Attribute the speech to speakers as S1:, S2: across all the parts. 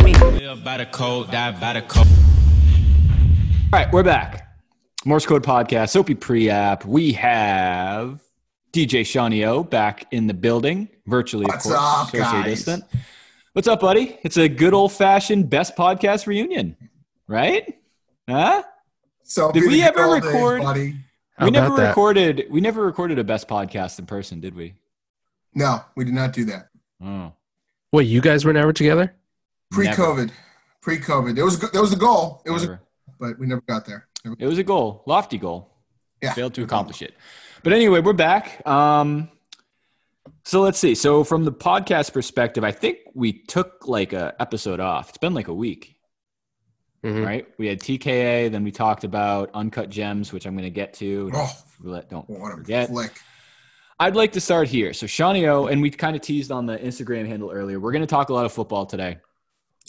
S1: Live by the code, die by the code.
S2: All right, we're back. Morse Code Podcast, Soapy Pre-App. We have DJ Shawnee O back in the building, virtually, of
S3: What's
S2: course,
S3: up,
S2: socially
S3: guys?
S2: distant. What's up, buddy? It's a good old-fashioned best podcast reunion, right? Huh?
S3: So
S2: Did
S3: be
S2: we
S3: the
S2: ever
S3: good old days,
S2: record-
S3: buddy.
S2: we
S4: How
S2: never
S4: about that?
S2: recorded. We never recorded a best podcast in person, did we?
S3: No, we did not do that.
S2: Oh,
S4: Wait, you guys were never together?
S3: Pre-COVID, pre-COVID, it was that was the goal. It was,
S2: never.
S3: but we never got there. Never-
S2: It was a goal, lofty goal.
S3: Yeah.
S2: Failed to accomplish it. But anyway, we're back. Um, so let's see. So from the podcast perspective, I think we took like a episode off. It's been like a week,
S4: Mhm.
S2: right? We had TKA, then we talked about Uncut Gems, which I'm going to get to.
S3: Oh,
S2: Let- Don't
S3: what a
S2: forget.
S3: flick!
S2: I'd like to start here. So Shawnee O, and we kind of teased on the Instagram handle earlier. We're going to talk a lot of football today.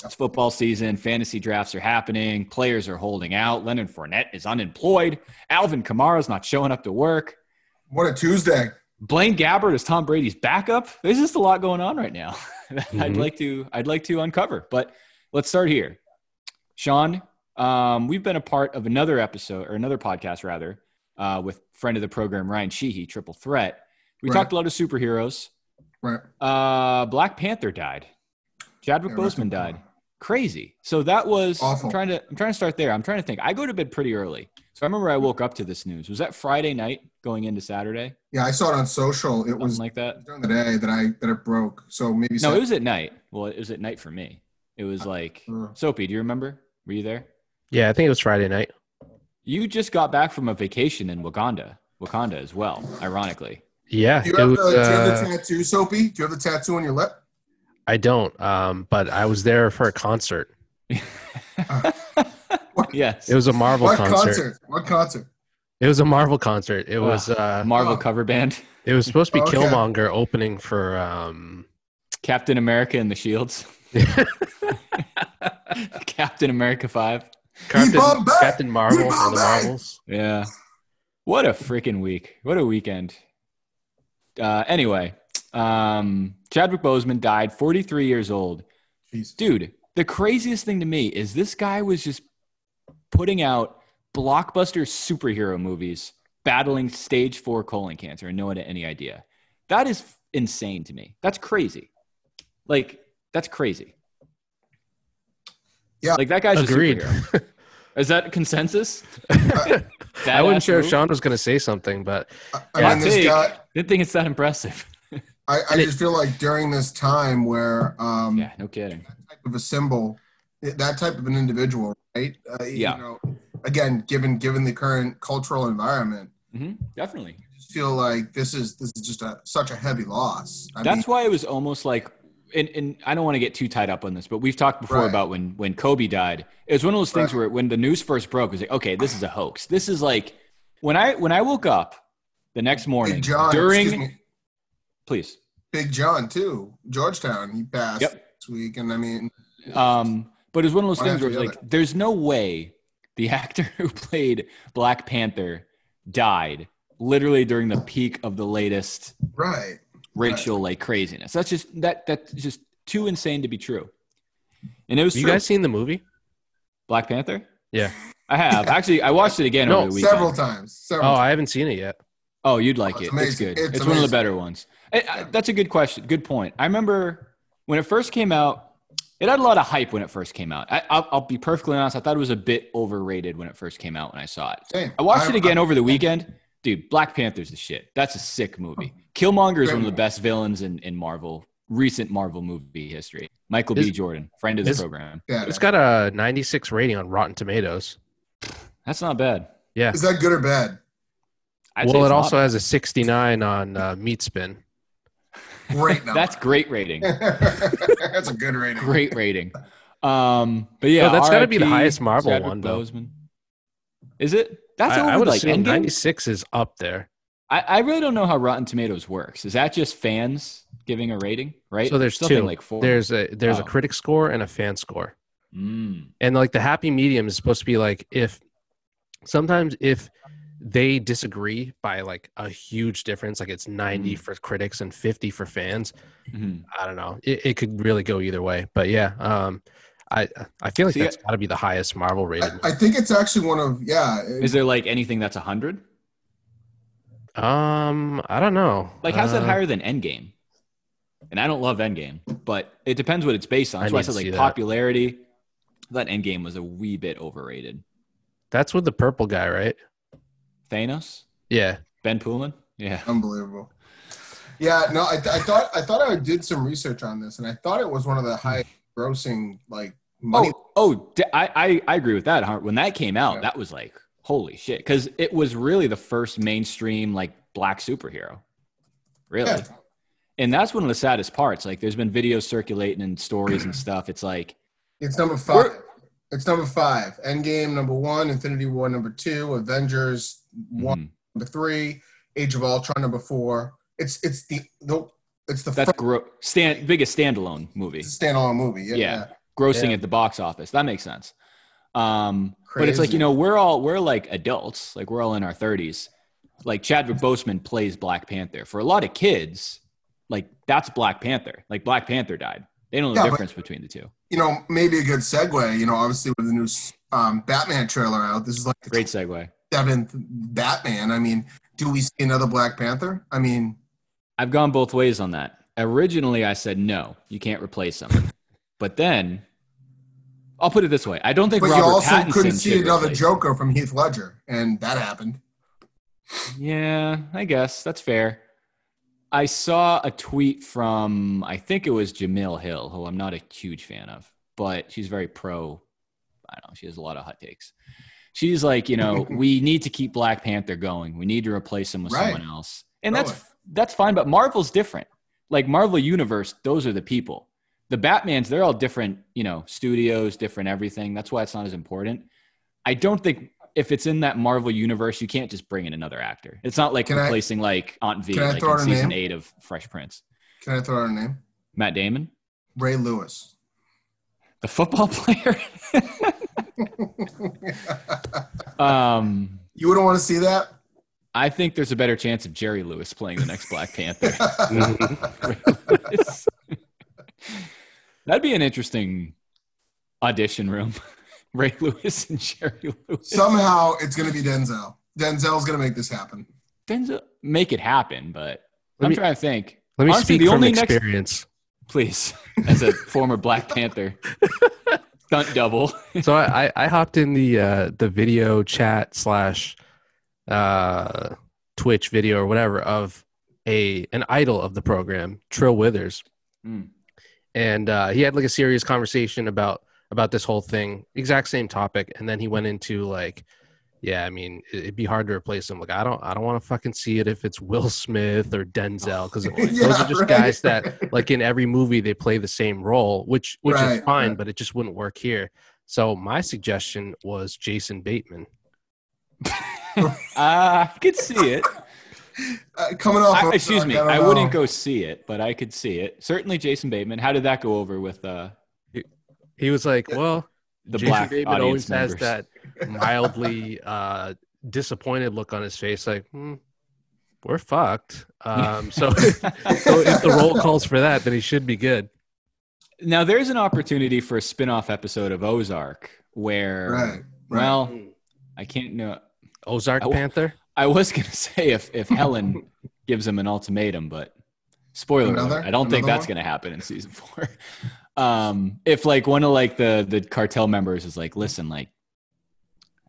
S2: It's football season. Fantasy drafts are happening. Players are holding out. Leonard Fournette is unemployed. Alvin Kamara's not showing up to work.
S3: What a Tuesday!
S2: Blaine Gabbert is Tom Brady's backup. There's just a lot going on right now. that I'd
S3: Mm-hmm.
S4: Mhm.
S2: like to I'd like to uncover. But let's start here. Sean, um, we've been a part of another episode or another podcast rather uh, with friend of the program Ryan Sheehy, Triple Threat. We
S3: Right.
S2: talked a lot of superheroes.
S3: Right,
S2: Uh, Black Panther died. Chadwick
S3: Yeah, rest in
S2: Boseman died.
S3: power.
S2: Crazy. So that was I'm
S3: Awful.
S2: trying to I'm trying to start there. I'm trying to think. I go to bed pretty early. So I remember I woke up to this news. Was that Friday night going into Saturday?
S3: Yeah, I saw it on social. It
S2: Something
S3: was
S2: like that.
S3: during the day that I that it broke. So maybe
S2: No,
S3: Sat-
S2: it was at night. Well, it was at night for me. It was like
S3: uh,
S2: Soapy. Do you remember? Were you there?
S4: Yeah, I think it was Friday night.
S2: You just got back from a vacation in Wakanda, Wakanda as well. Ironically,
S4: Yeah,
S3: do you,
S4: it
S3: have
S4: was.
S3: the, do you have the
S4: uh,
S3: tattoo, Soapy? Do you have the tattoo on your lip?
S4: I don't, um, but I was there for a concert.
S2: yes.
S4: It was a Marvel
S3: What
S4: concert.
S3: concert? What concert?
S4: It was a Marvel concert. It
S2: Wow.
S4: was. Uh,
S2: Marvel
S3: Oh.
S2: cover band,
S4: it was supposed to be
S3: Okay.
S4: Killmonger opening for. Um,
S2: Captain America and the Shields, Captain America Five.
S4: Captain,
S3: Bombay!
S4: Captain Marvel
S3: We
S4: or the
S3: Bombay!
S4: Marvels.
S2: Yeah. What a freaking week. What a weekend. Uh, anyway, um, Chadwick Boseman died, 43 years old.
S3: Jeez.
S2: dude the craziest thing to me is this guy was just putting out blockbuster superhero movies battling stage four colon cancer and no one had any idea that is f- insane to me that's crazy like that's crazy
S3: Yeah.
S2: like that guy's
S4: Agreed.
S2: a superhero is that consensus
S4: I wasn't
S2: Badass
S4: sure if
S2: move?
S4: Sean was going to say something, but
S3: I,
S4: Yeah.
S3: I mean, this
S2: Take.
S3: guy.
S2: didn't think it's that impressive
S3: I, I
S4: And it-
S3: just feel like during this time where um,
S2: yeah no kidding
S3: type of a symbol, that type of an individual, right? Uh,
S2: Yeah.
S3: You know, again, given given the current cultural environment,
S2: hmm definitely
S3: I just feel like this is this is just a such a heavy loss. I
S2: That's
S3: mean,
S2: why it was almost like, and, and I don't want to get too tied up on this, but we've talked before
S3: Right.
S2: about when when Kobe died. It was one of those things
S3: Right.
S2: where when the news first broke, it was like, okay, this is a hoax. This is like when I when I woke up the next morning
S3: Big John,
S2: during
S3: excuse me,
S2: please
S3: Big John too, Georgetown, he passed
S2: Yep.
S3: this week, and I mean,
S2: Um, but it was one of those
S3: One
S2: things
S3: after
S2: where it's
S3: the
S2: like, there's no way the actor who played Black Panther died literally during the peak of the latest
S3: right?
S2: racial like craziness. That's just that that's just too insane to be true. And it was
S4: have you
S2: true.
S4: guys seen the movie?
S2: Black Panther?
S4: Yeah.
S2: I have. Actually, I watched it again
S4: No,
S2: over the weekend.
S3: Several times. Several.
S4: Oh,
S3: times.
S4: I haven't seen it yet.
S2: Oh, you'd like
S3: Oh,
S2: it.
S3: it's
S2: It's
S3: amazing.
S2: good. It's,
S3: It's
S2: one of the
S3: amazing.
S2: better ones. I- I-
S3: Yeah.
S2: that's a good question. Good point. I remember when it first came out, it had a lot of hype when it first came out. I, I'll, I'll be perfectly honest. I thought it was a bit overrated when it first came out when I saw it.
S3: Same.
S2: I watched it
S3: I-
S2: again over the weekend. Dude, Black Panther's the shit. That's a sick movie. Killmonger is one
S3: Great
S2: of the
S3: movie.
S2: best villains in, in Marvel, recent Marvel movie history. Michael B.
S4: Is-
S2: Jordan, friend of the
S4: is-
S2: program.
S3: Yeah.
S4: It's got a 96 rating on Rotten Tomatoes.
S2: That's not bad.
S4: Yeah.
S3: is that good or bad?
S2: I'd say
S4: well,
S2: it's
S4: it
S2: not
S4: also
S2: bad.
S4: has a 69 on uh, Meat Spin.
S3: Great number.
S2: That's great rating.
S3: that's a good rating.
S2: great rating. Um, but yeah,
S4: No, that's gotta be the
S2: RIP,
S4: highest Marvel
S2: Chadwick
S4: one, though.
S2: Boseman. Is it? That's
S4: I,
S2: over
S4: I would
S2: like
S4: assume
S2: Endgame.
S4: 96 is up there.
S2: I, I really don't know how Rotten Tomatoes works. Is that just fans giving a rating, right?
S4: So there's
S2: Something
S4: two.
S2: like four.
S4: There's a there's
S2: Oh.
S4: a critic score and a fan score,
S2: Mm,
S4: and like the happy medium is supposed to be like if sometimes if they disagree by like a huge difference, like it's
S2: Mm.
S4: 90 for critics and 50 for fans.
S2: mhm.
S4: I don't know. It, it could really go either way, but yeah. Um, I I feel like
S2: See,
S4: that's got to be the highest Marvel rated.
S3: I, I think it's actually one of yeah.
S2: Is there like anything that's 100?
S4: um, I don't know.
S2: Like, how's that
S4: Uh,
S2: higher than Endgame? And I don't love Endgame, but it depends what it's based on.
S4: I
S2: That's why I
S4: need to
S2: said
S4: see
S2: like
S4: that.
S2: popularity. That Endgame was a wee bit overrated.
S4: That's with the purple guy, right?
S2: Thanos,
S4: Yeah.
S2: Ben Pullman, yeah.
S3: Unbelievable. Yeah, no, I, I thought I thought I did some research on this, and I thought it was one of the high grossing like money.
S2: Oh, oh, d- I, I, I agree with that. Har- When that came out,
S3: Yeah.
S2: that was like holy shit, because it was really the first mainstream like black superhero, really.
S3: Yeah.
S2: And that's one of the saddest parts. Like, there's been videos circulating and stories and stuff. It's like,
S3: It's number 5
S2: We're-
S3: it's number five. Endgame number one, Infinity War number two, Avengers one
S2: mhm,
S3: number three, Age of Ultron number four. It's it's the the it's the
S2: that's gro- stand biggest standalone movie.
S3: first standalone movie. Yeah,
S2: Yeah. grossing
S4: Yeah.
S2: at the box office. That makes sense. Um, but it's like
S3: Crazy.
S2: you know we're all we're like adults, like we're all in our thirties. Like Chadwick Boseman plays Black Panther. For a lot of kids, like that's Black Panther. Like Black Panther died. They don't know
S3: Yeah,
S2: the
S3: but-
S2: difference between the two.
S3: You know, maybe a good segue. You know, obviously with the new um, Batman trailer out, this is like the
S2: Great segue.
S3: seventh Batman. I mean, do we see another Black Panther? I mean,
S2: I've gone both ways on that. Originally, I said no, you can't replace him. but then, I'll put it this way: I don't think
S3: but
S2: Robert
S3: you also
S2: Pattinson
S3: couldn't see
S2: should
S3: another
S2: replace him.
S3: Joker from Heath Ledger, and that happened.
S2: Yeah, I guess that's fair. I saw a tweet from I think it was Jamil Hill, who I'm not a huge fan of, but she's very pro. I don't know. She has a lot of hot takes. She's like, you know, we need to keep Black Panther going. We need to replace him with
S3: Right.
S2: someone else, and
S3: Throw
S2: that's that's fine. But Marvel's different. Like Marvel Universe, those are the people. The Batman's they're all different, you know, studios, different everything. That's why it's not as important. I don't think if it's in that Marvel universe, you can't just bring in another actor. It's not like
S3: Can I-
S2: replacing like Aunt V,
S3: can I
S2: like
S3: throw
S2: in
S3: out a
S2: season
S3: name?
S2: eight of Fresh Prince.
S3: Can I throw out a name?
S2: Matt Damon,
S3: Ray Lewis.
S2: the football player. um,
S3: you wouldn't want to see that.
S2: I think there's a better chance of Jerry Lewis playing the next Black Panther. That'd be an interesting audition room. Ray Lewis and Jerry Lewis.
S3: Somehow it's going to be Denzel. Denzel's going to make this happen.
S2: Denzel, make it happen, but
S4: Let
S2: I'm
S4: me,
S2: trying to think.
S4: let me
S2: honestly,
S4: speak
S2: the
S4: from
S2: only next-
S4: experience.
S2: please, as a former Black Panther stunt double.
S4: so I, I I hopped in the uh, the video chat slash uh, Twitch video or whatever of a an idol of the program, Trill Withers,
S3: Hmm.
S2: Mm.
S4: and uh, he had like a serious conversation about about this whole thing, exact same topic, and then he went into like, yeah, I mean, it- it'd be hard to replace him. Like, I don't I don't want to fucking see it if it's Will Smith or Denzel because
S3: Yeah,
S4: those are just
S3: right.
S4: guys that like in every movie they play the same role, which which is
S3: Right,
S4: fine,
S3: right.
S4: but it just wouldn't work here. So my suggestion was Jason Bateman.
S2: I could see it.
S3: Uh, coming off.
S4: Uh-huh.
S2: I,
S3: of-
S2: excuse me,
S3: don't
S2: I
S3: know.
S2: wouldn't go see it, but I could see it. Certainly, Jason Bateman. How did that go over with uh,
S4: He was like, "Well,
S2: the
S4: Jason
S2: black
S4: Bateman
S2: audience
S4: always
S2: members?
S4: has that mildly uh, disappointed look on his face, like hmm, we're fucked." Um, so, so if the role calls for that, then he should be good.
S2: now, there's an opportunity for a spin-off episode of Ozark where,
S3: Right. right.
S2: well, I can't know.
S4: Ozark
S2: I w-
S4: Panther.
S2: I was gonna say if if Helen gives him an ultimatum, but spoiler
S3: Another-
S2: alert, I don't think
S3: another
S2: that's
S3: one?
S2: gonna happen in season four. Um, if like one of like the the cartel members is like, listen, like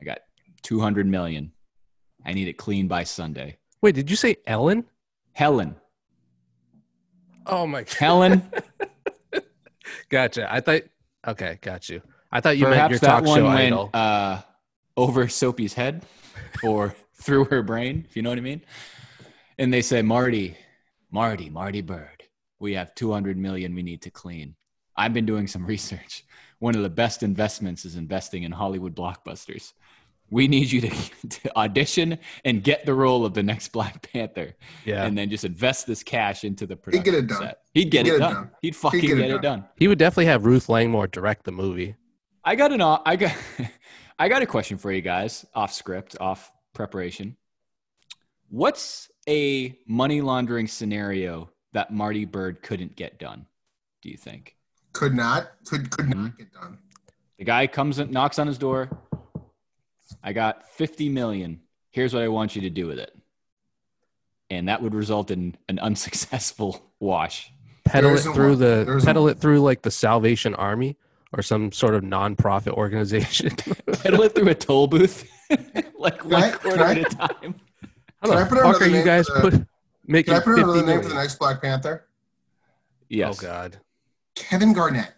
S2: I got two hundred million, I need it clean by Sunday.
S4: Wait, did you say Ellen?
S2: Helen,
S4: Oh my god,
S2: Helen,
S4: gotcha. I thought. Okay, got you. I thought you meant
S2: perhaps
S4: your
S2: that
S4: talk
S2: one
S4: show
S2: went
S4: idol.
S2: uh, over Soapy's head or through her brain, if you know what I mean. And they say, Marty, Marty, Marty Bird, we have 200 million we need to clean. I've been doing some research. One of the best investments is investing in Hollywood blockbusters. We need you to, to audition and get the role of the next Black Panther,
S4: yeah,
S2: and then just invest this cash into the
S3: He'd
S2: production.
S3: get it done.
S2: set. He'd get, it, done. He'd fucking
S3: get it
S2: get it done.
S4: he would definitely have Ruth Langmore direct the movie.
S2: I got an o- I got I got a question for you guys off script, off preparation. What's a money laundering scenario that Marty Bird couldn't get done? Do you think?
S3: Mm-hmm. Could not. Could could not get done.
S2: The guy comes and knocks on his door. I got 50 million. Here's what I want you to do with it. And that would result in an unsuccessful wash.
S4: Pedal it
S3: isn't
S4: through
S3: one. There
S4: the
S3: isn't
S4: pedal it through like the Salvation Army or some sort of nonprofit organization.
S2: Pedal it through a toll booth, like
S3: I-
S2: one
S3: can
S2: quarter
S3: I-
S2: at a time.
S4: How
S3: Can
S4: the
S3: I put
S4: fuck
S3: another
S4: are you
S3: name
S4: guys
S3: for
S4: put making
S3: Can I put
S4: 50
S3: another name for the
S4: million?
S3: next Black Panther?
S2: Yes.
S4: Oh god.
S3: Kevin Garnett.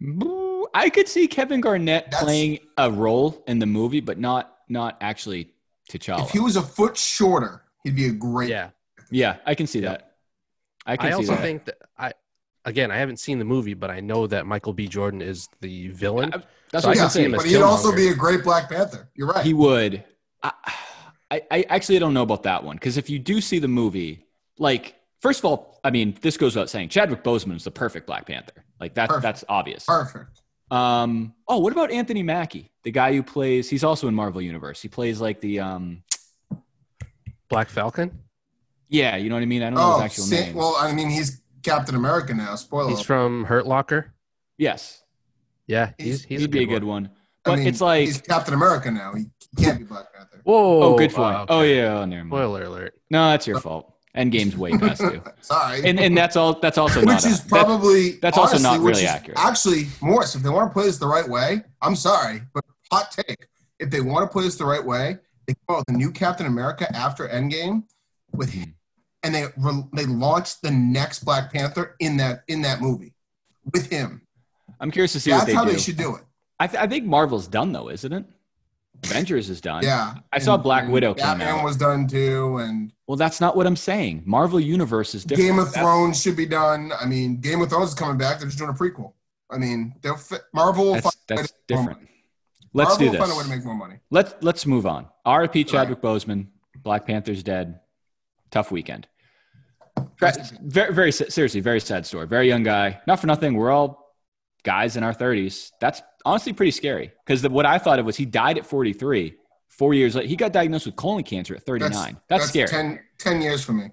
S2: Boo. I could see Kevin Garnett
S3: That's-
S2: playing a role in the movie, but not not actually T'Challa.
S3: If he was a foot shorter, he'd be a great.
S4: Yeah.
S2: yeah, I can see that. I can
S4: I
S2: see
S4: also
S2: that.
S4: think that I again, I haven't seen the movie, but I know that Michael B. Jordan is the villain.
S2: I- that's
S4: So
S2: what
S4: I
S2: I'm
S4: can see
S2: saying.
S4: him as
S3: but he'd also
S4: Killmonger.
S3: be a great Black Panther. You're right.
S2: He would. I, I, I actually don't know about that one because if you do see the movie, like first of all, I mean, this goes without saying, Chadwick Boseman is the perfect Black Panther. Like that,
S3: Perfect.
S2: that's obvious.
S3: Perfect.
S2: Um, oh, what about Anthony Mackie, the guy who plays? He's also in Marvel Universe. He plays like the um,
S4: Black Falcon?
S2: yeah, you know what I mean. I don't know his
S3: Oh,
S2: actual
S3: Sa-
S2: name.
S3: well, I mean, he's Captain America now. Spoiler.
S4: He's
S3: alert.
S4: from Hurt Locker.
S2: yes,
S4: Yeah, he's he's
S2: he'd be a good
S4: one.
S2: one.
S3: I
S2: But
S3: mean,
S2: it's like,
S3: he's Captain America now. He, he can't be Black Panther.
S4: Whoa.
S2: oh, good point.
S4: uh,
S2: Oh
S4: okay.
S2: yeah, oh, never mind.
S4: Spoiler alert.
S2: no, that's your fault. Endgame's way past you,
S3: Sorry.
S2: and and that's all. That's also not
S3: which is
S2: a- that's-
S3: probably
S2: that's also
S3: honestly,
S2: not
S3: which
S2: really
S3: is
S2: accurate.
S3: Actually, Morris, if they want to play this the right way, I'm sorry, but hot take. If they want to play this the right way, they come out with a new Captain America after Endgame, with
S2: Mhm.
S3: and they re- they launch the next Black Panther in that in that movie with him.
S2: I'm curious to see
S3: That's
S2: what they
S3: how
S2: do.
S3: they should do it.
S2: I, th- I think Marvel's done though, isn't it? Avengers is done.
S3: Yeah,
S2: I saw Black Widow came
S3: Batman
S2: out.
S3: was done too, and
S2: Well, that's not what I'm saying. Marvel Universe is different.
S3: Game of
S2: That's-
S3: Thrones should be done. I mean, Game of Thrones is coming back. They're just doing a prequel. I mean, they'll fit, Marvel. will
S2: That's,
S3: find a way
S2: that's
S3: to make more
S2: different.
S3: money.
S2: Let's
S3: Marvel
S2: do
S3: will Find a way to
S2: this.
S3: make more money.
S2: Let's let's move on. R.I.P. Chadwick Boseman. Black Panther's dead. Tough weekend. Tra- Very, very se- seriously, very sad story. Very young guy. Not for nothing. We're all guys in our 30s. That's honestly pretty scary because what I thought of was he died at 43. Four years later, he got diagnosed with colon cancer at 39. That's, scary.
S3: 10, 10 years for me.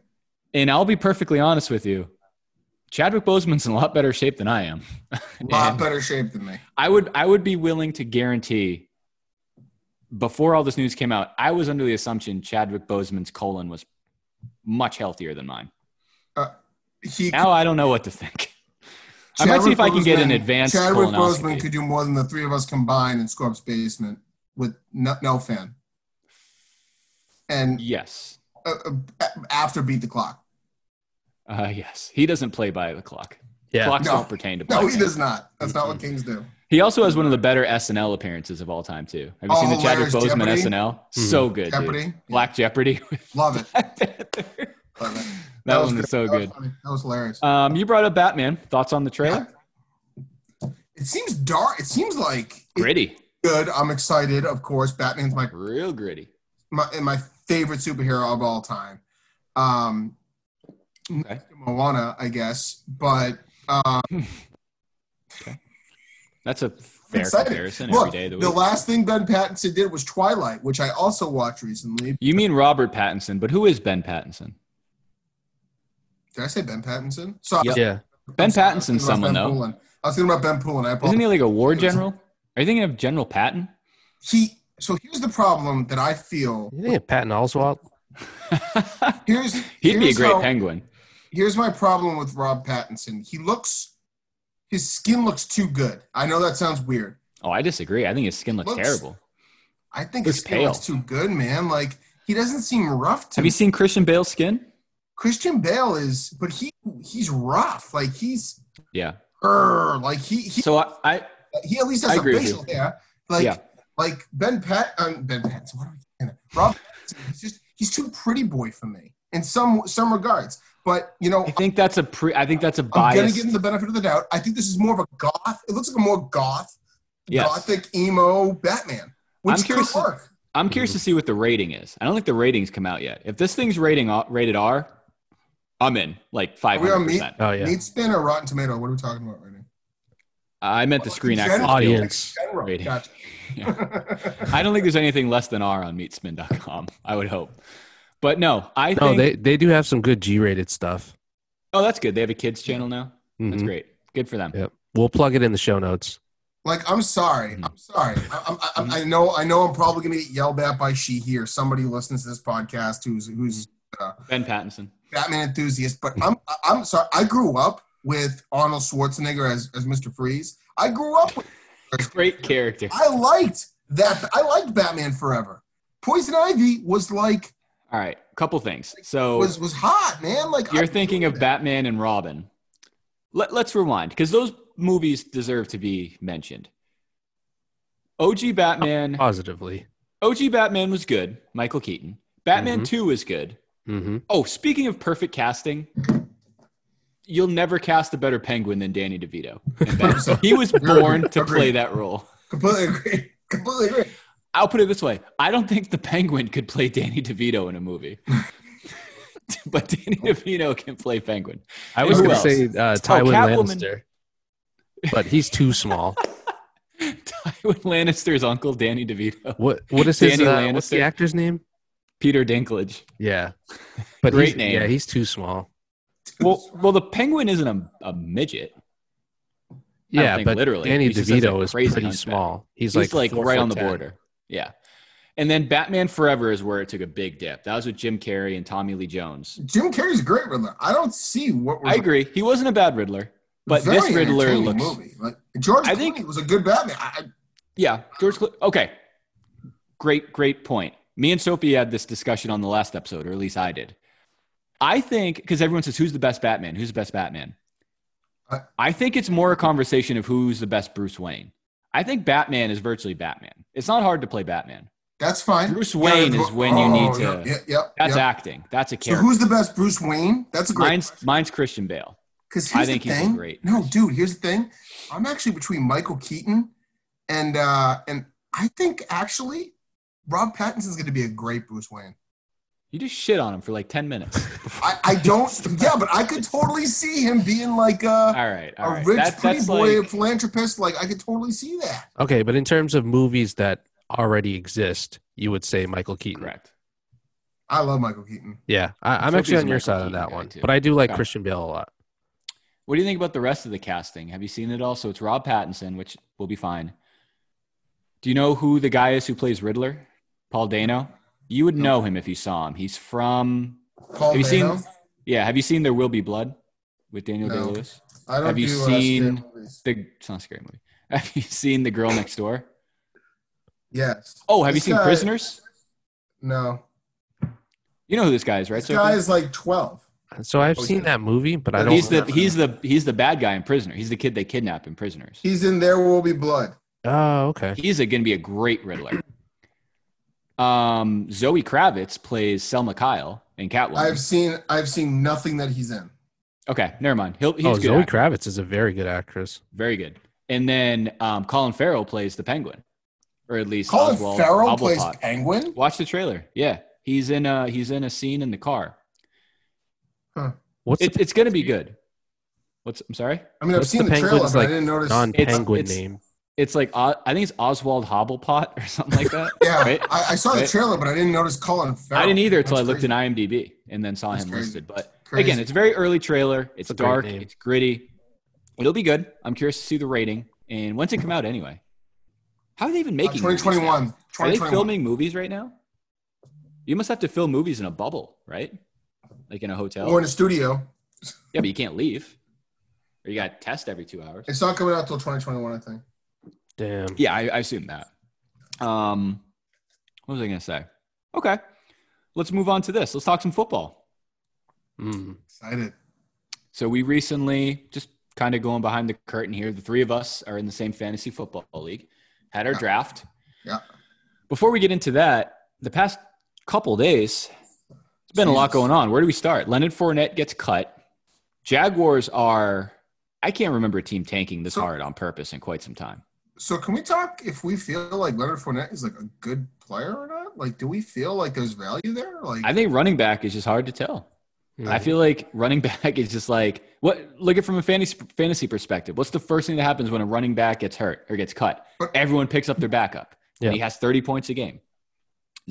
S2: And I'll be perfectly honest with you. Chadwick Boseman's in a lot better shape than I am.
S3: A lot
S2: And
S3: better shape than me.
S2: I would I would be willing to guarantee before all this news came out, I was under the assumption Chadwick Boseman's colon was much healthier than mine.
S3: He
S2: Now I don't know what to think. I might see if I can get an advanced
S3: Chadwick
S2: colonoscopy.
S3: Boseman could do more than the three of us combined in Scorp's basement with no, no fan. And
S2: Yes.
S3: uh, uh, after beat the clock.
S2: Uh, yes. He doesn't play by the clock.
S4: Yeah.
S2: Clocks
S3: No.
S2: don't pertain to
S3: No,
S2: Black
S3: he
S2: Man.
S3: does not. That's not what Kings do.
S2: He also has one of the better SNL appearances of all time, too. Have you
S3: Oh,
S2: seen the Chadwick
S3: hilarious
S2: Boseman
S3: Jeopardy.
S2: SNL? So good. dude.
S3: Jeopardy.
S2: Black Jeopardy.
S3: Love it.
S2: that,
S3: Love it.
S2: one was
S3: great.
S2: so
S3: That
S2: good.
S3: funny. That was hilarious.
S2: Um, you brought up Batman. Thoughts on the trailer?
S3: It seems dark. It seems like it's
S2: Gritty,
S3: good. I'm excited, of course. Batman's my
S2: real gritty.
S3: my and my favorite superhero of all time. Um,
S2: Okay.
S3: Moana, I guess, but um,
S2: That's a
S3: I'm
S2: fair
S3: excited.
S2: comparison
S3: Look,
S2: every day of
S3: the
S2: the week.
S3: last thing Ben Pattinson did was Twilight, which I also watched recently.
S2: you mean Robert Pattinson, but who is Ben Pattinson?
S3: Did I say Ben Pattinson? Sorry,
S2: Yep.
S4: Yeah.
S3: I'm
S2: Ben
S3: sorry, I was
S2: Pattinson's
S3: thinking about
S2: someone,
S3: Ben
S2: though.
S3: Poulin. I was thinking about Ben Poulin. I
S2: Isn't
S3: apologize.
S2: he like a war
S3: He was-
S2: general? Are you thinking of General Patton?
S3: He so here's the problem that I feel.
S4: You think of Patton Oswalt?
S3: Here's
S2: He'd be a
S3: here's
S2: great
S3: how-
S2: penguin.
S3: Here's my problem with Rob Pattinson. He looks, his skin looks too good. I know that sounds weird.
S2: Oh, I disagree. I think his skin looks
S3: Looks-
S2: terrible.
S3: I think
S2: Looks
S3: his skin looks
S2: pale.
S3: too good, man. Like he doesn't seem rough to
S2: Have
S3: me.
S2: you seen Christian Bale's skin?
S3: Christian Bale is, but he he's rough. Like he's,
S2: Yeah.
S3: er, like he he,
S2: So I, I
S3: he at least
S2: I
S3: has a
S2: agree with
S3: facial hair. Like
S2: Yeah.
S3: like Ben Pat um, Ben Pattinson. What are we saying? Rob Pattinson. He's just he's too pretty boy for me in some some regards. But you know,
S2: I think that's a pre. I think that's a
S3: I'm gonna
S2: bias.
S3: give him the benefit of the doubt. I think this is more of a goth. It looks like a more goth,
S2: Yes.
S3: gothic emo Batman, which could
S2: curious-
S3: work.
S2: I'm curious to see what the rating is. I don't think the ratings come out yet. If this thing's rating uh, rated R, I'm in like
S3: we on
S2: 500.
S3: meet?
S2: percent
S4: Oh yeah.
S3: Meat spin or Rotten Tomato? What are we talking about right now?
S2: I meant the
S3: Well,
S2: Screen
S3: in
S2: Actors
S3: general-
S2: Guild.
S4: Audience.
S3: General.
S2: Rating.
S3: Gotcha.
S2: I don't think there's anything less than R on Meatspin.com. I would hope, but no, I
S4: No,
S2: think.
S4: Oh, they they do have some good G rated stuff.
S2: oh, that's good. They have a kids channel now. That's
S4: Mhm.
S2: great. Good for them.
S4: Yep. We'll plug it in the show notes.
S3: Like, I'm sorry.
S2: Mm.
S3: I'm sorry. I, I'm, I, I'm- I know. I know. I'm probably gonna get yelled at by Sheehy or somebody who listens to this podcast who's who's
S2: Ben Pattinson.
S3: Batman enthusiast. But I'm I- I'm sorry. I grew up with Arnold Schwarzenegger as as Mr. Freeze. I grew up with.
S2: Great character.
S3: I liked that. I liked Batman Forever. Poison Ivy was like
S2: All right, couple things. So
S3: was was hot, man. Like
S2: Oh. you're
S3: I-
S2: thinking of Batman and Robin. Let, let's rewind because those movies deserve to be mentioned. OG Batman.
S4: Uh, Positively.
S2: OG Batman was good. Michael Keaton. Batman
S4: Mhm.
S2: 2 was good.
S4: Mm-hmm.
S2: Oh, speaking of perfect casting, you'll never cast a better penguin than Danny DeVito. in Batman. he was born to play that role.
S3: completely agree. Completely agree.
S2: I'll put it this way I don't think the penguin could play Danny DeVito in a movie. but Danny DeVito can play penguin.
S4: I was
S2: Who
S4: going to
S2: else?
S4: say uh, Tywin
S2: Catwoman.
S4: Lannister, but he's too small.
S2: Tywin Lannister's uncle, Danny DeVito.
S4: What what is his
S2: Danny
S4: uh, what's the
S2: Lannister.
S4: actor's name?
S2: Peter Dinklage.
S4: Yeah, but
S2: Great
S4: he's-
S2: name.
S4: Yeah, he's too small.
S2: Well, well, the penguin isn't a, a midget. don't
S4: Yeah,
S2: think
S4: but
S2: literally.
S4: Danny
S2: He's just like a
S4: DeVito is
S2: crazy
S4: pretty
S2: hunchback.
S4: small. He's,
S2: He's like,
S4: like four
S2: right
S4: foot
S2: on the
S4: 10.
S2: border. Yeah. And then Batman Forever is where it took a big dip. That was with Jim Carrey and Tommy Lee Jones.
S3: Jim Carrey's a great Riddler. I don't see what we're.
S2: I agree. He wasn't a bad Riddler, but
S3: Very
S2: this Riddler
S3: entertaining
S2: looks.
S3: movie. Like George
S2: I
S3: I
S2: think-
S3: think, was a good Batman. I, I-
S2: Yeah, George. Clo- okay, great, great point. Me and Sophie had this discussion on the last episode, or at least I did. I think because everyone says who's the best Batman, who's the best Batman.
S3: I-
S2: I think it's more a conversation of who's the best Bruce Wayne. I think Batman is virtually Batman. It's not hard to play Batman.
S3: that's fine.
S2: Bruce
S3: Yeah,
S2: Wayne
S3: that's
S2: is
S3: what-
S2: when you need to.
S3: Yeah, yeah, yeah,
S2: That's
S3: yeah.
S2: acting. That's a
S3: So
S2: character.
S3: who's the best Bruce Wayne? That's a great.
S2: mine's mine's Christian Bale.
S3: Because
S2: I
S3: here's
S2: think
S3: the
S2: he's a
S3: thing.
S2: great-
S3: No, dude. Here's the thing. I'm actually between Michael Keaton and uh and I think actually Rob Pattinson's going to be a great Bruce Wayne.
S2: You just shit on him for like ten minutes.
S3: I, I don't. yeah, but I could totally see him being like uh,
S2: all right, all
S3: a
S2: right.
S3: rich,
S2: That-
S3: pretty
S2: that's
S3: boy,
S2: like
S3: philanthropist. Like I could totally see that.
S4: Okay, but in terms of movies that already exist, you would say Michael Keaton.
S2: correct.
S3: I love Michael Keaton.
S4: Yeah, I, I'm
S2: Sophie's
S4: actually on
S2: a
S4: your
S2: Michael
S4: side on
S2: Keaton
S4: that
S2: guy,
S4: one,
S2: too.
S4: but I do like
S2: Okay.
S4: Christian Bale a lot.
S2: What do you think about the rest of the casting? Have you seen it all? So it's Rob Pattinson, which will be fine. Do you know who the guy is who plays Riddler? Paul Dano. You would know him if you saw him. He's from
S3: Paul
S2: Have you seen-
S3: Dano?
S2: yeah. Have you seen There Will Be Blood with Daniel
S3: No.
S2: Day Lewis?
S3: I don't
S2: have you
S3: do, uh,
S2: seen-
S3: scary movies.
S2: The it's not a scary movie. Have you seen The Girl Next Door?
S3: Yes.
S2: Oh, have
S3: This
S2: you seen
S3: guy-
S2: Prisoners?
S3: No.
S2: You know who this guy is, right?
S3: This
S2: Sophie?
S3: guy is like 12.
S4: So I've
S3: Oh,
S4: seen
S3: yeah.
S4: that movie, but I
S3: But
S4: don't.
S2: he's the
S3: remember
S2: he's the he's the bad guy in prisoner. He's the kid they kidnap in prisoners.
S3: He's in There Will Be Blood.
S4: oh, okay.
S2: He's a, gonna be a great Riddler. Um, Zoe Kravitz plays Selma Kyle in Catwoman.
S3: I've seen I've seen nothing that he's in.
S2: okay, never mind. He'll, he's
S4: oh,
S2: good.
S4: Zoe
S2: actor.
S4: Kravitz is a very good actress.
S2: Very good. And then um, Colin Farrell plays the Penguin, or at least
S3: Colin
S2: Oswald
S3: Farrell plays
S2: Cobblepot.
S3: Penguin.
S2: Watch the trailer. Yeah, he's in a he's in a scene in the car.
S4: What's
S2: It's
S4: the
S2: it's gonna be good. What's I'm sorry.
S3: I mean, I've
S4: What's
S3: seen
S4: the
S3: the, trailer,
S4: Penguin's,
S3: but I
S4: like,
S3: didn't notice.
S4: non-penguin
S2: it's-
S4: name?
S2: It's like O- I think it's Oswald Hobblepot or something like that.
S3: yeah,
S2: right?
S3: I, I saw the
S2: Right.
S3: trailer, but I didn't notice Colin Farrell.
S2: I didn't either until I
S3: Oh, That's
S2: looked
S3: crazy.
S2: in IMDb and then saw
S3: That's
S2: him
S3: crazy.
S2: listed. But
S3: Crazy.
S2: again, it's a very early trailer. It's
S4: It's a great
S2: dark.
S4: name.
S2: It's gritty. It'll be good. I'm curious to see the rating and when's it come out anyway. How are they even
S3: Uh,
S2: making? movies now?
S3: 2021.
S2: Are they
S3: 2021.
S2: filming movies right now? You must have to film movies in a bubble, right? Like in a hotel.
S3: Or in a studio.
S2: yeah, but you can't leave. Or you got to test every two hours.
S3: It's not coming out till 2021, I think.
S4: Damn.
S2: Yeah, I, I assume that. Um, what was I going to say? Okay, let's move on to this. Let's talk some football.
S4: Mm.
S3: Excited.
S2: So we recently, just kind of going behind the curtain here, the three of us are in the same fantasy football league, had our
S3: Yeah.
S2: draft.
S3: Yeah.
S2: Before we get into that, the past couple days, it's been a lot
S3: Jesus.
S2: going on. Where do we start? Leonard Fournette gets cut. Jaguars are, I can't remember a team tanking this
S3: So-
S2: hard on purpose in quite some time.
S3: So can we talk if we feel like Leonard Fournette is like a good player or not? Like, do we feel like there's value there? Like,
S2: I think running back is just hard to tell. I feel like running back is just like what look at from a fantasy fantasy perspective. What's the first thing that happens when a running back gets hurt or gets cut?
S3: But-
S2: Everyone picks up their backup.
S4: Yeah.
S2: And he has 30 points a game.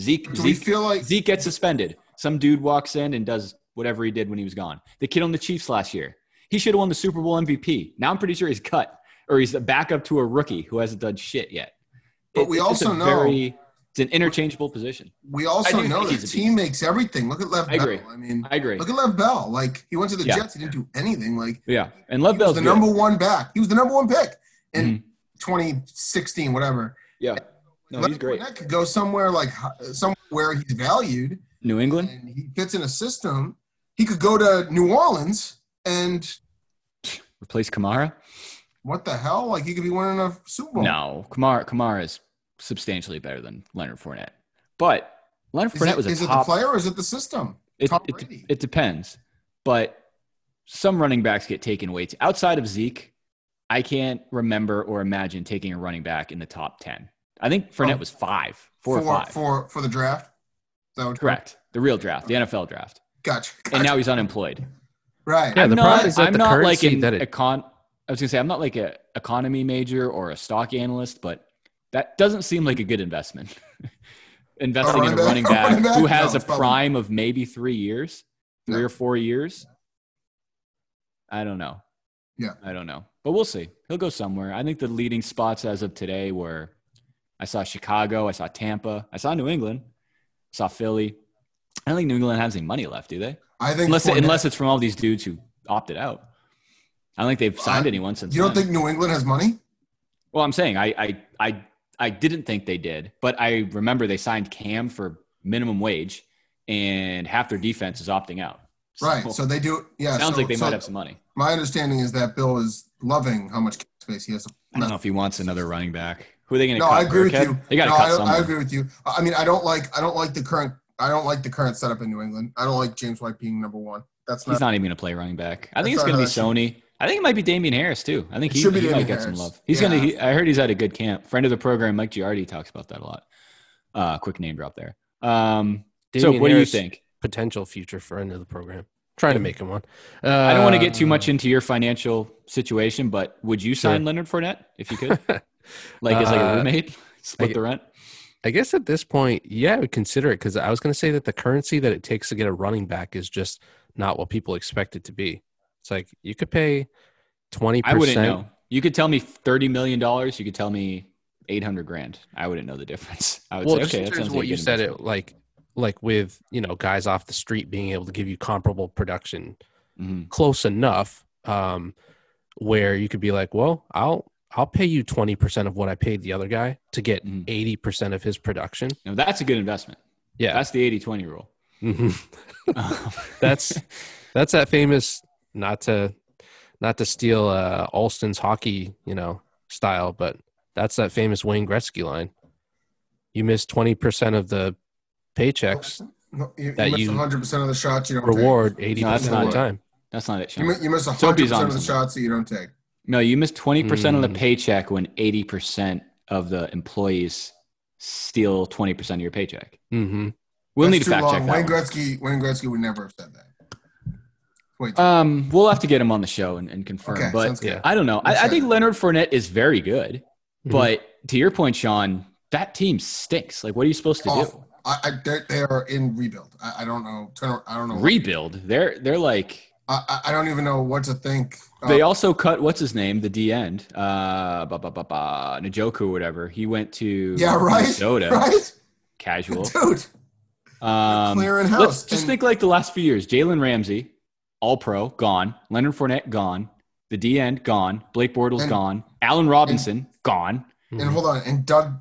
S2: Zeke
S3: do we
S2: Zeke,
S3: feel like
S2: Zeke gets suspended. Some dude walks in and does whatever he did when he was gone. The kid on the Chiefs last year. He should have won the Super Bowl MVP. Now I'm pretty sure he's cut. or he's the backup to a rookie who hasn't done shit yet.
S3: But we
S2: it's just
S3: also
S2: a
S3: know-
S2: it's an interchangeable position.
S3: We
S2: I
S3: also
S2: do
S3: know
S2: think
S3: that
S2: he's a
S3: team makes everything. Look at Lev
S2: I
S3: Bell.
S2: agree.
S3: I mean,
S2: I agree.
S3: look at Lev Bell. Like he went to the
S2: Yeah.
S3: Jets. He didn't do anything. Like
S2: Yeah, and Love
S3: he was
S2: Bell's
S3: the
S2: good. Mm-hmm.
S3: number one back. He was the number one pick in 2016, whatever.
S2: Yeah, no,
S3: Leonard
S2: he's great.
S3: Fournette could go somewhere like somewhere he's valued
S2: New England.
S3: and he fits in a system. He could go to New Orleans and
S2: Replace Kamara?
S3: what the hell? Like he could be winning a Super Bowl.
S2: No, Kamara Kamara is substantially better than Leonard Fournette. But Leonard
S3: Is
S2: Fournette
S3: it-
S2: was a
S3: is it the
S2: top.
S3: player or is it the system?
S2: it,
S3: Tom
S2: it,
S3: Brady?
S2: it depends, but some running backs get taken way too. Outside of Zeke, I can't remember or imagine taking a running back in the top ten. I think Fournette
S3: Oh.
S2: was five, four
S3: for,
S2: or five.
S3: for for the draft. Is that what-
S2: Correct. The real draft, the NFL draft,
S3: Gotcha. gotcha.
S2: and now he's unemployed.
S3: right.
S4: Yeah,
S2: I'm
S4: the
S2: not,
S4: problem is that
S2: I'm
S4: the
S2: not like
S4: currency
S2: an
S4: that it-
S2: econ. I was gonna say I'm not like a economy major or a stock analyst, but that doesn't seem like a good investment. Investing in a running
S3: running back-
S2: back,
S3: a running back?
S2: who has
S3: No,
S2: a
S3: it's probably-
S2: prime of maybe three years, three
S3: No.
S2: or four years. I don't know.
S3: Yeah.
S2: I don't know, but we'll see. He'll go somewhere. I think the leading spots as of today were, I saw Chicago, I saw Tampa, I saw New England, I saw Philly. I don't think New England has any money left, do they?
S3: I think
S2: unless
S3: Fournette-
S2: unless it's from all these dudes who opted out. I don't think they've signed
S3: I-
S2: anyone since.
S3: you don't
S2: then.
S3: think New England has money?
S2: Well, I'm saying I, I I I didn't think they did, but I remember they signed Cam for minimum wage, and half their defense is opting out. So,
S3: Right. So they do. Yeah.
S2: sounds
S3: so-
S2: like they
S3: so
S2: might have some money.
S3: My understanding is that Bill is loving how much cap space he has.
S2: I don't know if he wants another running back. Who are they going to
S3: No,
S2: cut?
S3: I agree with
S2: Burkhead?
S3: you.
S2: They got to
S3: no,
S2: cut
S3: I, don't-
S2: someone.
S3: I agree with you. I I mean, I don't like. I don't like the current. I don't like the current setup in New England. I don't like James White being number one. That's not.
S2: He's not even going to play running back. I think it's
S3: That's
S2: going to be
S3: not
S2: Sony. I think it might be Damian Harris too. I think
S3: It
S2: he,
S3: should be
S2: he might
S3: Damian
S2: get some
S3: Harris.
S2: love. He's
S3: Yeah.
S2: going to. He, I heard he's at a good camp. Friend of the program, Mike Giardi talks about that a lot. Uh, quick name drop there. Um, so,
S4: Damian
S2: what
S4: Harris,
S2: do you think?
S4: Potential future friend of the program. Trying to make him one. Uh,
S2: I don't want to get too much into your financial situation, but would you
S4: Sure.
S2: sign Leonard Fournette if you could, like as like a
S4: Uh,
S2: roommate, split
S4: I-
S2: the rent?
S4: I guess at this point, yeah, I would consider it because I was going to say that the currency that it takes to get a running back is just not what people expect it to be. It's like you could pay twenty
S2: I wouldn't
S4: percent.
S2: know. You could tell me thirty million dollars. You could tell me eight hundred grand. I wouldn't know the difference. I would
S4: Well,
S2: say
S4: just
S2: okay.
S4: in
S2: That
S4: terms
S2: sounds
S4: of
S2: like
S4: what
S2: a
S4: you
S2: good
S4: said,
S2: investment.
S4: it like like with you know guys off the street being able to give you comparable production
S2: Mhm.
S4: close enough um, where you could be like, well, I'll I'll pay you twenty percent of what I paid the other guy to get
S2: Mhm.
S4: eighty percent of his production.
S2: Mm-hmm. Now, that's a good investment.
S4: Yeah.
S2: That's the 80 20 rule. Um,
S4: Mhm. That's- That's that famous not to not to steal uh, Alston's hockey, you know, style, but that's that famous Wayne Gretzky line. You miss twenty percent of the paychecks,
S3: No, you,
S4: that
S3: you miss
S4: you-
S3: 100 percent of the shots you don't
S4: reward
S3: Take.
S4: eighty
S2: No, that's
S4: percent of the
S2: not-
S4: time.
S2: that's not it.
S3: You,
S2: Sean.
S3: mi- you miss 100
S2: Soapy's
S3: percent
S2: onto
S3: of the
S2: something.
S3: shots that you don't take.
S2: No, you miss 20% of the
S4: Mm.
S2: paycheck when 80% of the employees steal 20% of your paycheck.
S4: hmm
S2: We'll
S3: That's
S2: need to
S3: too
S2: fact
S3: long.
S2: check that.
S3: Wayne
S2: one.
S3: Gretzky. Wayne Gretzky would never have said that. Wait.
S2: Um, we'll have to get him on the show and, and confirm.
S3: okay.
S2: but
S3: sounds good.
S4: yeah. Mm-hmm.
S2: I don't know. I,
S3: We'll
S2: I
S3: check
S2: think
S3: it.
S2: Leonard Fournette is very good. But to your point, Sean, that team stinks. Like, what are you supposed to
S3: Awful. I, I they're, they are in rebuild. I, I don't know. Turn. I don't
S2: do?
S3: know.
S2: Rebuild. They're they're like
S3: I, I- I don't even know what to think. Uh,
S2: They also cut what's his name, the D end, uh, ba ba ba ba, Najoku or whatever. He went to
S3: yeah. Right.
S2: Minnesota,
S3: Right.
S2: casual.
S3: Dude.
S2: Um,
S3: clearing house.
S2: let's just
S3: And-
S2: think like the last few years: Jalen Ramsey, All Pro, gone. Leonard Fournette, gone. The D end, gone. Blake Bortles,
S3: And-
S2: gone. Allen Robinson, gone.
S4: Mhm.
S3: And hold on. And Doug.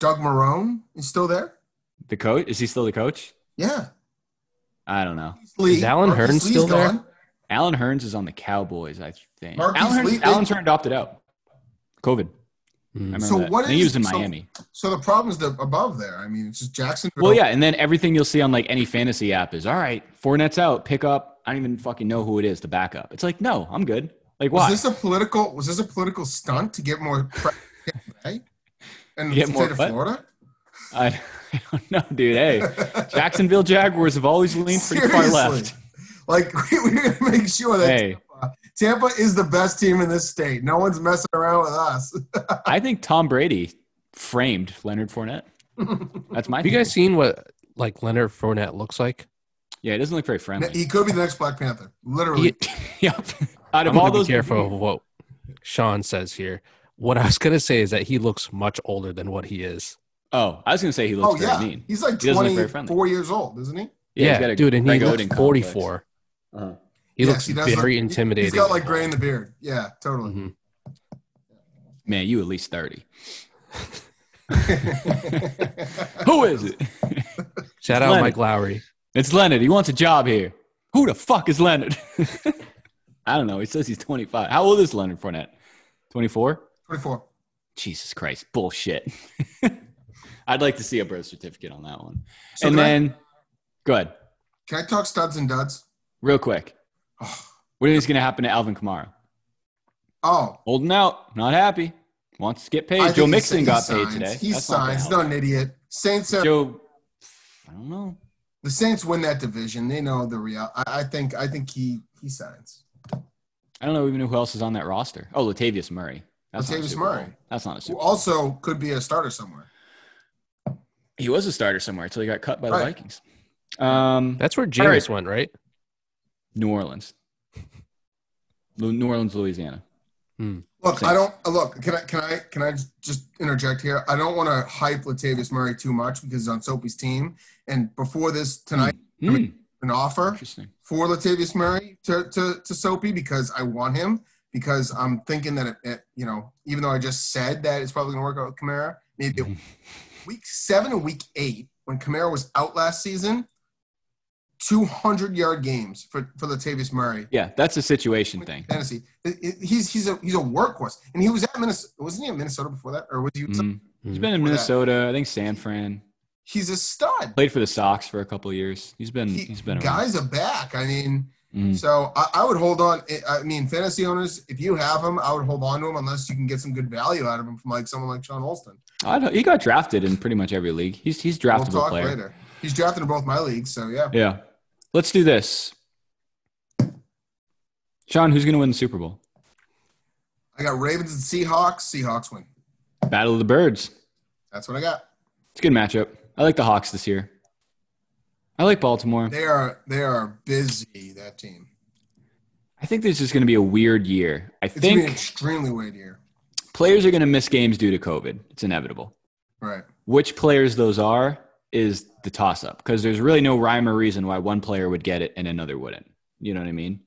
S3: Doug Marone is still there.
S2: The coach is he still the coach?
S3: Yeah.
S2: I don't know.
S3: Marquise Lee.
S4: Is Alan
S3: Marquise
S4: Hearn
S3: Lee's
S4: still there?
S3: gone.
S2: Alan Hearns is on the Cowboys, I think.
S3: Marquise
S2: Alan Hearns,
S3: Lee-
S2: Alan Hearns opted out. COVID. I
S4: Mhm.
S2: remember
S3: So
S2: that.
S3: what
S2: I think he
S3: is-
S2: was in
S3: so-
S2: Miami.
S3: So the problem's the above there. I mean, it's just Jacksonville.
S2: Well, yeah, and then everything you'll see on like any fantasy app is all right. Fournette's out. Pick up. I don't even fucking know who it is. The backup. It's like no, I'm good. Like
S3: Was
S2: why?
S3: this a political? Was this a political stunt to get more? Pre- right? And
S2: Get
S3: the
S2: more
S3: state of
S2: what?
S3: Florida.
S2: I, I don't know, dude. Hey, Jacksonville Jaguars have always leaned pretty far left.
S3: Seriously. Like we, we're gonna make sure that
S2: Hey,
S3: Tampa is the best team in this state. No one's messing around with us.
S2: I think Tom Brady framed Leonard Fournette. That's my.
S4: Have you guys
S2: theory.
S4: seen what like Leonard Fournette looks like?
S2: Yeah, it doesn't look very friendly.
S3: he could be the next Black Panther. Literally.
S4: He-
S2: yep. Out of
S4: I'm
S2: all
S4: gonna be
S2: those,
S4: careful of what Sean says here. What I was gonna say is that he looks much older than what he is.
S2: Oh, I was gonna say he looks
S3: Oh
S2: very
S3: yeah,
S2: mean.
S3: he's like
S2: He doesn't look very
S3: 24 years old, isn't he?
S2: Yeah, he's
S4: Yeah,
S2: got a
S4: dude, and he
S2: Greg
S4: looks
S2: Oden complex.
S4: 44.
S2: Uh-huh.
S4: He
S3: Yes,
S4: looks
S3: he does look-
S4: very
S3: he-
S4: intimidating.
S3: He's got like gray in the beard. Yeah, totally.
S4: Mhm.
S2: Man, you at least thirty. Mm-hmm. Who is it?
S4: Shout out
S2: Leonard.
S4: Mike Lowry.
S2: It's Leonard. He wants a job here. Who the fuck is Leonard? I don't know. He says he's 25. How old is Leonard Fournette? 24?
S3: 24.
S2: Jesus Christ. Bullshit. I'd like to see a birth certificate on that one.
S3: So
S2: and
S3: can I-
S2: then, go ahead,
S3: can I talk studs and duds?
S2: real quick.
S3: Oh,
S2: What is going to happen to Alvin Kamara?
S3: oh
S2: Holding out, not happy. Wants to get
S3: I
S2: paid.
S3: think
S2: Joe
S3: he's-
S2: Mixon
S3: he
S2: got
S3: signs.
S2: paid today.
S3: He
S2: That's not gonna
S3: signs. He's
S2: help.
S3: not an idiot. Saints. Are,
S2: Joe, I don't know.
S3: the Saints win that division. They know the real. I, I think. I think he he signs.
S2: I don't know even who else is on that roster. Oh, Latavius Murray. not a
S3: Latavius
S2: Super Bowl.
S3: Murray.
S2: That's not a
S3: Who
S2: Super Bowl.
S3: also could be a starter somewhere.
S2: He was a starter somewhere until he got cut by the
S3: Right.
S2: Vikings. Um,
S4: That's where
S2: right.
S4: Jameis went, right?
S2: New Orleans, Lu- New Orleans, Louisiana.
S3: Look,
S2: Saints.
S3: I don't uh, look. Can I can I can I just interject here? I don't want to hype Latavius Murray too much because he's on Soapy's team. And before this tonight,
S2: Hmm,
S3: an offer
S2: interesting.
S3: for Latavius Murray to, to, to Soapy because I want him because I'm thinking that it, it- you know even though I just said that it's probably gonna work out with Kamara maybe it- week seven and week eight when Kamara was out last season, 200 yard games for for Latavius Murray.
S2: Yeah, that's a situation thing.
S3: Fantasy. It- it- He's he's a he's a workhorse, and he was at Minnesota. Wasn't he in Minnesota before that, or was he?
S2: Mhm. He's been in Minnesota. I think San Fran.
S3: He's a stud.
S2: Played for the Sox for a couple of years. He's been.
S3: He,
S2: He, has been. Around.
S3: guys are back. I mean,
S2: Mm.
S3: so I, I would hold on. I- I mean, fantasy owners, if you have him, I would hold on to him unless you can get some good value out of him from like someone like Sean Holston.
S2: I don't, he got drafted in pretty much every league. He's he's
S3: We'll
S2: draftable
S3: talk
S2: player.
S3: later. He's drafted in both my leagues, so yeah.
S2: Yeah. Let's do this. Sean, who's going to win the Super Bowl?
S3: I got Ravens and Seahawks. Seahawks win.
S2: Battle of the Birds.
S3: That's what I got.
S2: It's a good matchup. I like the Hawks this year. I like Baltimore.
S3: They are they are busy that team.
S2: I think this is going to be a weird year. I
S3: It's gonna be an
S2: think
S3: extremely weird year.
S2: players are going to miss games due to COVID. It's inevitable.
S3: Right.
S2: Which players those are is the toss up because there's really no rhyme or reason why one player would get it and another wouldn't. You know what I mean?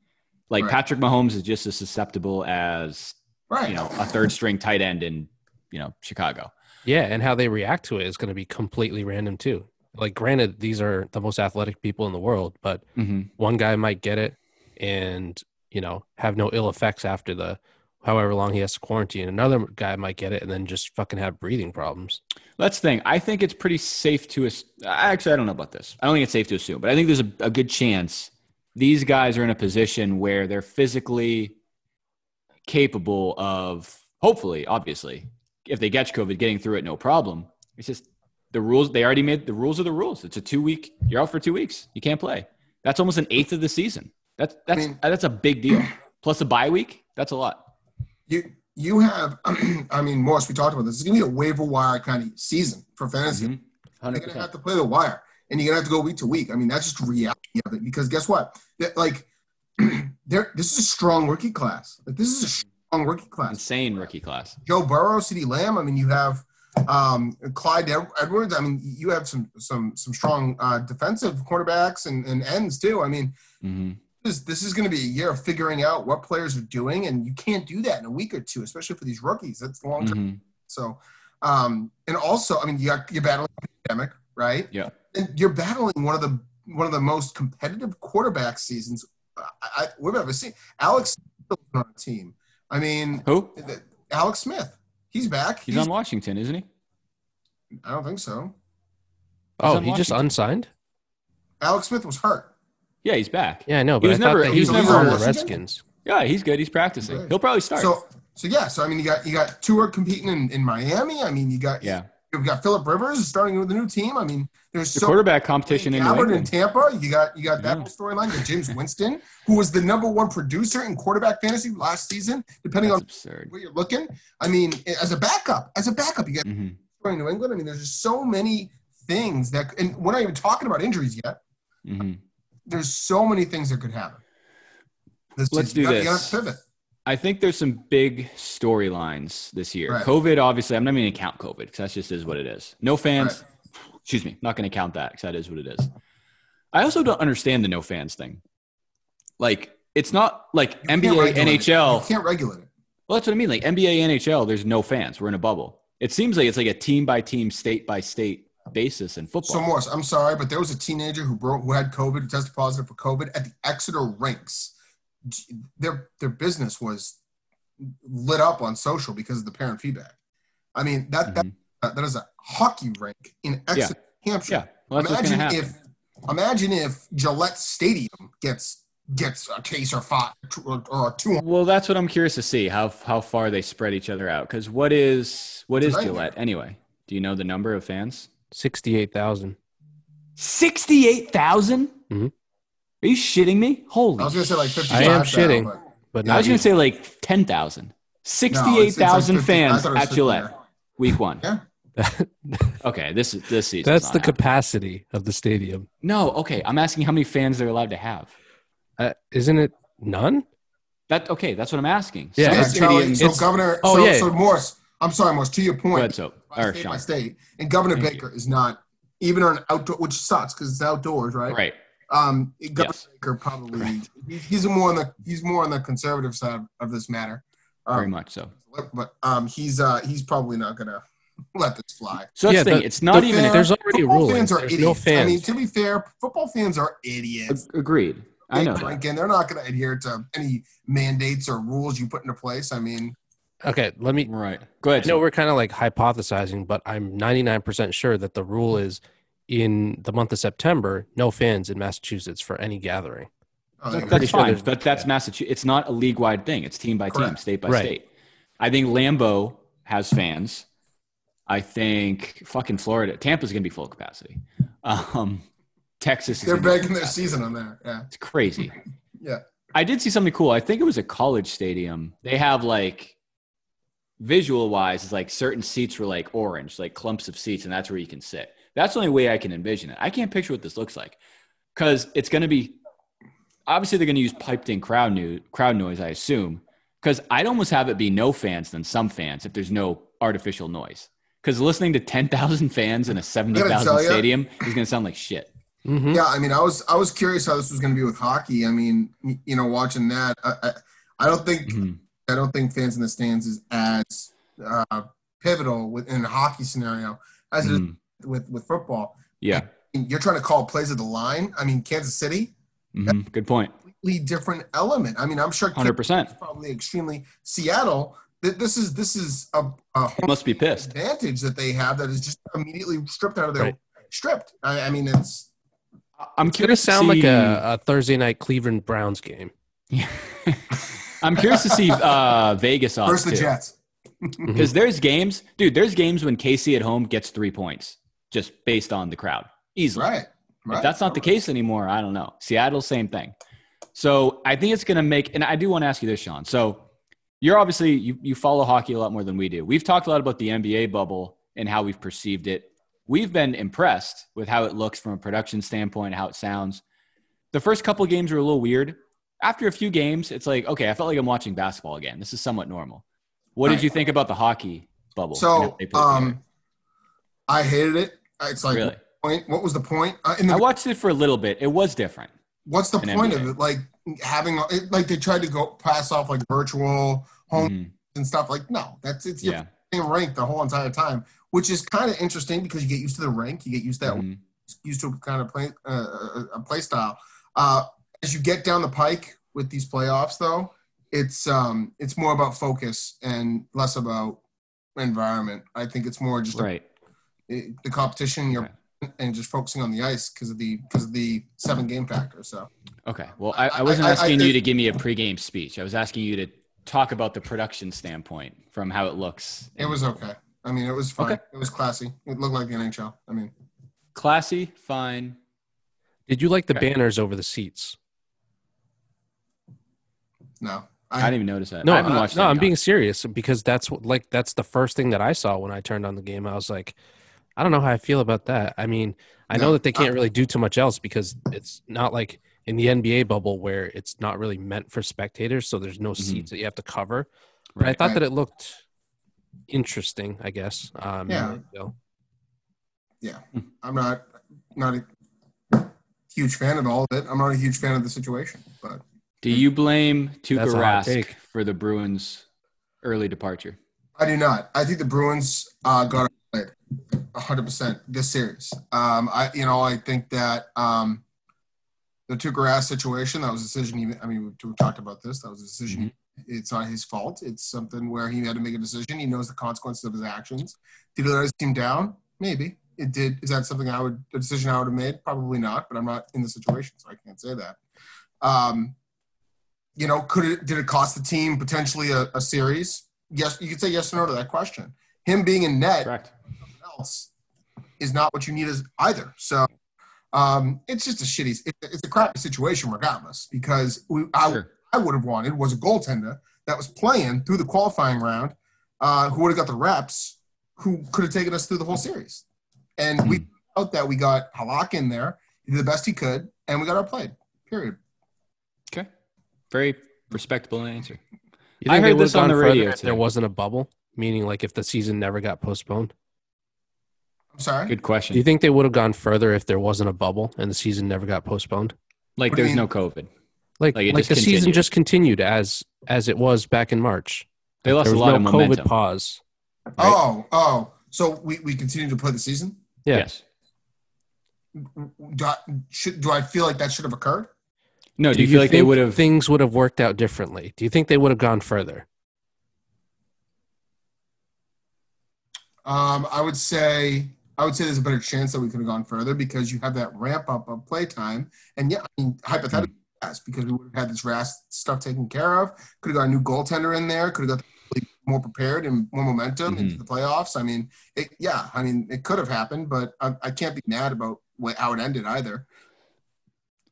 S2: Like
S3: Right.
S2: Patrick Mahomes is just as susceptible as,
S3: Right.
S2: you know, a third string tight end in, you know, Chicago.
S4: Yeah, and how they react to it is going to be completely random too. Like, granted, these are the most athletic people in the world, but
S2: Mm-hmm.
S4: one guy might get it and you know have no ill effects after the however long he has to quarantine. Another guy might get it and then just fucking have breathing problems.
S2: That's the thing. I think it's pretty safe to ass- I- actually. I don't know about this. I don't think it's safe to assume, but I think there's a, a good chance these guys are in a position where they're physically capable of, hopefully, obviously, if they catch COVID, getting through it no problem. It's just the rules. They already made the rules are the rules. It's a two week. You're out for two weeks. You can't play. That's almost an eighth of the season. That's that's uh,
S3: mean-
S2: that's a big deal. Plus a bye week. That's a lot.
S3: You you have I mean Morris, we talked about this. It's gonna be a waiver wire kind of season for fantasy.
S2: Mhm.
S3: You're
S2: 100%.
S3: gonna have to play the wire and you're gonna have to go week to week. I mean, that's just reality of it. Because guess what? That, like there this is a strong rookie class. Like this is a strong rookie class.
S2: Insane rookie class.
S3: Joe Burrow, CeeDee Lamb. I mean, you have um, Clyde Ed- Edwards. I mean, you have some some some strong uh, defensive quarterbacks and, and ends too. I mean,
S2: Mm-hmm.
S3: this this is going to be a year of figuring out what players are doing, and you can't do that in a week or two, especially for these rookies. That's long term.
S2: hmm
S3: So, um, and also, I mean, you got, you're battling a pandemic, right?
S2: Yeah.
S3: And you're battling one of the one of the most competitive quarterback seasons I, I, we've ever seen. Alex Smith on our team. I mean,
S2: Who?
S3: th- Alex Smith. He's back.
S2: He's, on Washington, isn't he?
S3: I don't think so.
S4: Oh,
S2: on
S4: he just
S2: Washington.
S4: unsigned?
S3: Alex Smith was hurt.
S2: Yeah, he's back. Yeah,
S4: Yeah, I know, but
S2: was
S4: I thought
S2: never-
S4: that
S2: he
S4: he
S3: was
S4: was
S3: never on
S4: on the
S3: Washington?
S4: Redskins.
S2: he's good. He's practicing.
S3: Right.
S2: He'll probably start.
S3: So so yeah. So I mean, you got you got Tua competing in, in Miami. I mean, you got
S2: yeah,
S3: You've got Philip Rivers starting with a new team. I mean, there's
S2: the
S3: so
S2: quarterback competition in New
S3: Gabbard in
S2: England.
S3: Tampa. You got you got that
S2: Yeah.
S3: whole storyline. You got James Winston, who was the number one producer in quarterback fantasy last season, depending
S2: That's
S3: on
S2: absurd.
S3: where you're looking. I mean, as a backup, as a backup, you got
S2: hmm
S3: going New England. I mean, there's just so many things that, and we're not even talking about injuries yet.
S2: hmm
S3: There's so many things that could happen. This
S2: Let's
S3: season.
S2: do
S3: you gotta-
S2: this.
S3: You gotta pivot.
S2: I think there's some big storylines this year.
S3: Right.
S2: COVID, obviously, I'm not even going to count COVID because that just is what it is. No fans. Excuse me. Not going to count that because that is what it is. I also don't understand the no fans thing. Like, it's not like
S3: You can't
S2: NBA,
S3: regulate it.
S2: NHL.
S3: You can't regulate it.
S2: Well, that's what I mean. Like NBA, NHL, there's no fans. We're in a bubble. It seems like it's like a team by team, state by state basis in football.
S3: So Morris, I'm sorry, but there was a teenager who broke who had COVID, tested positive for COVID at the Exeter rinks. G- Their their business was lit up on social because of the parent feedback. I mean that that,
S2: Mhm.
S3: that is a hockey rink in Exeter, Hampshire.
S2: Yeah. Well, that's what's
S3: imagine
S2: going to happen.
S3: if imagine if Gillette Stadium gets gets a case or five or, or a two.
S2: Well, that's what I'm curious to see how how far they spread each other out. Because what is what
S3: It's
S2: is
S3: a nightmare.
S2: Gillette anyway? Do you know the number of fans?
S4: Sixty-eight thousand.
S2: Sixty-eight thousand.
S4: Mhm.
S2: Are you shitting me? Holy!
S3: I was gonna say like
S2: shit.
S3: 55.
S4: I am
S3: now,
S4: shitting.
S3: but-
S4: But
S2: I
S4: not
S2: was
S4: you.
S2: gonna say like ten thousand.
S3: No,
S2: Sixty-eight
S3: it's- it's like
S2: thousand
S3: 50 I
S2: fans
S3: thought it was
S2: at Gillette
S3: 50.
S2: week one.
S3: Yeah.
S2: okay, this is this season.
S4: That's the capacity of the stadium.
S2: no. Okay, I'm asking how many fans they're allowed to have.
S4: Uh, isn't it none?
S2: That okay? That's what I'm asking.
S4: Yeah,
S2: Some
S3: Yeah,
S4: it's-
S3: Charlie,
S2: stadiums-
S3: so
S4: it's-
S3: Governor,
S4: oh,
S3: so,
S4: yeah.
S3: so Morse, I'm sorry, Morse, to your
S2: Go
S3: point,
S2: ahead, so
S3: by
S2: or
S3: state by
S2: Sean.
S3: state, and Governor
S2: Thank
S3: Baker is not even on outdoor, which sucks because it's outdoors, right?
S2: Right.
S3: Um, Governor
S2: Yes.
S3: Baker probably he- he's more on the he's more on the conservative side of this matter,
S2: Very
S3: um,
S2: much so.
S3: but um, he's uh he's probably not gonna let this fly.
S2: So that's
S4: Yeah,
S2: the thing.
S4: the-
S2: It's not
S4: the
S2: even.
S4: fan- there's already a
S3: Football
S4: ruling.
S3: fans are
S4: There's
S3: idiots.
S4: no
S3: I
S4: fans.
S3: mean, to be fair, football fans are idiots.
S2: Agreed. I
S3: They
S2: know. that.
S3: drink and they're not going to adhere to any mandates or rules you put into place. I mean,
S4: Okay, let me.
S2: Right. Go
S4: I
S2: ahead.
S4: know
S2: Tim.
S4: we're kind of like hypothesizing, but I'm 99% sure that the rule is in the month of September, no fans in Massachusetts for any gathering.
S3: oh,
S2: That's
S3: they-
S4: pretty sure
S2: fine,
S4: there's-
S2: but that's Massachusetts. It's not a league-wide thing. It's team by team,
S3: Correct.
S2: state by
S4: Right.
S2: state. I think Lambeau has fans. I think fucking Florida, Tampa's gonna be full capacity. Um, Texas, is
S3: they're
S2: gonna be full
S3: banking their
S2: capacity.
S3: season on that. Yeah.
S2: It's crazy.
S3: Yeah.
S2: I did see something cool. I think it was a college stadium. They have like visual wise, it's like certain seats were like orange, like clumps of seats, and that's where you can sit. That's the only way I can envision it. I can't picture what this looks like because it's going to be obviously they're going to use piped in crowd, new, crowd noise, I assume. Because I'd almost have it be no fans than some fans if there's no artificial noise. Because listening to 10,000 fans in a
S3: tell
S2: 70,000
S3: ya.
S2: stadium is going to sound like shit.
S4: Mm-hmm.
S2: Hmm?
S3: Yeah, I mean, I was I was curious how this was going to be with hockey. I mean, y- you know, watching that, I, I, I don't think
S2: Mhm.
S3: I don't think fans in the stands is as uh, pivotal within a hockey scenario as it is
S2: Mhm.
S3: with with football.
S2: Yeah.
S3: You're trying to call plays at the line. I mean, Kansas City,
S2: Mhm. Good point.
S3: completely different element. I mean, I'm sure
S2: Hundred
S3: Kansas
S2: percent.
S3: is probably extremely Seattle. That this is this is a, a home
S2: Must be pissed.
S3: advantage that they have that is just immediately stripped out of their
S4: Right.
S3: stripped. I, I mean, it's
S2: I'm
S4: It's going to
S2: curious
S4: sound
S2: to
S4: like
S2: see,
S4: a, a Thursday night Cleveland Browns game.
S2: I'm curious to see uh, Vegas odds
S3: versus the
S2: too.
S3: Jets.
S2: Because there's games, dude. There's games when KC at home gets three points just based on the crowd easily.
S3: Right. Right.
S2: If that's not the case anymore, I don't know. Seattle, same thing. So I think it's going to make, and I do want to ask you this, Sean. So you're obviously, you, you follow hockey a lot more than we do. We've talked a lot about the NBA bubble and how we've perceived it. We've been impressed with how it looks from a production standpoint, how it sounds. The first couple games were a little weird. After a few games, it's like, okay, I felt like I'm watching basketball again. This is somewhat normal. What did
S3: Right.
S2: you think about the hockey bubble? and how
S3: So,
S2: they put it
S3: um, I hated it. It's like,
S2: together? really?
S3: point, what was the point? Uh, in
S2: I
S3: the,
S2: watched it for a little bit. It was different.
S3: what's the
S2: in
S3: point
S2: NBA.
S3: of it? Like having, it, like they tried to go pass off like virtual home
S2: Mhm.
S3: and stuff. Like, no, that's it's
S2: Yeah.
S3: the same rank the whole entire time, which is kind of interesting because you get used to the rank, you get used to that
S2: Mhm.
S3: used to kind of play uh, uh, a play style. Uh, as you get down the pike with these playoffs, though, it's um, it's more about focus and less about environment. I think it's more just
S2: Right.
S3: it- the competition you're and just focusing on the ice because of the because of the seven game factor. So
S2: Okay. Well, I, I
S3: I-
S2: wasn't
S3: I- I
S2: asking you
S3: think-
S2: to give me a pregame speech. I was asking you to talk about the production standpoint from how it looks.
S3: it was okay. I mean, it was fine.
S2: Okay.
S3: It was classy. It looked like the NHL. I mean,
S2: classy, fine.
S4: Did you like the
S2: Okay.
S4: banners over the seats?
S3: no,
S2: I didn't even notice that.
S4: No,
S2: I
S4: I
S2: haven't watched
S4: no,
S2: it.
S4: I'm being serious because that's what, like that's the first thing that I saw when I turned on the game. I was like, I don't know how I feel about that. I mean, I know
S3: No,
S4: that they can't
S3: I-
S4: really do too much else because it's not like in the NBA bubble where it's not really meant for spectators, so there's no
S2: Mhm.
S4: seats that you have to cover. But I
S2: Right.
S4: thought
S3: Right.
S4: that it looked interesting. I guess. Um,
S3: Yeah.
S4: so-
S3: I'm not not a huge fan of all of it. I'm not a huge fan of the situation, but
S2: Do you blame Tuukka
S4: That's a hot
S2: Rask
S4: take.
S2: for the Bruins' early departure?
S3: I do not. I think the Bruins uh, got outplayed 100% this series. Um, I, you know, I think that um, the Tuukka Rask situation, that was a decision. Even I mean, we've talked about this. That was a decision. It's not his fault. It's something where he had to make a decision. He knows the consequences of his actions. Did he let his team down? Maybe it did. Is that something I would a decision I would have made? Probably not. But I'm not in the situation, so I can't say that. Um, you know, could it did it cost the team potentially a, a series? yes, you could say yes or no to that question. Him being in net
S2: Correct.
S3: else is not what you need as either. So um, it's just a shitty, it, it's a crappy situation regardless. Because we, I,
S2: Sure.
S3: I would have wanted was a goaltender that was playing through the qualifying round, uh, who would have got the reps, who could have taken us through the whole series. And we
S2: Hmm.
S3: found out that we got Halak in there, he did the best he could, and we got outplayed. Period.
S2: Okay. Very respectable answer.
S4: You
S2: I
S4: think they
S2: heard
S4: would've
S2: this on
S4: gone
S2: the
S4: further
S2: radio
S4: if There
S2: today.
S4: wasn't a bubble, meaning like if the season never got postponed.
S3: I'm sorry.
S2: Good
S4: Do you
S2: question.
S4: think they would have gone further if there wasn't a bubble and the season never got postponed?
S2: Like,
S3: What do you
S2: there's no COVID.
S4: Like,
S2: Like, it
S4: like,
S2: just
S4: the season
S2: continued.
S4: just continued as as it was back in March.
S2: They lost
S4: There
S2: a
S4: was
S2: lot
S4: no
S2: of
S4: COVID
S2: momentum.
S4: pause.
S3: Oh, oh. So we, we continue to play the season?
S4: Yeah.
S2: Yes.
S3: do I, should, do I feel like that should have occurred?
S2: No, do, you feel like they
S4: think
S2: would have?
S4: things would have worked out differently? Do you think they would have gone further?
S3: Um, I would say I would say there's a better chance that we could have gone further because you have that ramp up of play time, and yeah, I mean hypothetically yes, because we would have had this rest stuff taken care of. Could have got a new goaltender in there. Could have got really more prepared and more momentum into
S2: Mhm.
S3: the playoffs. I mean, it, yeah, I mean it could have happened, but I, I can't be mad about what, how it ended either.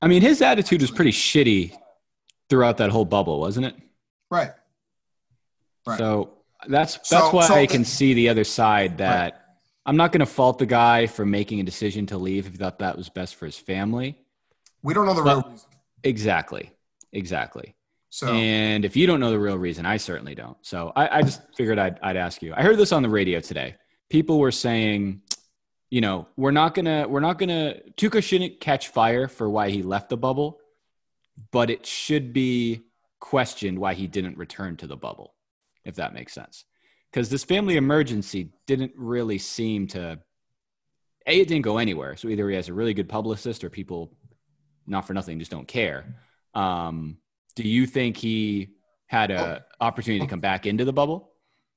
S2: I mean, his attitude was pretty shitty throughout that whole bubble, wasn't it?
S3: Right. Right.
S2: So that's that's
S3: So-
S2: why
S3: so
S2: I
S3: the-
S2: can see the other side that I'm not going to fault the guy for making a decision to leave if he thought that was best for his family.
S3: We don't know the
S2: Well-
S3: real reason.
S2: Exactly. Exactly.
S3: So
S2: And if you don't know the real reason, I certainly don't. So I, I just figured I'd, I'd ask you. I heard this on the radio today. People were saying, you know, we're not gonna, we're not gonna. Tuca shouldn't catch fire for why he left the bubble, but it should be questioned why he didn't return to the bubble, if that makes sense. Because this family emergency didn't really seem to. A, it didn't go anywhere. So either he has a really good publicist or people, not for nothing, just don't care. Um, do you think he had a
S3: Oh.
S2: opportunity to come back into the bubble?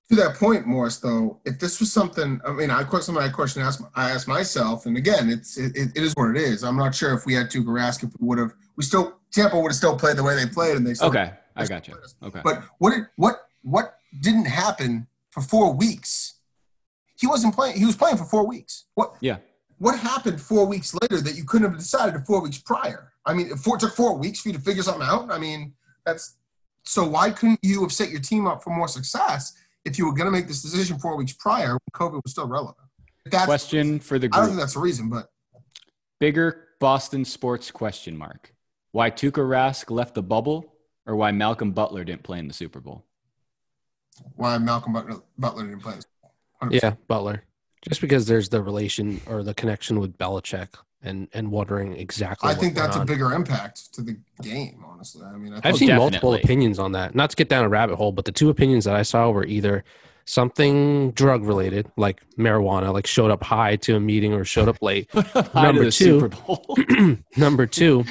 S3: to that point, Morris, though, if this was something, I mean, I question something I question asked, I asked myself, and again, it's it, it is what it is. I'm not sure if we had Tuukka Rask, if we would have, we still Tampa would have still played the way they played, and they still,
S2: Okay, I got you. Okay,
S3: But what did what what didn't happen for four weeks? He wasn't playing. He was playing for four weeks. What?
S2: Yeah.
S3: What happened four weeks later that you couldn't have decided four weeks prior? I mean, it, four, it took four weeks for you to figure something out. I mean, that's so. Why couldn't you have set your team up for more success if you were going to make this decision four weeks prior when COVID was still relevant? That's,
S2: question for the
S3: I don't think
S2: group:
S3: that's the reason, but
S2: bigger Boston sports question mark? Why Tuukka Rask left the bubble, or why Malcolm Butler didn't play in the Super Bowl?
S3: why Malcolm Butler, Butler didn't play? 100%.
S4: Yeah, Butler. Just because there's the relation or the connection with Belichick and and wondering exactly.
S3: I
S4: what
S3: think
S4: went
S3: that's a
S4: on.
S3: bigger impact to the game, honestly. I mean, I
S4: I've
S2: Oh,
S4: seen multiple
S2: definitely.
S4: opinions on that. Not to get down a rabbit hole, but the two opinions that I saw were either something drug related, like marijuana, like showed up high to a meeting or showed up late.
S2: High to
S4: Number
S2: the
S4: two.
S2: Super Bowl.
S4: Number two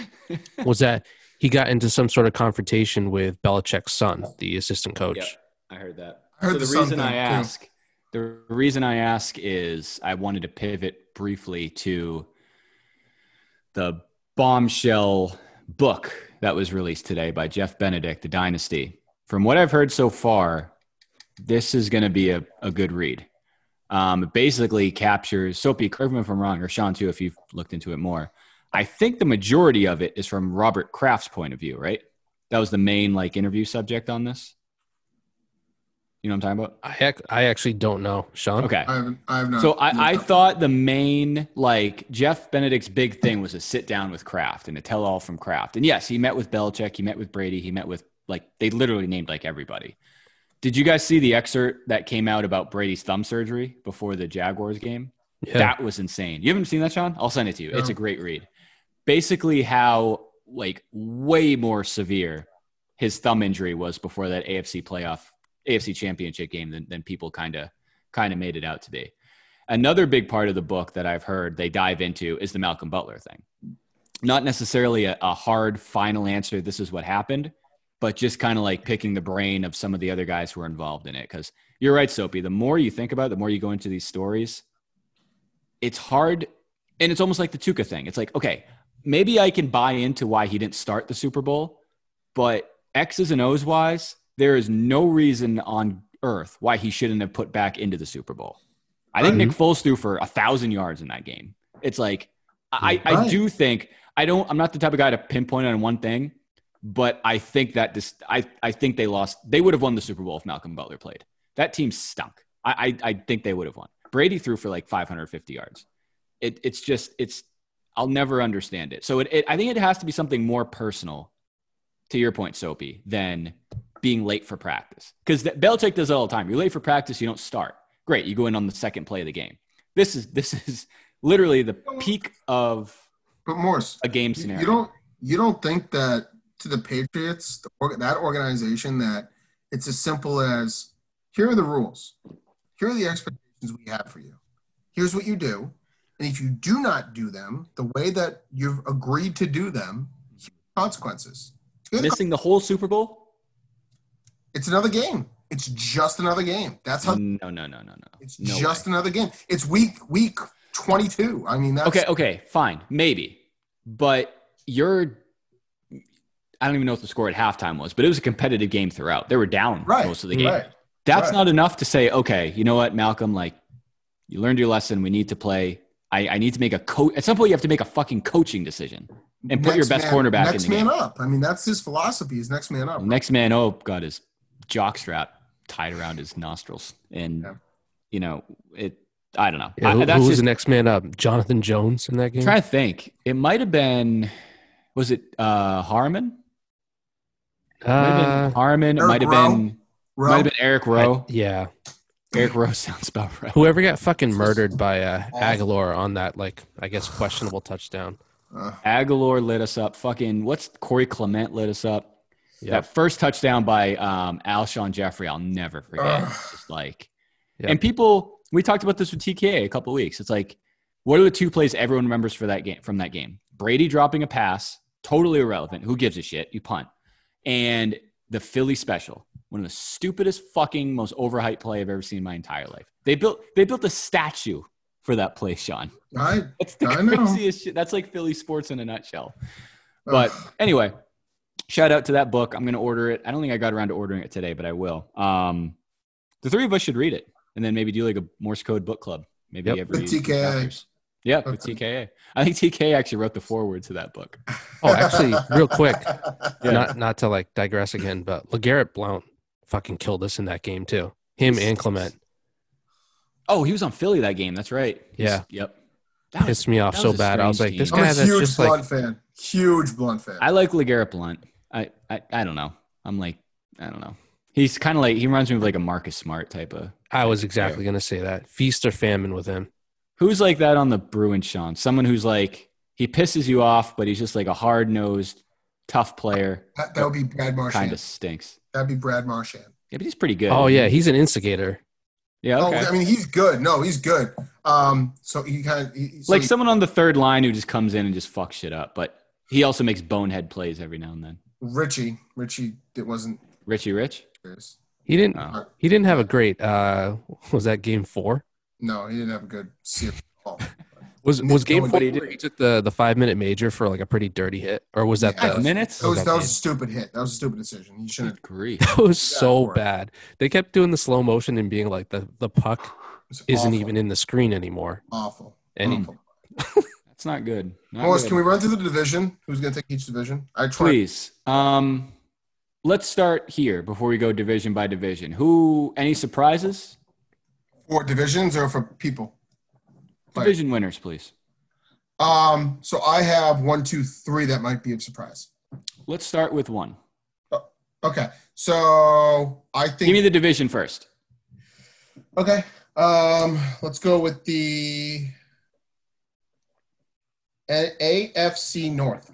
S4: was that he got into some sort of confrontation with Belichick's son, the assistant coach.
S2: Yep. I heard that.
S3: I heard
S2: so
S3: the
S2: the,
S3: Sun
S2: reason
S3: thing,
S2: I
S3: too.
S2: ask, the reason I ask is I wanted to pivot briefly to the bombshell book that was released today by Jeff Benedict, The Dynasty. From what I've heard so far, this is going to be a, a good read. Um, it basically captures Soapy, correct me if I'm wrong, or Sean too, if you've looked into it more. I think the majority of it is from Robert Kraft's point of view, right? That was the main like interview subject on this. You know what I'm talking about?
S4: I ac- I actually don't know, Sean.
S2: Okay.
S3: I haven't. I have not.
S2: So I, I thought the main like Jeff Benedict's big thing was a sit down with Kraft and a tell all from Kraft. And yes, he met with Belichick, he met with Brady, he met with like they literally named like everybody. Did you guys see the excerpt that came out about Brady's thumb surgery before the Jaguars game?
S4: Yeah.
S2: That was insane. You haven't seen that, Sean? I'll send it to you. It's
S3: No.
S2: a great read. Basically, how like way more severe his thumb injury was before that AFC playoff, AFC championship game than, than people kind of kind of made it out to be. Another big part of the book that I've heard they dive into is the Malcolm Butler thing. Not necessarily a, a hard final answer, this is what happened, but just kind of like picking the brain of some of the other guys who are involved in it. Because you're right, Soapy, the more you think about it, the more you go into these stories, it's hard and it's almost like the Tuca thing. It's like, okay, maybe I can buy into why he didn't start the Super Bowl, but X's and O's wise, there is no reason on earth why he shouldn't have put back into the Super Bowl. I think
S4: Right.
S2: Nick Foles threw for a thousand yards in that game. It's like I, I
S3: Right.
S2: do think I don't I'm not the type of guy to pinpoint on one thing, but I think that this I, I think they lost they would have won the Super Bowl if Malcolm Butler played. That team stunk. I, I, I think they would have won. Brady threw for like 550 yards. It, it's just, it's, I'll never understand it. So it, it, I think it has to be something more personal, to your point, Soapy, than being late for practice. Because Belichick does it all the time. You're late for practice, you don't start. Great, you go in on the second play of the game. This is this is literally the peak of
S3: But Morse,
S2: a game
S3: you,
S2: scenario.
S3: you don't you don't think that to the Patriots the, org- that organization that it's as simple as here are the rules, here are the expectations we have for you, here's what you do, and if you do not do them the way that you've agreed to do them, here are consequences. It's, good.
S2: missing the whole Super Bowl?
S3: It's another game. It's just another game. That's how.
S2: No, no, no, no, no.
S3: It's
S2: No
S3: just another game. It's week week twenty two. I mean that's
S2: Okay, okay, fine, maybe. But you're I don't even know what the score at halftime was, but it was a competitive game throughout. They were down
S3: Right,
S2: most of the game.
S3: right.
S2: That's
S3: right.
S2: not enough to say, okay, you know what, Malcolm, like you learned your lesson. We need to play. I, I need to make a coach at some point you have to make a fucking coaching decision and put your
S3: Next
S2: best
S3: man-
S2: cornerback in
S3: Next
S2: the
S3: man
S2: game.
S3: up. I mean that's his philosophy. Is next man up.
S2: Next man oh got his jock strap tied around his nostrils. And
S3: Yeah.
S2: you know, it I don't know.
S4: Yeah,
S2: I-
S4: who,
S2: that's
S4: who was
S2: just-
S4: the next man up? Jonathan Jones in that game.
S2: I'm trying to think. It might have been, was it uh, Harmon? Might have
S4: Uh,
S2: been Harmon. It
S3: Eric
S2: might have
S3: Rowe?
S2: been,
S3: Rowe?
S2: might have been Eric Rowe.
S4: yeah,
S2: Eric Rowe sounds about right.
S4: whoever got fucking murdered by uh,
S3: Awful.
S4: Aguilar on that, like I guess questionable touchdown.
S3: Uh,
S2: Aguilar lit us up. Fucking, what's Corey Clement lit us up?
S4: Yeah.
S2: That first touchdown by um, Alshon Jeffrey, I'll never forget.
S3: Ugh.
S2: It's just like,
S4: Yeah.
S2: and people, we talked about this with TKA a couple weeks. It's like, what are the two plays everyone remembers for that game from that game? Brady dropping a pass, totally irrelevant. Who gives a shit? You punt. And the Philly special, one of the stupidest fucking most overhyped play I've ever seen in my entire life. They built they built a statue for that play, Sean.
S3: I,
S2: That's the
S3: I know.
S2: craziest shit. That's like Philly sports in a nutshell. But anyway, shout out to that book. I'm going to order it. I don't think I got around to ordering it today, but I will. Um, the three of us should read it and then maybe do like a Morse code book club. Maybe
S4: Yep.
S2: every
S3: With TKA.
S2: chapters. Yeah, with TKA. I think TKA actually wrote the foreword to that book.
S4: Oh, actually, real quick,
S2: Yeah.
S4: not not to like digress again, but Legarrette Blount fucking killed us in that game too. Him and Clement
S2: Oh, he was on Philly that game. That's right.
S4: Yeah.
S2: Yep. That was,
S4: pissed me off
S2: That
S4: so
S2: was a
S4: bad. I was like,
S2: strange
S4: this
S2: team.
S3: I'm
S4: guy
S3: a
S4: that's
S3: huge
S4: just like
S3: Blunt fan. Huge Blunt fan.
S2: I like LeGarrette Blunt. I, I, I don't know. I'm like, I don't know. He's kind of like, he reminds me of like a Marcus Smart type of
S4: I was exactly gonna say that feast or famine with him.
S2: Who's like that on the Bruin, Sean? Someone who's like he pisses you off, but he's just like a hard nosed, tough player.
S3: that, that would be Brad Marchand.
S2: Kind of stinks.
S3: That'd be Brad Marchand.
S2: Yeah, but he's pretty good.
S4: Oh yeah, he's an instigator.
S2: yeah. Okay.
S3: Oh, I mean, he's good. No, he's good. Um, so he kind of he, so
S2: like
S3: he-
S2: someone on the third line who just comes in and just fucks shit up, but he also makes bonehead plays every now and then.
S3: Richie. Richie, it wasn't.
S2: Richie Rich.
S3: his.
S4: He didn't.
S2: Oh.
S4: He didn't have a great. uh Was that game four?
S3: No, he didn't have a good series. at all.
S4: Was
S3: No,
S4: was game
S3: but
S4: four?
S2: he
S4: He,
S2: did-
S4: where he took the the five minute major for like a pretty dirty hit, or was that
S3: Yeah,
S4: the?
S2: Minutes.
S3: That was that was a
S4: Good.
S3: stupid hit. That was a stupid decision. He
S2: Good
S3: shouldn't.
S2: grief.
S4: That was so
S3: for it.
S4: bad. They kept doing the slow motion and being like the the puck
S3: It's
S4: isn't
S3: awful, Hmm.
S4: even in the screen anymore.
S3: awful.
S4: And he-
S3: awful.
S2: That's not good. Not
S3: Morris,
S2: good.
S3: can we run through the division? Who's going to take each division? I try.
S2: Please. Um, Let's start here before we go division by division. Who? Any surprises?
S3: For divisions or for people? Right.
S2: Division winners, please.
S3: Um, so I have one, two, three that might be of surprise.
S2: Let's start with one.
S3: Okay. So I think
S2: Give me the division first.
S3: Okay. Um, let's go with the A- AFC North.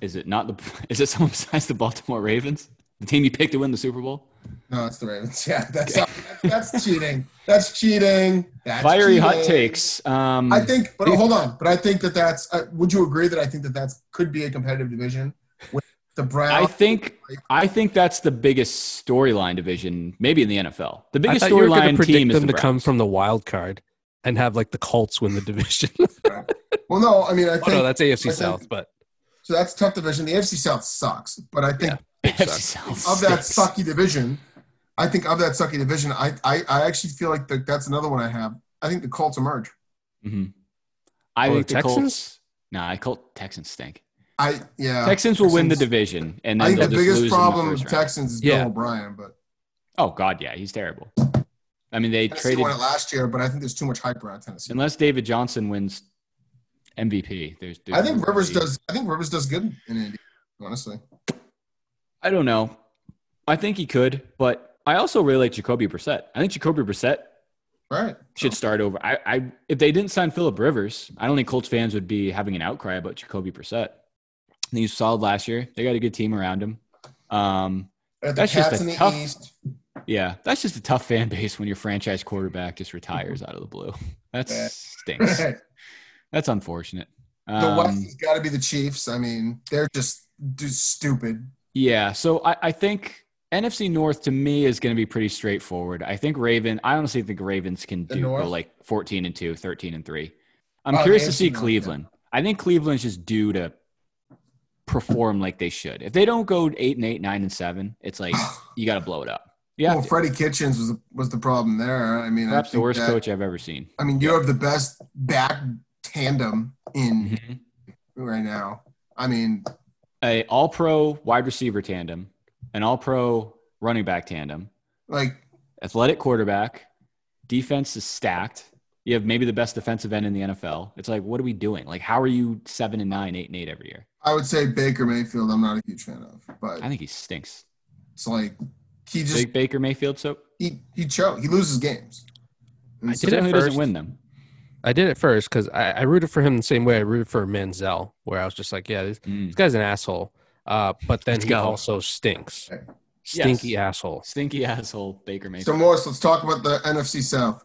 S2: Is it not the? Is it someone besides the Baltimore Ravens, the team you picked to win the Super Bowl?
S3: No, it's the Ravens. Yeah, that's that's cheating. That's cheating. That's
S2: Fiery hot
S3: cheating.
S2: takes. Um,
S3: I think, but
S2: If-
S3: hold on. But I think that that's. Uh, would you agree that I think that that's could be a competitive division with the
S2: I
S3: Browns?
S2: think I think that's the biggest storyline division, maybe in the NFL. The biggest
S4: I thought you were gonna
S2: storyline
S4: predict
S2: team is
S4: them
S2: the
S4: to come
S2: Browns.
S4: from the wild card and have like the Colts win the division.
S3: well, no. I mean, I think
S4: oh no, that's
S3: I
S4: AFC
S3: think-
S4: South, but
S3: so. That's a tough division. The AFC South sucks, but I think of that sucky division, I think of that sucky division, I I, I actually feel like the, that's another one I have. I think the Colts emerge.
S2: hmm I
S4: Oh,
S2: think the
S4: the Texans?
S2: Colts. Nah, I Colt Texans stink.
S3: I yeah.
S2: Texans will win the
S3: Texans-
S2: division, and
S3: I
S2: then
S3: think
S2: they'll
S3: the
S2: just
S3: biggest
S2: lose
S3: problem
S2: in the
S3: with
S2: first round.
S3: Texans is
S4: Yeah.
S3: Bill O'Brien, but
S2: Oh God, yeah, he's terrible. I mean, they
S3: Tennessee
S2: traded
S3: won it last year. But I think there's too much hype around Tennessee.
S2: unless David Johnson wins MVP. There's, there's
S3: I think
S2: no
S3: Rivers
S2: guarantee.
S3: does. I think Rivers does good in Indy. Honestly,
S2: I don't know. I think he could, but I also really like Jacoby Brissett. I think Jacoby Brissett
S3: right?
S2: should start over. I, I if they didn't sign Philip Rivers, I don't think Colts fans would be having an outcry about Jacoby Brissett. I think he was solid last year. They got a good team around him. Um,
S3: At the
S2: That's just
S3: Pats
S2: a
S3: in the
S2: tough-
S3: East.
S2: yeah, that's just a tough fan base when your franchise quarterback just retires out of the blue. That
S3: Yeah.
S2: stinks.
S3: Right.
S2: That's unfortunate.
S3: The
S2: Um,
S3: West has got to be the Chiefs. I mean, they're just, just stupid.
S2: Yeah, so I, I think NFC North to me is going to be pretty straightforward. I think Raven. I honestly think Ravens can
S3: The
S2: do go
S3: North?
S2: like fourteen and two, 13 and three. I'm
S3: Oh, the
S2: curious to
S3: AFC
S2: see
S3: North, yeah.
S2: Cleveland. I think Cleveland's just due to perform like they should. If they don't go eight and eight, nine and seven, it's like you got to blow it up. Yeah,
S3: well, Freddie Kitchens was was the problem there. I mean, I
S2: perhaps the
S3: think
S2: worst
S3: that-
S2: coach I've ever seen.
S3: I mean, you have the best back tandem in
S2: Mhm.
S4: Mm-hmm.
S3: right now. I mean,
S2: A All Pro wide receiver tandem, an All Pro running back tandem,
S3: like
S2: athletic quarterback. Defense is stacked. You have maybe the best defensive end in the NFL. It's like, what are we doing? Like, how are you seven and nine, eight and eight every year?
S3: I would say Baker Mayfield, I'm not a huge fan of,
S2: I
S3: but
S2: think he stinks.
S3: it's like he just
S2: Big Baker Mayfield soap.
S3: he he cho- he loses games. And
S4: I
S3: so-
S4: did it
S2: Certainly doesn't
S4: first.
S2: win them.
S4: I did it first because I, I rooted for him the same way I rooted for Manziel, where I was just like, yeah, this,
S2: Mm.
S4: this guy's an asshole. Uh, but then
S2: Let's
S4: he
S2: go.
S4: also stinks.
S3: Yes.
S4: Stinky asshole.
S2: Stinky asshole Baker
S3: So
S2: Mayfield.
S3: Morris, let's talk about the NFC South.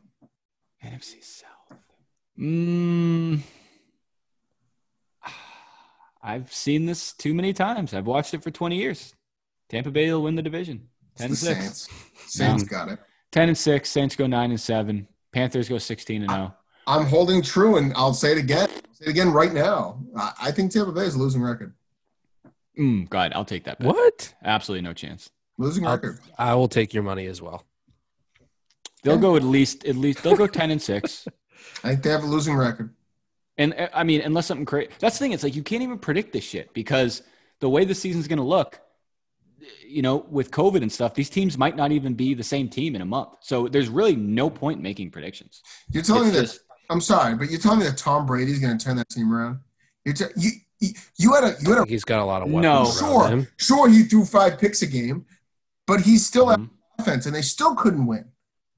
S2: NFC South. Mm. I've seen this too many times. I've watched it for 20 years. Tampa Bay will win the division.
S3: It's
S2: 10
S3: the
S2: and 6.
S3: Saints.
S4: Mm-hmm.
S3: Saints
S2: No.
S3: got it.
S2: 10 and 6. Saints go 9 and 7. Panthers go 16 and oh. 0.
S3: I'm holding true, and I'll say it again. I'll say it again right now. I, I think Tampa Bay is a losing record.
S2: Mm, God, I'll take that. Bet.
S4: What?
S2: Absolutely no chance.
S3: Losing
S4: I'll-
S3: record.
S4: I will take your money as well.
S2: They'll
S3: Yeah.
S2: go at least at least they'll go ten and six.
S3: I think they have a losing record.
S2: And uh, I mean, unless something crazy. That's the thing. It's like you can't even predict this shit because the way the season's going to look, you know, with COVID and stuff, these teams might not even be the same team in a month. So there's really no point in making predictions.
S3: You're telling me
S2: It's
S3: that
S2: just-
S3: I'm sorry, but you're telling me that Tom Brady's going to turn that team around? You're te- you, you you had a you
S4: I
S3: had a
S4: think he's got a lot of
S2: No.
S4: weapons. around
S3: Sure.
S4: him.
S3: sure he threw five picks a game, but he still had
S2: Mhm.
S3: offense, and they still couldn't win.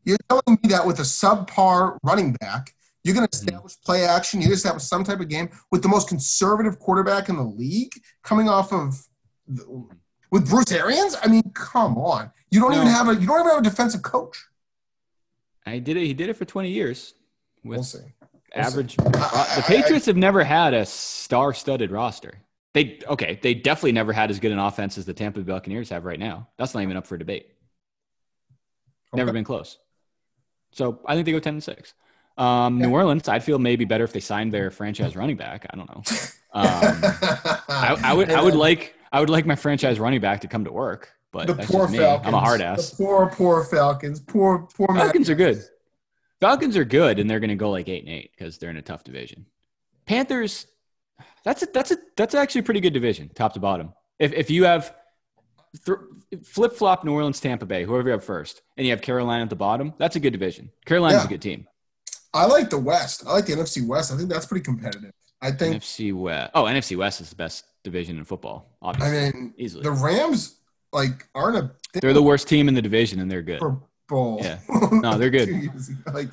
S3: You're telling me that with a subpar running back, you're going to
S2: Mm-hmm.
S3: establish play action, you establish some type of game with the most conservative quarterback in the league, coming off of the, with Bruce Arians. I mean, come on, you don't
S2: No.
S3: even have a you don't even have a defensive coach.
S2: I did it. He did it for 20 years with
S3: We'll see. we'll see.
S2: average.
S3: I-
S2: the
S3: I-
S2: Patriots have never had a star-studded roster. They okay. They definitely never had as good an offense as the Tampa Bay Buccaneers have right now. That's not even up for debate. Never
S3: Okay.
S2: been close. So I think they go ten and six. Um, New Orleans, I'd feel maybe better if they signed their franchise running back. I don't know. Um, I, I would. I would like. I would like my franchise running back to come to work, but
S3: the
S2: that's
S3: poor
S2: just me.
S3: Falcons.
S2: I'm a hard ass.
S3: The poor, poor Falcons. Poor, poor
S2: Falcons are good. Falcons are good, and they're going to go like eight and eight because they're in a tough division. Panthers. That's a that's a that's actually a pretty good division, top to bottom. If if you have th- flip flop New Orleans, Tampa Bay, whoever you have first, and you have Carolina at the bottom, that's a good division. Carolina's
S3: Yeah.
S2: a good team.
S3: I like the West. I like the NFC West. I think that's pretty competitive. I think.
S2: NFC West. Oh, NFC West is the best division in football.
S3: I
S2: Obviously,
S3: mean,
S2: easily
S3: the Rams like aren't a thing
S2: they're the worst team in the division, and they're good.
S3: for bowl.
S2: Yeah. No, they're good.
S3: like,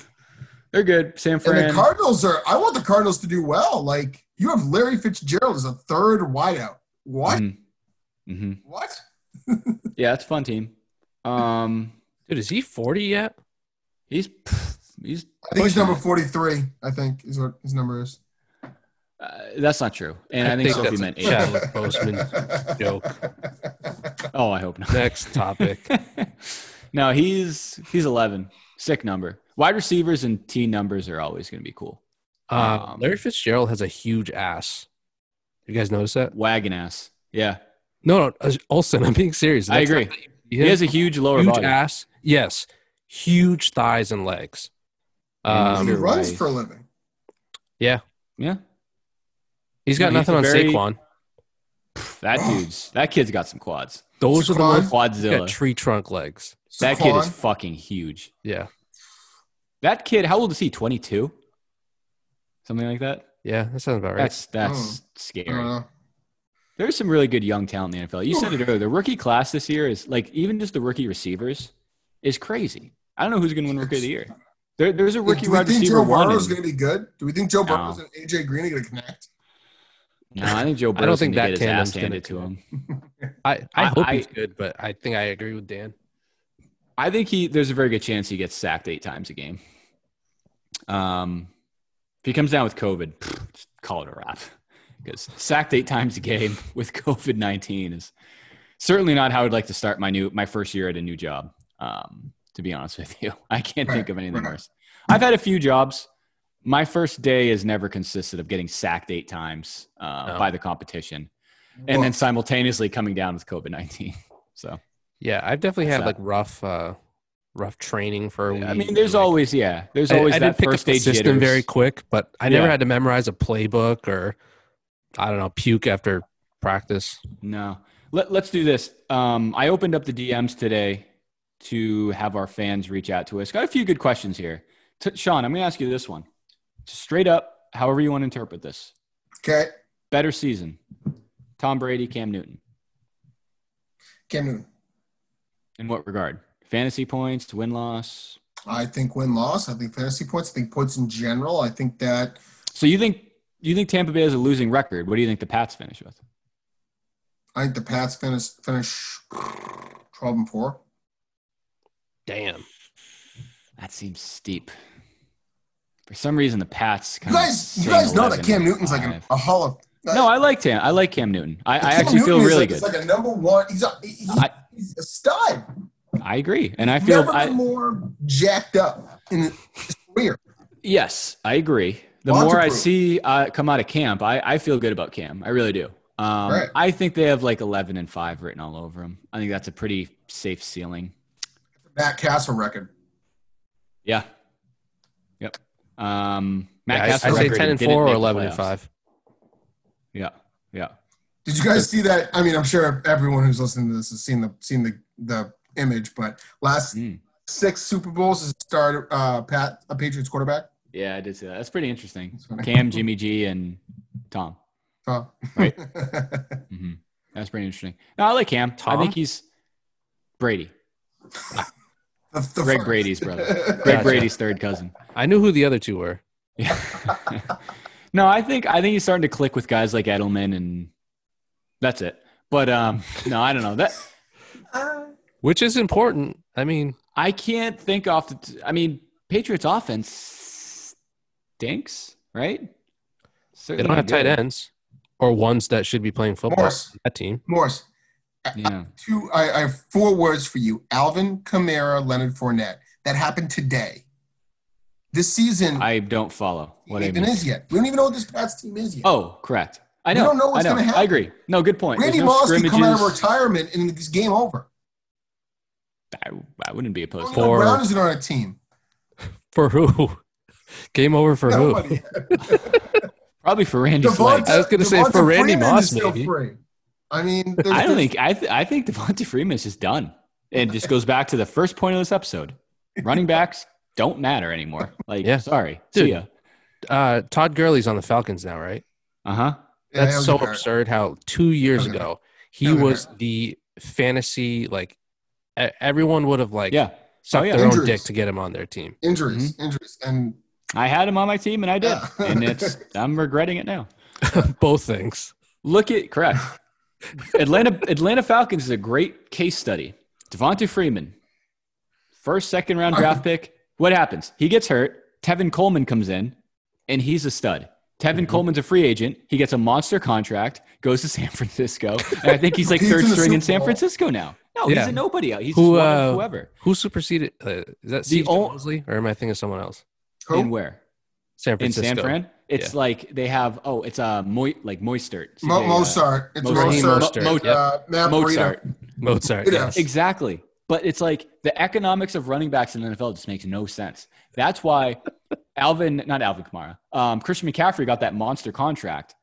S2: They're good. San
S3: and the
S2: Fran.
S3: Cardinals are. I want the Cardinals to do well. Like, you have Larry Fitzgerald as a third wideout.
S2: Mm.
S3: What?
S2: hmm
S3: What?
S2: Yeah, it's a fun team. Um,
S4: Dude, is he 40 yet?
S2: he's he's
S3: I think he's
S2: pushing
S3: number
S2: it.
S3: forty-three. I think is what his number is.
S2: Uh, that's not true, and I,
S4: I
S2: think,
S4: think
S2: Sophie
S4: that's a
S2: meant eight.
S4: chat. Chadwick Boseman joke.
S2: Oh, I hope not.
S4: Next topic.
S2: no, he's he's eleven. Sick number. Wide receivers and T numbers are always going to be cool.
S4: Uh,
S2: Um,
S4: Larry Fitzgerald has a huge ass. You guys notice that?
S2: Wagon ass. Yeah,
S4: No, no, uh, Olsen. I'm being serious.
S2: I
S4: Next
S2: agree.
S4: time
S2: He has a huge lower
S4: huge
S2: body.
S4: ass. Yes, huge thighs and legs.
S2: And
S3: And he
S4: Um,
S2: you're
S3: runs
S2: right.
S3: for a living.
S2: Yeah,
S4: he's got
S2: No, he's
S4: nothing
S2: a
S4: on
S2: very-
S4: Saquon.
S2: that dude's that kid's got some quads.
S4: Those are the
S3: Saquon.
S4: most he's got
S2: Quadzilla.
S4: tree trunk legs.
S2: that kid is
S3: Saquon,
S2: fucking huge.
S4: Yeah,
S2: That kid, how old is he? Twenty two, something like that.
S4: yeah, that sounds about right. Hmm.
S2: That's that's
S3: Mm. I
S2: scary.
S3: don't know.
S2: There's some really good young talent in the NFL. You said it earlier. The rookie class this year is like even just the rookie receivers is crazy. I don't know who's going to win rookie of the year. There, there's a rookie
S3: do we
S2: wide
S3: think
S2: receiver
S3: Joe
S2: one.
S3: Burrow
S2: in-
S3: is going to be good? Do we think Joe
S2: No.
S3: Burrow and AJ Green are going to connect?
S2: No, I think Joe
S4: I don't
S2: Burrow's going
S4: think
S2: to
S4: that
S2: get his ass
S4: tandem's gonna
S2: handed to him.
S4: I, I
S2: I-
S4: hope
S2: I-
S4: he's good, but I think I agree with Dan.
S2: I think he. There's a very good chance he gets sacked eight times a game. Um, if he comes down with COVID, pfft, just call it a wrap. Because sacked eight times a game with COVID nineteen is certainly not how I'd like to start my new my first year at a new job. Um, to be honest with you, I can't think
S3: Right,
S2: of anything
S3: right.
S2: worse. I've had a few jobs. My first day has never consisted of getting sacked eight times uh,
S4: No.
S2: by the competition, and then simultaneously coming down with COVID nineteen. So
S4: Yeah, I've definitely
S2: That's
S4: had
S2: not-
S4: like rough, uh, rough training for. A week
S2: I mean,
S4: and,
S2: there's
S4: like,
S2: always yeah, there's
S4: I-
S2: always
S4: I,
S2: that
S4: did pick
S2: first
S4: up
S2: day
S4: the system
S2: jitters.
S4: very quick, but I never
S2: Yeah.
S4: had to memorize a playbook or I don't know puke after practice.
S2: No, Let, let's do this. Um, I opened up the DMs today to have our fans reach out to us. Got a few good questions here. T- Sean, I'm going to ask you this one. Straight up, however you want to interpret this.
S3: Okay,
S2: Better season, Tom Brady, Cam Newton.
S3: Cam Newton.
S2: In what regard? Fantasy points, win loss.
S3: I think win loss. I think fantasy points. I think points in general. I think that
S2: So you think you think Tampa Bay has a losing record? What do you think the Pats finish with?
S3: I think the Pats finish finish twelve and four.
S4: Damn.
S2: That seems steep. For some reason, the Pats.
S3: You
S2: Kind
S3: guys, you guys know that Cam Newton's like a,
S2: an.
S3: a hall of.
S2: No, I like Tam. I like Cam Newton. I, I
S3: Cam
S2: actually feel
S3: Newton is
S2: really
S3: like,
S2: good.
S3: He's like a number one. He's a he- he-
S2: I-
S3: he's a stud.
S2: I agree, and I feel.
S3: Never
S2: I,
S3: been more jacked up in his career.
S2: yes, I agree. The
S3: Lots
S2: more
S3: of
S2: I
S3: proof.
S2: see uh, come out of camp, I, I feel good about Cam. I really do. Um,
S3: Right.
S2: I think they have like eleven and five written all over them. I think that's a pretty safe ceiling.
S3: Matt Castle record.
S2: Yeah. Yep. Um, Matt
S4: Yeah, I-
S2: Castle
S4: I, say
S2: record
S4: ten and
S2: didn't
S4: four or
S2: make the
S4: eleven and
S2: playoffs.
S4: five.
S2: Yeah. Yeah.
S3: Did you guys see that? I mean, I'm sure everyone who's listening to this has seen the seen the the image, but last
S2: Mm.
S3: six Super Bowls has started uh, Pat a Patriots quarterback.
S2: Yeah, I did see that. That's pretty interesting.
S3: That's funny.
S2: Cam, Jimmy G, and Tom.
S3: Oh.
S2: Right. hmm That's pretty interesting. No, I like Cam. I
S4: Tom?
S2: think he's Brady.
S3: The- the
S2: Greg
S3: first.
S2: Brady's brother. Greg
S4: Gotcha.
S2: Brady's third cousin.
S4: I knew who the other two were.
S2: Yeah. no, I think I think he's starting to click with guys like Edelman, and that's it. But um, no, I don't know that
S4: Which is important. I mean,
S2: I can't think off. The t- I mean, Patriots offense stinks, right?
S4: they
S2: Certainly
S4: don't have
S2: good.
S4: tight ends or ones that should be playing football.
S3: Morris.
S4: on That team.
S3: Morris,
S2: Yeah,
S3: two. I, I have four words for you: Alvin Kamara, Leonard Fournette. That happened today. This season
S2: I don't follow what I
S3: even
S2: mean.
S3: is yet. We don't even know what this Pats team is yet.
S2: oh, correct. I
S3: We
S2: know.
S3: don't know what's
S2: I know.
S3: gonna happen.
S2: I agree. No, good point. There's
S3: Randy
S2: no
S3: Moss can come out of
S2: scrimmages.
S3: retirement and it's game over.
S2: I, I wouldn't be opposed. to
S4: Poor-
S2: that.
S4: Or-
S3: Brown isn't on a team.
S4: For who? Game over for who?
S3: Nobody.
S2: Probably for Randy.
S3: Devonta-
S4: I was gonna say
S3: Devonta
S4: for Randy
S3: Freeman
S4: Moss,
S3: is still
S4: maybe.
S3: free. I mean,
S2: I
S3: there's-
S2: don't think I. Th- I think Devonta Freeman is just done, and just goes back to the first point of this episode. Running backs don't matter anymore. Like,
S4: Yeah.
S2: sorry,
S4: Dude.
S2: see ya.
S4: Uh, Todd Gurley's on the Falcons now, right?
S2: Uh huh.
S3: Yeah,
S4: That's
S3: that was
S4: so
S3: embarrassing.
S4: absurd. How two years
S3: Okay.
S4: ago he
S3: Okay.
S4: was the fantasy like e- everyone would have like
S2: Yeah, Oh,
S4: sucked
S2: yeah.
S4: their own
S3: Injuries.
S4: dick to get him on their team.
S3: Injuries, injuries, and
S2: I had him on my team, and I did,
S3: Yeah.
S2: and it's I'm regretting it now.
S4: Both things.
S2: Look at correct. Atlanta Atlanta Falcons is a great case study. Devonta Freeman, first second round draft pick. What happens? He gets hurt. Tevin Coleman comes in, and he's a stud.
S3: Mm-hmm.
S2: Tevin
S4: Mhm.
S2: Coleman's a free agent. He gets a monster contract, goes to San Francisco, and I think he's like
S3: He's
S2: third
S3: in the
S2: string in
S3: Super
S2: San
S3: Bowl.
S2: Francisco now. No,
S4: Yeah.
S2: he's a nobody out. He's
S4: Who,
S2: Who, one of
S4: uh,
S2: whoever.
S4: Who superseded? Uh, is that
S2: The
S4: CJ
S2: ol-
S4: Mosley or am I thinking of someone else?
S3: who?
S2: In where?
S4: San
S2: In
S4: Francisco.
S2: San Fran? It's like they have oh, it's a Mo- like Moistert.
S3: Mo-
S2: CJ, uh,
S3: Mozart. It's
S2: Mozart.
S4: Raheem
S3: Mozart.
S4: Mostert.
S2: Mo-
S4: Yep.
S3: Uh, Matt
S2: Mozart.
S3: Mozart.
S4: Mozart.
S3: Yeah.
S4: Yes.
S2: Exactly. But it's like the economics of running backs in the NFL just makes no sense. That's why Alvin, not Alvin Kamara, um, Christian McCaffrey got that monster contract.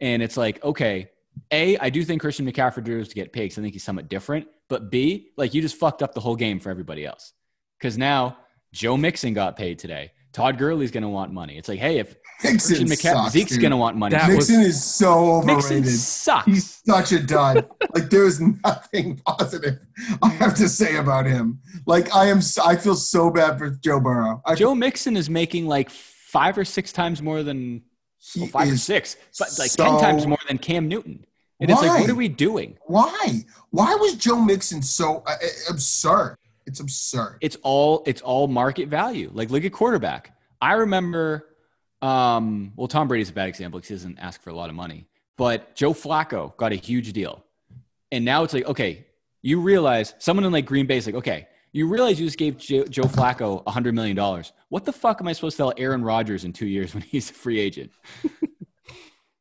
S2: And it's like, okay, A, I do think Christian McCaffrey deserves to get paid 'cause I think he's somewhat different. But B, like you just fucked up the whole game for everybody else. Because now Joe Mixon got paid today. Todd Gurley's going to want money. It's like, hey, if
S3: Mixon
S2: Christian McCaffrey,
S3: sucks,
S2: Zeke's
S3: dude.
S2: going to want money.
S4: That was-
S3: Mixon is so
S2: Mixon
S3: overrated.
S2: sucks.
S3: He's such a dud. like there is nothing positive I have to say about him. Like I am, s- I feel so bad for Joe Burrow. I,
S2: Joe Mixon is making like five or six times more than
S3: he
S2: well, five or
S3: is-
S2: six, but like
S3: so-
S2: ten times more than Cam Newton. And it's like,
S3: Why?
S2: what are we doing?
S3: Why? Why was Joe Mixon so uh, uh, absurd? It's absurd.
S2: It's all it's all market value. Like look at quarterback. I remember, um, well, Tom Brady's a bad example because he doesn't ask for a lot of money. But Joe Flacco got a huge deal, and now it's like, okay, you realize someone in like Green Bay is like, okay, you realize you just gave Joe, Joe Flacco hundred million dollars. What the fuck am I supposed to tell Aaron Rodgers in two years when he's a free agent?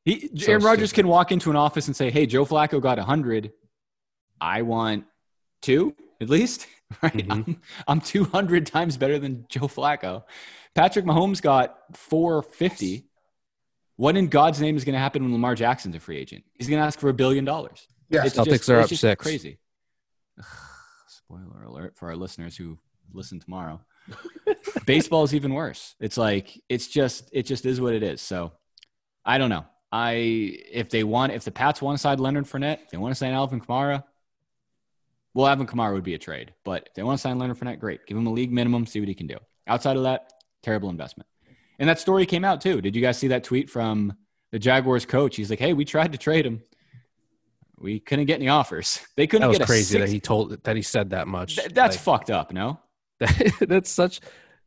S2: He,
S4: So
S2: Aaron Rodgers
S4: stupid.
S2: can walk into an office and say, "Hey, Joe Flacco got 100. I want two at least. Right?
S4: Mhm.
S2: I'm, I'm 200 times better than Joe Flacco. Patrick Mahomes got 450. What in God's name is going to happen when Lamar Jackson's a free agent? He's going to ask for a billion dollars.
S3: Yeah.
S2: It's
S4: Celtics
S2: just-
S4: are
S2: it's
S4: up
S2: just
S4: six.
S2: Crazy. Ugh, Spoiler alert for our listeners who listen tomorrow. Baseball is even worse. It's like it's just it just is what it is. So I don't know. I if they want if the Pats want to sign Leonard Fournette, if they want to sign Alvin Kamara. Well, Alvin Kamara would be a trade, but if they want to sign Leonard Fournette, great. Give him a league minimum, see what he can do. Outside of that, terrible investment. And that story came out too. Did you guys see that tweet from the Jaguars coach? He's like, "Hey, we tried to trade him. We couldn't get any offers. They couldn't
S4: That was
S2: get a
S4: crazy
S2: six-
S4: that he told that he said that much.
S2: Th- that's
S4: Like,
S2: fucked up. No,
S4: That, that's such.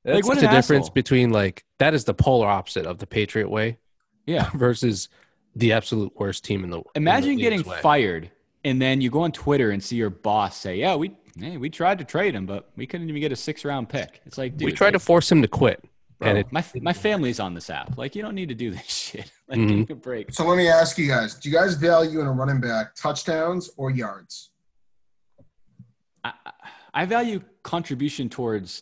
S4: That's
S2: Like, what
S4: such
S2: an
S4: a difference
S2: asshole.
S4: between like that is the polar opposite of the Patriot way
S2: yeah.
S4: versus the absolute worst team in the. in the
S2: Imagine
S4: league's
S2: getting
S4: way.
S2: fired and then you go on Twitter and see your boss say, "Yeah, we hey, we tried to trade him, but we couldn't even get a six round pick." It's like, dude,
S4: we tried to force him to quit, and it
S2: my my family's on this app. Like, you don't need to do this shit. Like,
S4: Mhm.
S2: give me a break.
S3: So let me ask you guys: Do you guys value in a running back touchdowns or yards?
S2: I, I- I value contribution towards,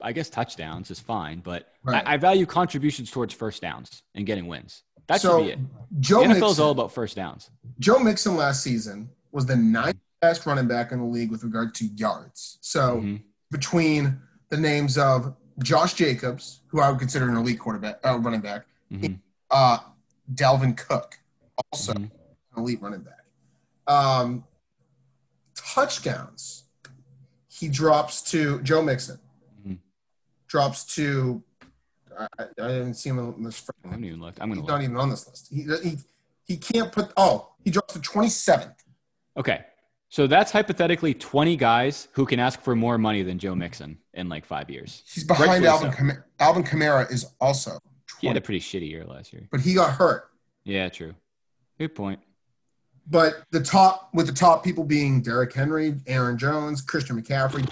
S2: I guess touchdowns is fine, but
S3: Right.
S2: I, I value contributions towards first downs and getting wins. That should
S3: so
S2: be it.
S3: Joe
S2: the NFL is
S3: Mixon,
S2: all about first downs.
S3: Joe Mixon last season was the ninth best running back in the league with regard to yards. So
S2: Mhm.
S3: between the names of Josh Jacobs, who I would consider an elite quarterback, uh, running back,
S2: Mhm.
S3: uh, Dalvin Cook, also
S2: Mhm.
S3: an elite running back. Um, touchdowns, he drops to Joe Mixon,
S2: Mhm.
S3: drops to. I, I I didn't see him on this.
S2: I haven't even looked. I'm gonna
S3: He's
S2: look.
S3: not even on this list. He he, he can't put. Oh, he drops to twenty seventh. e
S2: Okay. So that's hypothetically 20 guys who can ask for more money than Joe Mixon in like five years.
S3: He's behind
S2: Rightfully
S3: Alvin.
S2: so.
S3: Kamara. Alvin Kamara is also
S2: He had
S3: twenty,
S2: a pretty shitty year last year.
S3: but he got hurt.
S2: Yeah, true. Good point.
S3: But the top with the top people being Derrick Henry, Aaron Jones, Christian McCaffrey.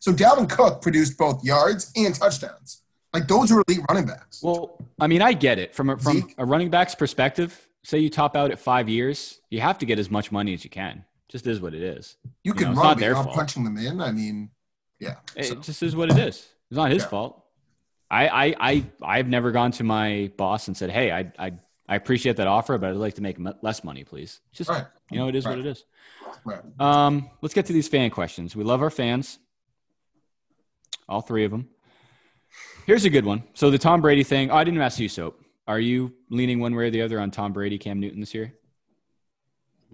S3: So Dalvin Cook produced both yards and touchdowns. Like those are elite running backs.
S2: Well, I mean, I get it from a, from
S3: Zeke?
S2: a running back's perspective. Say you top out at five years, you have to get as much money as you can. Just is what it is.
S3: you
S2: you know,
S3: can
S2: it's not
S3: run
S2: their
S3: without
S2: fault.
S3: punching them in. I mean, yeah.
S2: It
S3: So,
S2: just is what it is. It's not his
S3: Yeah.
S2: fault. I, I, I, I've never gone to my boss and said, "Hey, I, I I appreciate that offer, but I'd like to make m- less money, please. It's Just
S3: Right.
S2: you know, it is
S3: Right.
S2: what it is.
S3: Right.
S2: Um, let's get to these fan questions. We love our fans, all three of them. Here's a good one. So the Tom Brady thing. Oh, I didn't ask you, soap. Are you leaning one way or the other on Tom Brady, Cam Newton this year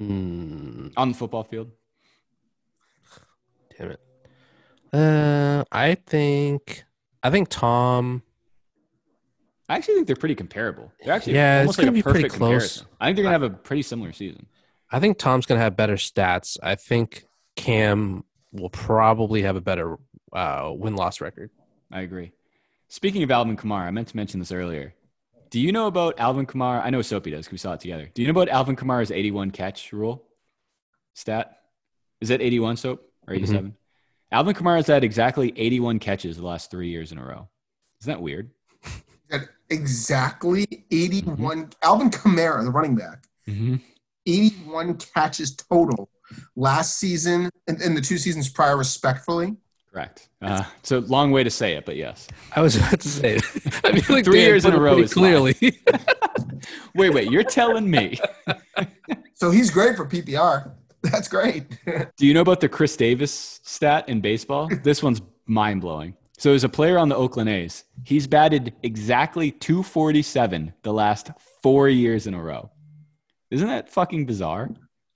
S4: Mm,
S2: on the football field?
S4: damn it. Uh, I think I think Tom.
S2: I actually think they're pretty comparable. They're actually
S4: Yeah, it's
S2: almost like
S4: gonna
S2: a
S4: be pretty
S2: perfect
S4: close.
S2: comparison. I think they're gonna have a pretty similar season.
S4: I think Tom's gonna have better stats. I think Cam will probably have a better uh, win loss record.
S2: I agree. Speaking of Alvin Kamara, I meant to mention this earlier. Do you know about Alvin Kamara? I know Soapy does because we saw it together. Do you know about Alvin Kamara's 81 catch rule stat? Is that 81 soap or 87? Alvin Kamara's had exactly 81 catches the last three years in a row. Isn't that weird?
S3: At exactly 81. Alvin Kamara, the running back,
S2: Mm-hmm.
S3: 81 catches total last season and, and the two seasons prior, respectfully.
S2: Correct. Uh, it's a long way to say it, but yes.
S4: I was about to say. I mean, like
S2: Three
S4: Dan
S2: years
S4: put
S2: in a
S4: it
S2: row
S4: pretty
S2: is fine.
S4: clearly.
S2: Wait, wait. You're telling me?
S3: So he's great for PPR. That's great.
S2: Do you know about the Chris Davis stat in baseball? This one's mind blowing. So, as a player on the Oakland A's, he's batted exactly 247 the last four years in a row. Isn't that fucking bizarre?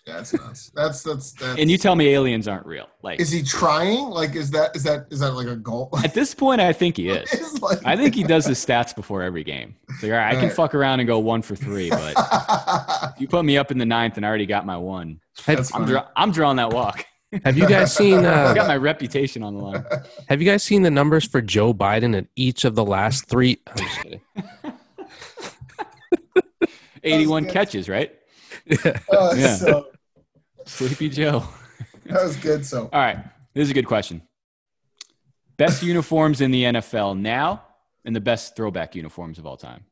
S3: that's nuts. That's that's that's.
S2: And you tell me aliens aren't real. Like,
S3: is he trying? Like, is that is that is that like a goal?
S2: at this point, I think he is.
S3: It's like-
S2: I think he does his stats before every game. It's like, all right, I can
S3: Alright.
S2: fuck around and go one for three, but if you put me up in the ninth and I already got my one,
S3: That's
S2: I'm,
S3: funny.
S2: draw- I'm drawing that walk.
S4: Have you guys seen?
S2: I
S4: Uh,
S2: got my reputation on the line.
S4: have you guys seen the numbers for Joe Biden at each of the last three? I'm just kidding.
S2: 81
S3: good.
S2: catches, right?
S3: Uh,
S2: Yeah.
S3: So
S2: Sleepy Joe.
S3: that was good. So
S2: All right. This is a good question. Best uniforms in the NFL now and the best throwback uniforms of all time.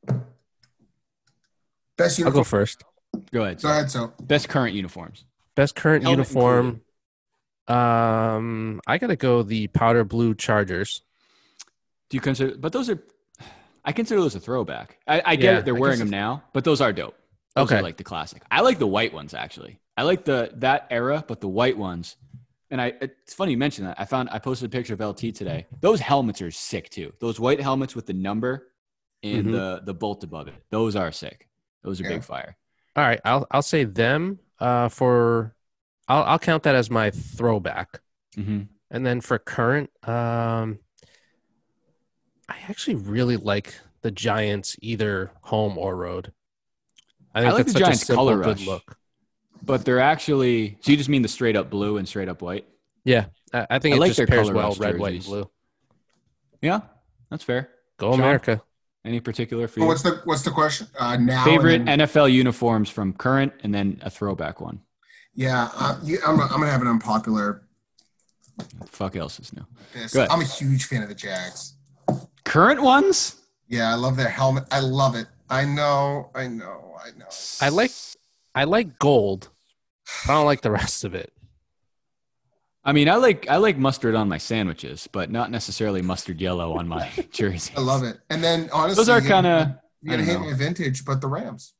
S3: best
S4: I'll go
S3: uniform.
S4: first.
S2: Go ahead.
S3: Go ahead. So
S2: Best current uniforms.
S4: Best current
S2: Helmet
S4: uniform. Um, I gotta go the powder blue Chargers.
S2: Do you consider, but those are, I consider those a throwback. I, I get
S4: Yeah,
S2: it. They're
S4: I
S2: wearing
S4: guess
S2: them now, but those are dope. Those
S4: Okay,
S2: Are like the classic. I like the white ones actually. I like the, that era, but the white ones. And I, it's funny you mentioned that. I found, I posted a picture of LT today. Those helmets are sick too. Those white helmets with the number and
S4: Mhm.
S2: the, the bolt above it. Those are sick. Those are
S3: Yeah.
S2: big fire.
S4: all right. I'll I'll say them. Uh, for I'll I'll count that as my throwback,
S2: Mm-hmm.
S4: and then for current, um, I actually really like the Giants either home or road. I think
S2: I like the
S4: that's such
S2: Giants'
S4: a simple,
S2: color
S4: good
S2: rush.
S4: look.
S2: But they're actually. So you just mean the straight up blue and straight up white?
S4: Yeah, I, I think
S2: I
S4: it
S2: like their
S4: just pairs
S2: color
S4: well.
S2: rush
S4: Red, white, and
S2: jerseys.
S4: blue.
S2: Yeah, that's fair.
S4: Go
S2: Sean?
S4: America.
S2: Any particular for you?
S3: what's the what's the question? Uh, now and
S2: Favorite
S3: then-
S2: NFL uniforms from current and then a throwback one.
S3: yeah, uh, you, I'm, I'm gonna have an unpopular.
S2: Fuck else is new.
S3: This.
S2: Go ahead.
S3: I'm a huge fan of the Jags.
S2: Current ones?
S3: Yeah, I love their helmet. I love it. I know. I know. I know.
S4: I like- I like gold. but I don't like the rest of it.
S2: I mean, I like I like mustard on my sandwiches, but not necessarily mustard yellow on my jersey.
S3: I love it. And then honestly,
S2: Those are
S3: you're gonna-
S2: kind of
S3: you're gonna
S2: I
S3: hate
S2: don't know.
S3: my vintage, but the Rams.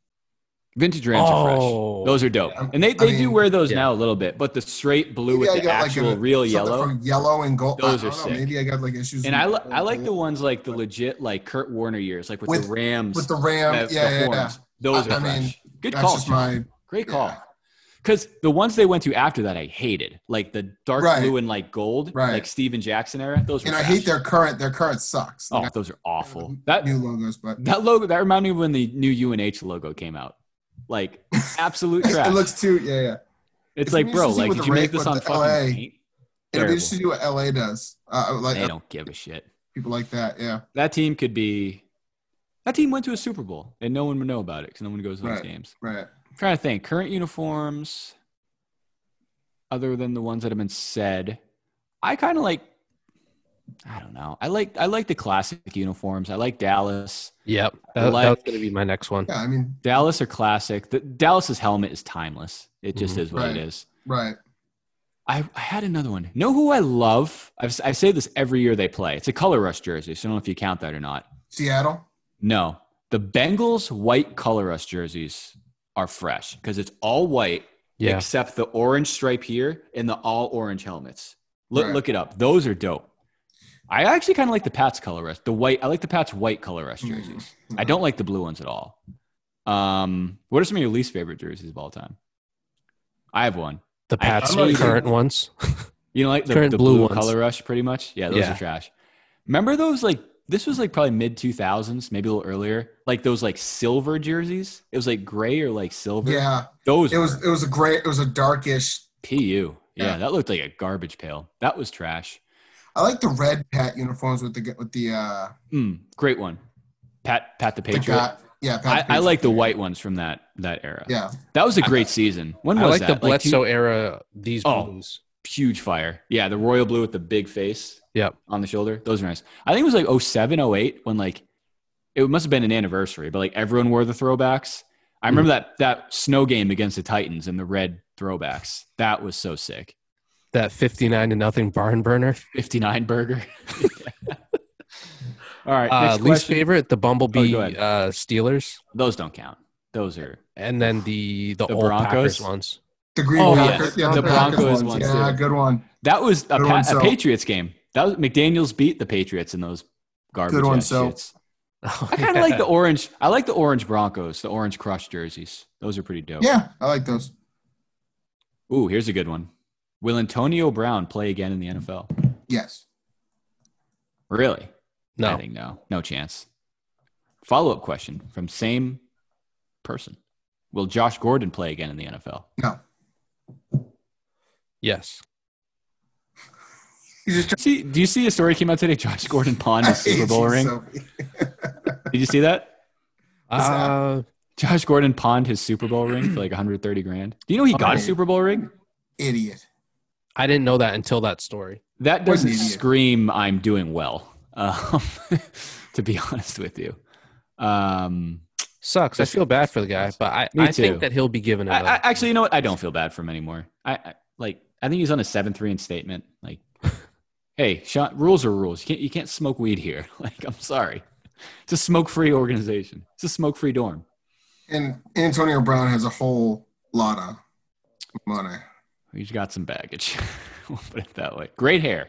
S2: vintage Rams are fresh.
S4: Oh.
S2: Those are dope,
S3: Yeah.
S2: and they,
S3: I
S2: they do
S3: mean-
S2: wear those
S4: Yeah.
S2: now a little bit. But the straight blue
S3: Maybe I
S2: with the
S3: got, like,
S2: actual
S3: a-
S2: real
S3: something
S2: yellow.
S3: from yellow and gold.
S2: Those
S3: I
S2: are
S3: don't know,
S2: sick.
S3: Maybe I got like issues.
S2: And
S3: with
S2: I, li-
S3: the-
S2: I like the ones like the legit like Kurt Warner years, like with,
S3: With-
S2: the Rams,
S3: with the Ram.
S2: that- the
S3: yeah, yeah, yeah.
S2: horns. Those
S3: I-
S2: are
S3: I mean,
S2: fresh. Good
S3: That's
S2: call,
S3: just
S2: Sean.
S3: my.
S2: great call.
S3: yeah.
S2: Because the ones they went to after that, I hated, like the dark
S3: Right.
S2: blue and like gold,
S3: Right.
S2: like Steven Jackson era. Those were
S3: And I
S2: trash.
S3: hate their current. Their current sucks.
S2: Oh,
S3: Like,
S2: those are
S3: I-
S2: awful. That
S3: new logos, but
S2: that logo that reminded me of when the new UNH logo came out, like absolute trash.
S3: it looks too. Yeah, yeah.
S2: it's,
S3: it's
S2: like, bro,
S3: interesting
S2: like
S3: with
S2: did
S3: the
S2: you
S3: ra-
S2: make this
S3: with
S2: on
S3: the
S2: fucking
S3: LA.
S2: paint?
S3: It'll
S2: Terrible.
S3: be interesting to do what LA does. Uh, like
S2: They
S3: uh,
S2: don't give a shit.
S3: people like that. Yeah.
S2: That team could be. That team went to a Super Bowl, and no one would know about it because no one goes to those
S3: Right.
S2: games.
S3: Right.
S2: trying to think current uniforms other than the ones that have been said i kind of like i don't know i like i like the classic uniforms i like dallas
S4: Yep.
S2: I
S4: That, that was
S2: like-
S4: going to be my next one.
S3: Yeah. I mean,
S2: dallas are classic the, dallas's helmet is timeless it just
S4: Mhm.
S2: is what it
S3: Right.
S2: is
S3: right.
S2: I, I had another one know who i love I've, s- i say this every year they play it's a color rush jersey so i don't know if you count that or not
S3: Seattle.
S2: no The Bengals white color us jerseys are fresh because it's all white
S4: Yeah.
S2: except the orange stripe here and the all orange helmets. Look,
S3: Right.
S2: look it up. Those are dope. I actually kind of like the Pats color rush. The white, I like the Pats white color rush
S3: Mm.
S4: Mm-hmm.
S2: jerseys. I don't like the blue ones at all. Um, what are some of your least favorite jerseys of all time? I have one.
S4: The
S2: I-
S4: Pats
S3: I'm not even-
S4: current ones.
S2: You know, like the,
S4: Current
S2: the
S4: blue
S2: blue,
S4: ones.
S2: color rush, pretty much. Yeah, those
S4: Yeah.
S2: are trash. Remember those? Like this was like probably mid two thousands, maybe a little earlier. Like those like silver jerseys. It was like gray or like silver.
S3: Yeah,
S2: those
S3: it
S2: were.
S3: was it was a great it was a darkish.
S2: PU. Yeah,
S3: Yeah.
S2: that looked like a garbage pail. That was trash.
S3: I like the red pat uniforms with the with the uh
S2: Mm, great one. Pat Pat the
S3: the
S2: Patriot.
S3: guy. Yeah, Pat
S2: I, I
S3: Patriot.
S2: like the white ones from that that era.
S3: Yeah,
S2: That was a great season. When
S4: I
S2: was
S4: like
S2: that?
S4: the Bledsoe
S2: two-
S4: era. These
S2: Oh.
S4: blues.
S2: huge fire. Yeah, the royal blue with the big face
S4: Yep.
S2: on the shoulder. Those are nice. I think it was like 07, 08 when like it must have been an anniversary, but like everyone wore the throwbacks. I
S4: Hmm.
S2: remember that that snow game against the Titans and the red throwbacks. That was so sick.
S4: That fifty-nine to nothing barn burner.
S2: 59 burger. All right,
S4: Uh,
S2: next
S4: least
S2: question.
S4: favorite, the Bumblebee
S2: Oh, go ahead.
S4: uh, Steelers,
S2: Those don't count. Those are
S4: and then the the,
S2: The
S4: old Packers
S2: Broncos?
S4: ones.
S3: the green.
S2: Oh,
S3: Packers-
S2: yeah. The
S3: Packers
S2: Broncos
S3: ones.
S2: ones,
S3: Yeah,
S2: too.
S3: good one.
S2: That was a,
S3: Good
S2: pa-
S3: one,
S2: a
S3: Sel.
S2: Patriots game. That was McDaniel's beat the Patriots in those garbage.
S3: Good one,
S2: ass
S3: Sel.
S2: shits.
S4: Oh,
S2: I kind of like the orange. I like the orange Broncos, the orange crush jerseys. Those are pretty dope.
S3: Yeah, I like those.
S2: Ooh, here's a good one. Will Antonio Brown play again in the NFL?
S3: Yes.
S2: Really? I
S4: no.
S2: think no. No chance. Follow up question from same person. Will Josh Gordon play again in the NFL?
S3: No.
S4: Yes.
S3: You just
S2: See, do you see a story came out today? Josh Gordon pawned
S3: I
S2: his Super
S3: hate
S2: Bowl
S3: you,
S2: ring.
S3: Sophie.
S2: Did you see that?
S4: Uh,
S2: Josh Gordon pawned his Super Bowl ring for like 130 grand. Do you know he got a
S3: Oh.
S2: Super Bowl ring?
S3: Idiot.
S4: I didn't know that until that story.
S2: That
S3: What an
S2: doesn't
S3: idiot.
S2: scream I'm doing well. Um, to be honest with you, um,
S4: Sucks. I feel bad for the guy, but I,
S2: Me
S4: I
S2: too.
S4: think that he'll be given it
S2: I, I,
S4: up.
S2: actually, you know what? I don't feel bad for him anymore. I, I like. I think he's on a seventh reinstatement. Like, hey, Sean, rules are rules. You can't you can't smoke weed here. Like, I'm sorry. It's a smoke-free organization. It's a smoke-free dorm.
S3: And Antonio Brown has a whole lot of money.
S2: He's got some baggage. we'll put it that way. Great hair.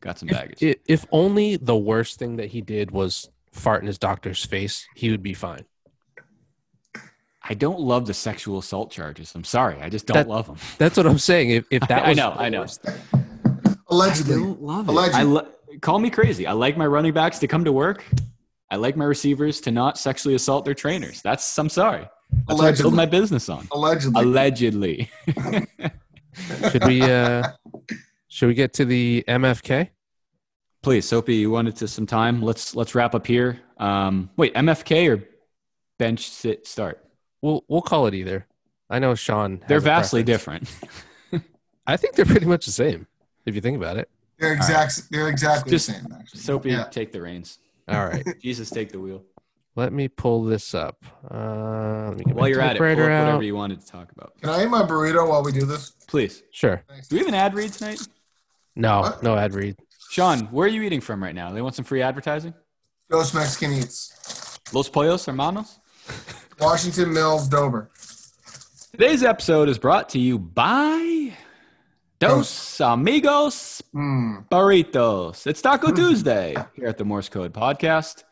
S2: Got some baggage.
S4: I- if only the worst thing that he did was fart in his doctor's face, he would be fine.
S2: I don't love the sexual assault charges. I'm sorry. I just don't
S4: That-
S2: love them.
S4: That's what I'm saying. If if that
S2: I
S4: was
S2: know,
S4: the
S2: I know.
S4: worst-
S3: Allegedly.
S2: love
S3: it. Allegedly.
S2: I lo- call me crazy. I like my running backs to come to work. I like my receivers to not sexually assault their trainers. That's I'm sorry. That's what I build
S3: Allegedly.
S2: my business on.
S3: Allegedly.
S2: Allegedly.
S4: should we uh should we get to the MFK?
S2: Please, Soapy, you wanted to some time. Let's let's wrap up here. Um, wait, MFK or bench sit start?
S4: We'll we'll call it either. I know Sean. has
S2: They're
S4: a
S2: vastly
S4: preference.
S2: different.
S4: I think they're pretty much the same if you think about it.
S3: they're exact. They're exactly
S2: Just
S3: the same. Actually.
S2: Soapy,
S3: Yeah.
S2: take the reins.
S4: All right,
S2: Jesus, take the wheel.
S4: let me pull this up. Uh, let me get my
S2: While you're at it, pull up
S4: typewriter
S2: whatever
S4: out.
S2: you wanted to talk about.
S3: Can I eat my burrito while we do this?
S2: Please.
S4: Sure.
S3: Thanks.
S2: Do we have an ad read tonight?
S4: No,
S3: What?
S4: no ad read.
S2: Sean, where are you eating from right now? They want some free advertising?
S3: Ghost Mexican Eats.
S2: Los Pollos Hermanos?
S3: Washington Mills Dover.
S2: Today's episode is brought to you by Dos Amigos
S3: Hmm.
S2: Burritos. It's Taco Tuesday here at the Morse Code Podcast.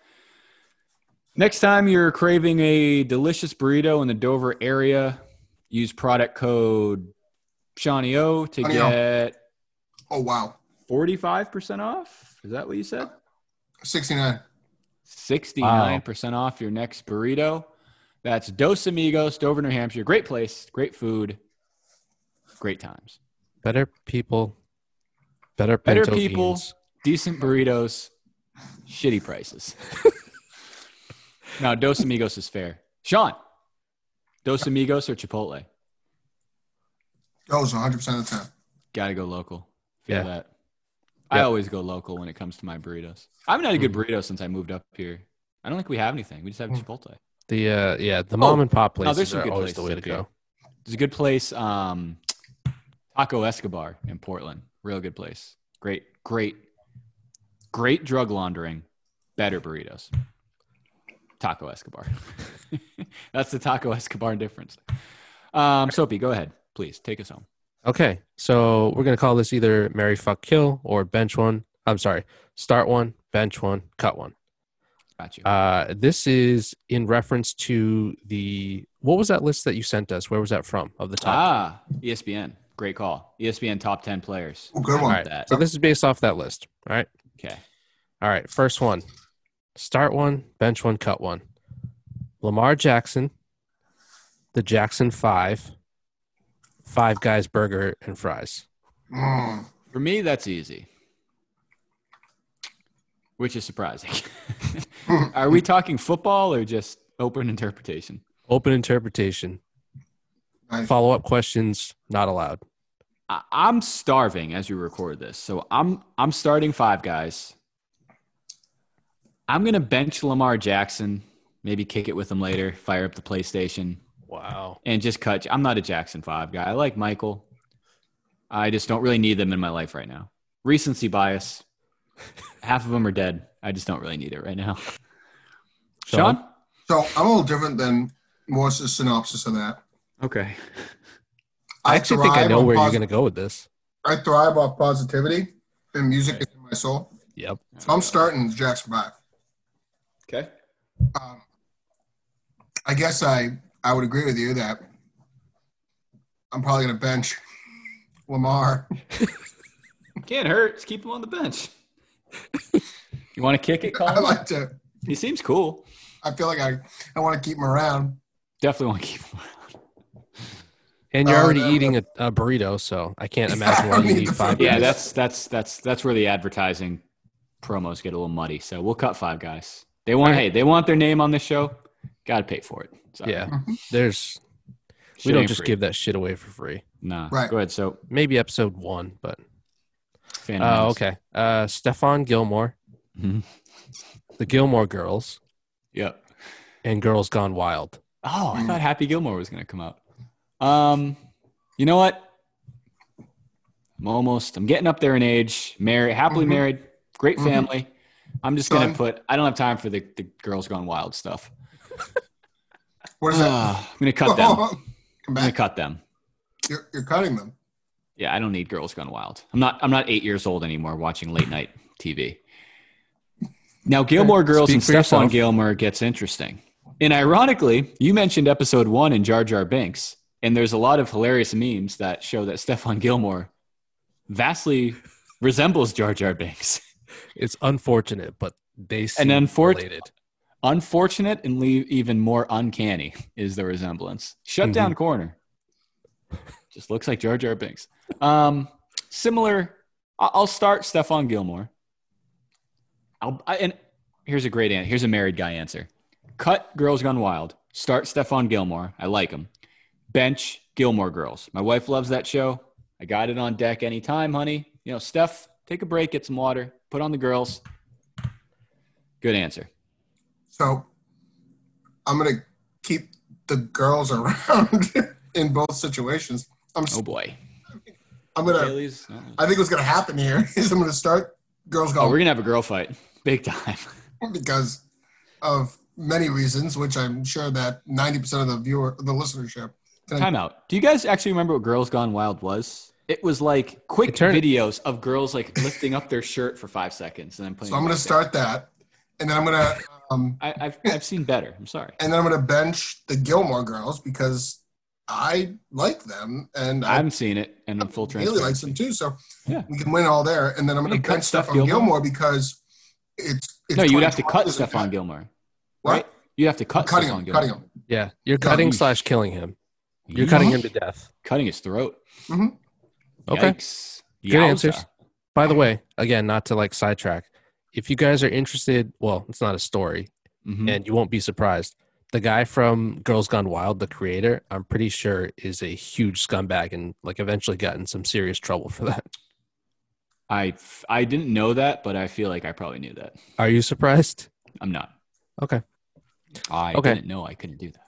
S2: Next time you're craving a delicious burrito in the Dover area, use product code Shawnee O to
S3: Shawnee O.
S2: get
S3: Oh wow.
S2: 45% off. Is that what you said?
S3: Sixty nine.
S2: 69% off your next burrito. That's Dos Amigos, Dover, New Hampshire. Great place, great food, great times.
S4: Better people. Better
S2: Better
S4: pinto
S2: people,
S4: beans.
S2: decent burritos, shitty prices. now, Dos Amigos is fair. Sean, Dos Amigos or Chipotle?
S3: Goes one hundred percent of the time.
S2: Gotta go local. Feel
S4: Yeah.
S2: that. I
S4: Yep. Mm.
S2: always go local when it comes to my burritos. I haven't had a good burrito since I moved up here. I don't think we have anything. We just have
S4: Hmm.
S3: Mm.
S2: Chipotle.
S4: The uh, yeah, the mom and pop
S2: Oh, no, there's
S4: places
S2: some
S4: are
S2: good
S4: always the
S2: places
S4: way to
S2: up
S4: go.
S2: There's a good place, um, Taco Escobar in Portland. Real good place. Great, great, great drug laundering. Better burritos. Taco Escobar. That's the Taco Escobar difference. Um, Soapy, go ahead, please take us home.
S4: Okay, so we're gonna call this either Mary Fuck Kill or Bench One. I'm sorry, start one, bench one, cut one.
S2: Got you.
S4: Uh, this is in reference to the what was that list that you sent us? Where was that from? Of the top.
S2: ah, ESPN. Great call. E ESPN top ten players.
S3: Oh, good
S2: All
S3: one.
S2: right.
S4: right. So this is based off that list. All right.
S2: Okay.
S4: All right. First one. Start one, bench one, cut one. Lamar Jackson, the Jackson Five, Five Guys Burger and Fries.
S3: Mm.
S2: For me, that's easy, which is surprising. Are we talking football or just open interpretation?
S4: Open interpretation.
S3: Nice.
S4: Follow up questions not allowed.
S2: I- I'm starving as we record this, so I'm I'm starting five guys. I'm gonna bench Lamar Jackson, maybe kick it with him later, fire up the PlayStation,
S4: Wow.
S2: and just cut. I'm not a Jackson five guy. I like Michael. I just don't really need them in my life right now. Recency bias. Half of them are dead. I just don't really need it right now.
S4: Sean?
S2: Sean?
S3: So I'm a little different than what's the synopsis of that.
S2: Okay.
S4: I actually think I
S3: thrive
S4: know
S3: on
S4: where you're
S3: posi-
S4: going to go with this.
S3: I thrive off positivity, and music is in my soul.
S4: Yep.
S3: So I'm starting with Jackson Five.
S2: Okay.
S3: Um, I guess I I would agree with you that I'm probably going to bench Lamar.
S2: Can't hurt. Just keep him on the bench. you want to kick it,
S3: I
S2: Colin?
S3: like to.
S2: he seems cool.
S3: I feel like I I want to keep him around.
S2: Definitely want to keep him around.
S4: And you're
S3: Uh,
S4: already
S3: that-
S4: eating a, a burrito, so I can't imagine why
S3: don't
S4: you
S3: need
S4: need
S3: the
S4: five.
S3: food.
S2: Yeah,
S4: guys.
S2: that's that's that's that's where the advertising promos get a little muddy. So we'll cut five guys. They want hey, they want their name on this show. Got to pay for it. So
S4: yeah.
S3: Mm-hmm.
S4: There's we don't just give that shit away for free.
S2: Nah,
S3: Right.
S2: go ahead. So,
S4: Maybe episode one, but
S2: fan
S4: oh,
S2: names.
S4: okay. Uh, Stefan Gilmore,
S2: Mhm.
S4: the Gilmore Girls,
S2: Yep.
S4: and Girls Gone Wild.
S2: Oh,
S3: Mm.
S2: I thought Happy Gilmore was gonna come out. Um, you know what? I'm almost. I'm getting up there in age. Married, happily
S3: Mhm.
S2: married, great
S3: Mhm.
S2: family. I'm just gonna
S3: Son.
S2: put. I don't have time for the the girls gone wild stuff.
S3: What is that?
S2: Ah, I'm gonna cut them. I'm
S3: Come
S2: gonna
S3: back.
S2: cut them.
S3: You're, you're cutting them.
S2: Yeah, I don't need Girls Gone Wild. I'm not. I'm not eight years old anymore watching late night TV. Now, Gilmore Girls
S4: Speak
S2: and
S4: for
S2: Stefan
S4: yourself.
S2: Gilmore gets interesting. And ironically, you mentioned episode one in Jar Jar Binks, and there's a lot of hilarious memes that show that Stefan Gilmore vastly resembles Jar Jar Binks.
S4: It's unfortunate, but they seem
S2: unfort-
S4: related.
S2: Unfortunate and leave even more uncanny is the resemblance. Shut down corner. Just looks like Jar Jar Binks. Um, similar. I- I'll start Stefan Gilmore. I'll I, and here's a great answer. Here's a married guy answer. Cut Girls Gone Wild. Start Stefan Gilmore. I like him. Bench Gilmore Girls. My wife loves that show. I got it on deck anytime, honey. You know, Steph, take a break, get some water, put on the girls. Good answer.
S3: So I'm going to keep the girls around in both situations. I'm s-
S2: Oh boy.
S3: I'm going to.
S2: Bailey's. Oh.
S3: I think what's going to happen here is I'm going to start girls
S2: Oh,
S3: gone
S2: we're gonna have a girl fight, big time.
S3: because of many reasons, which I'm sure that 90% of the viewer, the listenership,
S2: Time out. Do you guys actually remember what Girls Gone Wild was? It was like quick
S4: It turned-
S2: videos of girls like lifting up their shirt for five seconds and then putting.
S3: So I'm
S2: it
S3: going
S2: back
S3: to start that, and then I'm going to, um,
S2: down. I, I've I've seen better. I'm sorry.
S3: and then I'm going to bench the Gilmore Girls because I like them, and
S2: I
S3: I
S2: haven't seen it, and I'm full
S3: really
S2: transparency.
S3: likes them too. So
S2: Yeah.
S3: we can win all there, and then I'm going
S2: You
S3: to
S2: cut
S3: bench
S2: Steph
S3: Stefan Gilmore.
S2: Gilmore?
S3: because it's, it's
S2: no, you'd have to
S3: 2020
S2: cut
S3: is a-
S2: Stefan Gilmore.
S3: What?
S2: Right? You'd have to cut
S3: Cutting
S2: Stephon
S3: him,
S2: Gilmore.
S3: cutting him.
S4: Yeah, you're
S3: No,
S4: cutting
S3: you-
S4: slash killing him. You're
S2: Yeesh.
S4: cutting him to death.
S2: Cutting his throat.
S3: Mhm.
S4: Okay.
S2: Yikes.
S4: Good
S2: Yowza.
S4: answers. By the way, again, not to like sidetrack. If you guys are interested, well, it's not a story,
S2: Mhm.
S4: and you won't be surprised. The guy from Girls Gone Wild, the creator, I'm pretty sure is a huge scumbag and like eventually got in some serious trouble for that.
S2: I f- I didn't know that, but I feel like I probably knew that.
S4: Are you surprised?
S2: I'm not.
S4: Okay.
S2: I
S4: Okay.
S2: didn't know I couldn't do that.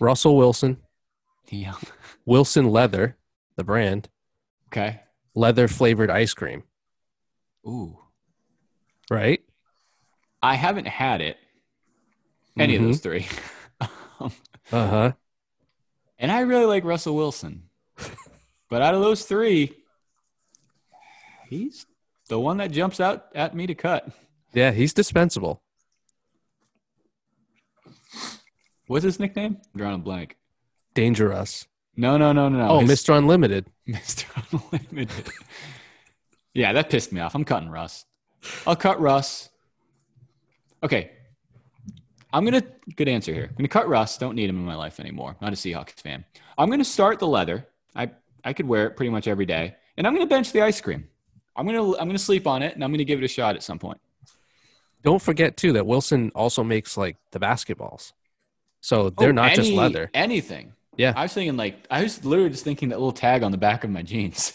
S4: Russell Wilson,
S2: Yeah.
S4: Wilson Leather, the brand,
S2: Okay.
S4: leather flavored ice cream,
S2: Ooh.
S4: right?
S2: I haven't had it, Any of those three. Um,
S4: Uh huh.
S2: and I really like Russell Wilson. but out of those three, he's the one that jumps out at me to cut.
S4: Yeah, he's dispensable.
S2: What's his nickname? I'm drawing a blank.
S4: Dangerous.
S2: No, no, no, no, no.
S4: Oh,
S2: His-
S4: Mr. Unlimited.
S2: Mr. Unlimited. yeah, that pissed me off. I'm cutting Russ. I'll cut Russ. Okay. I'm going to, good answer here. I'm going to cut Russ. Don't need him in my life anymore. Not a Seahawks fan. I'm going to start the leather. I, I could wear it pretty much every day. And I'm going to bench the ice cream. I'm going to, I'm going to sleep on it and I'm going to give it a shot at some point.
S4: Don't forget too that Wilson also makes like the basketballs, so they're
S2: Oh,
S4: not just
S2: any-
S4: leather.
S2: Anything.
S4: Yeah.
S2: I was thinking like, I was literally just thinking that little tag on the back of my jeans.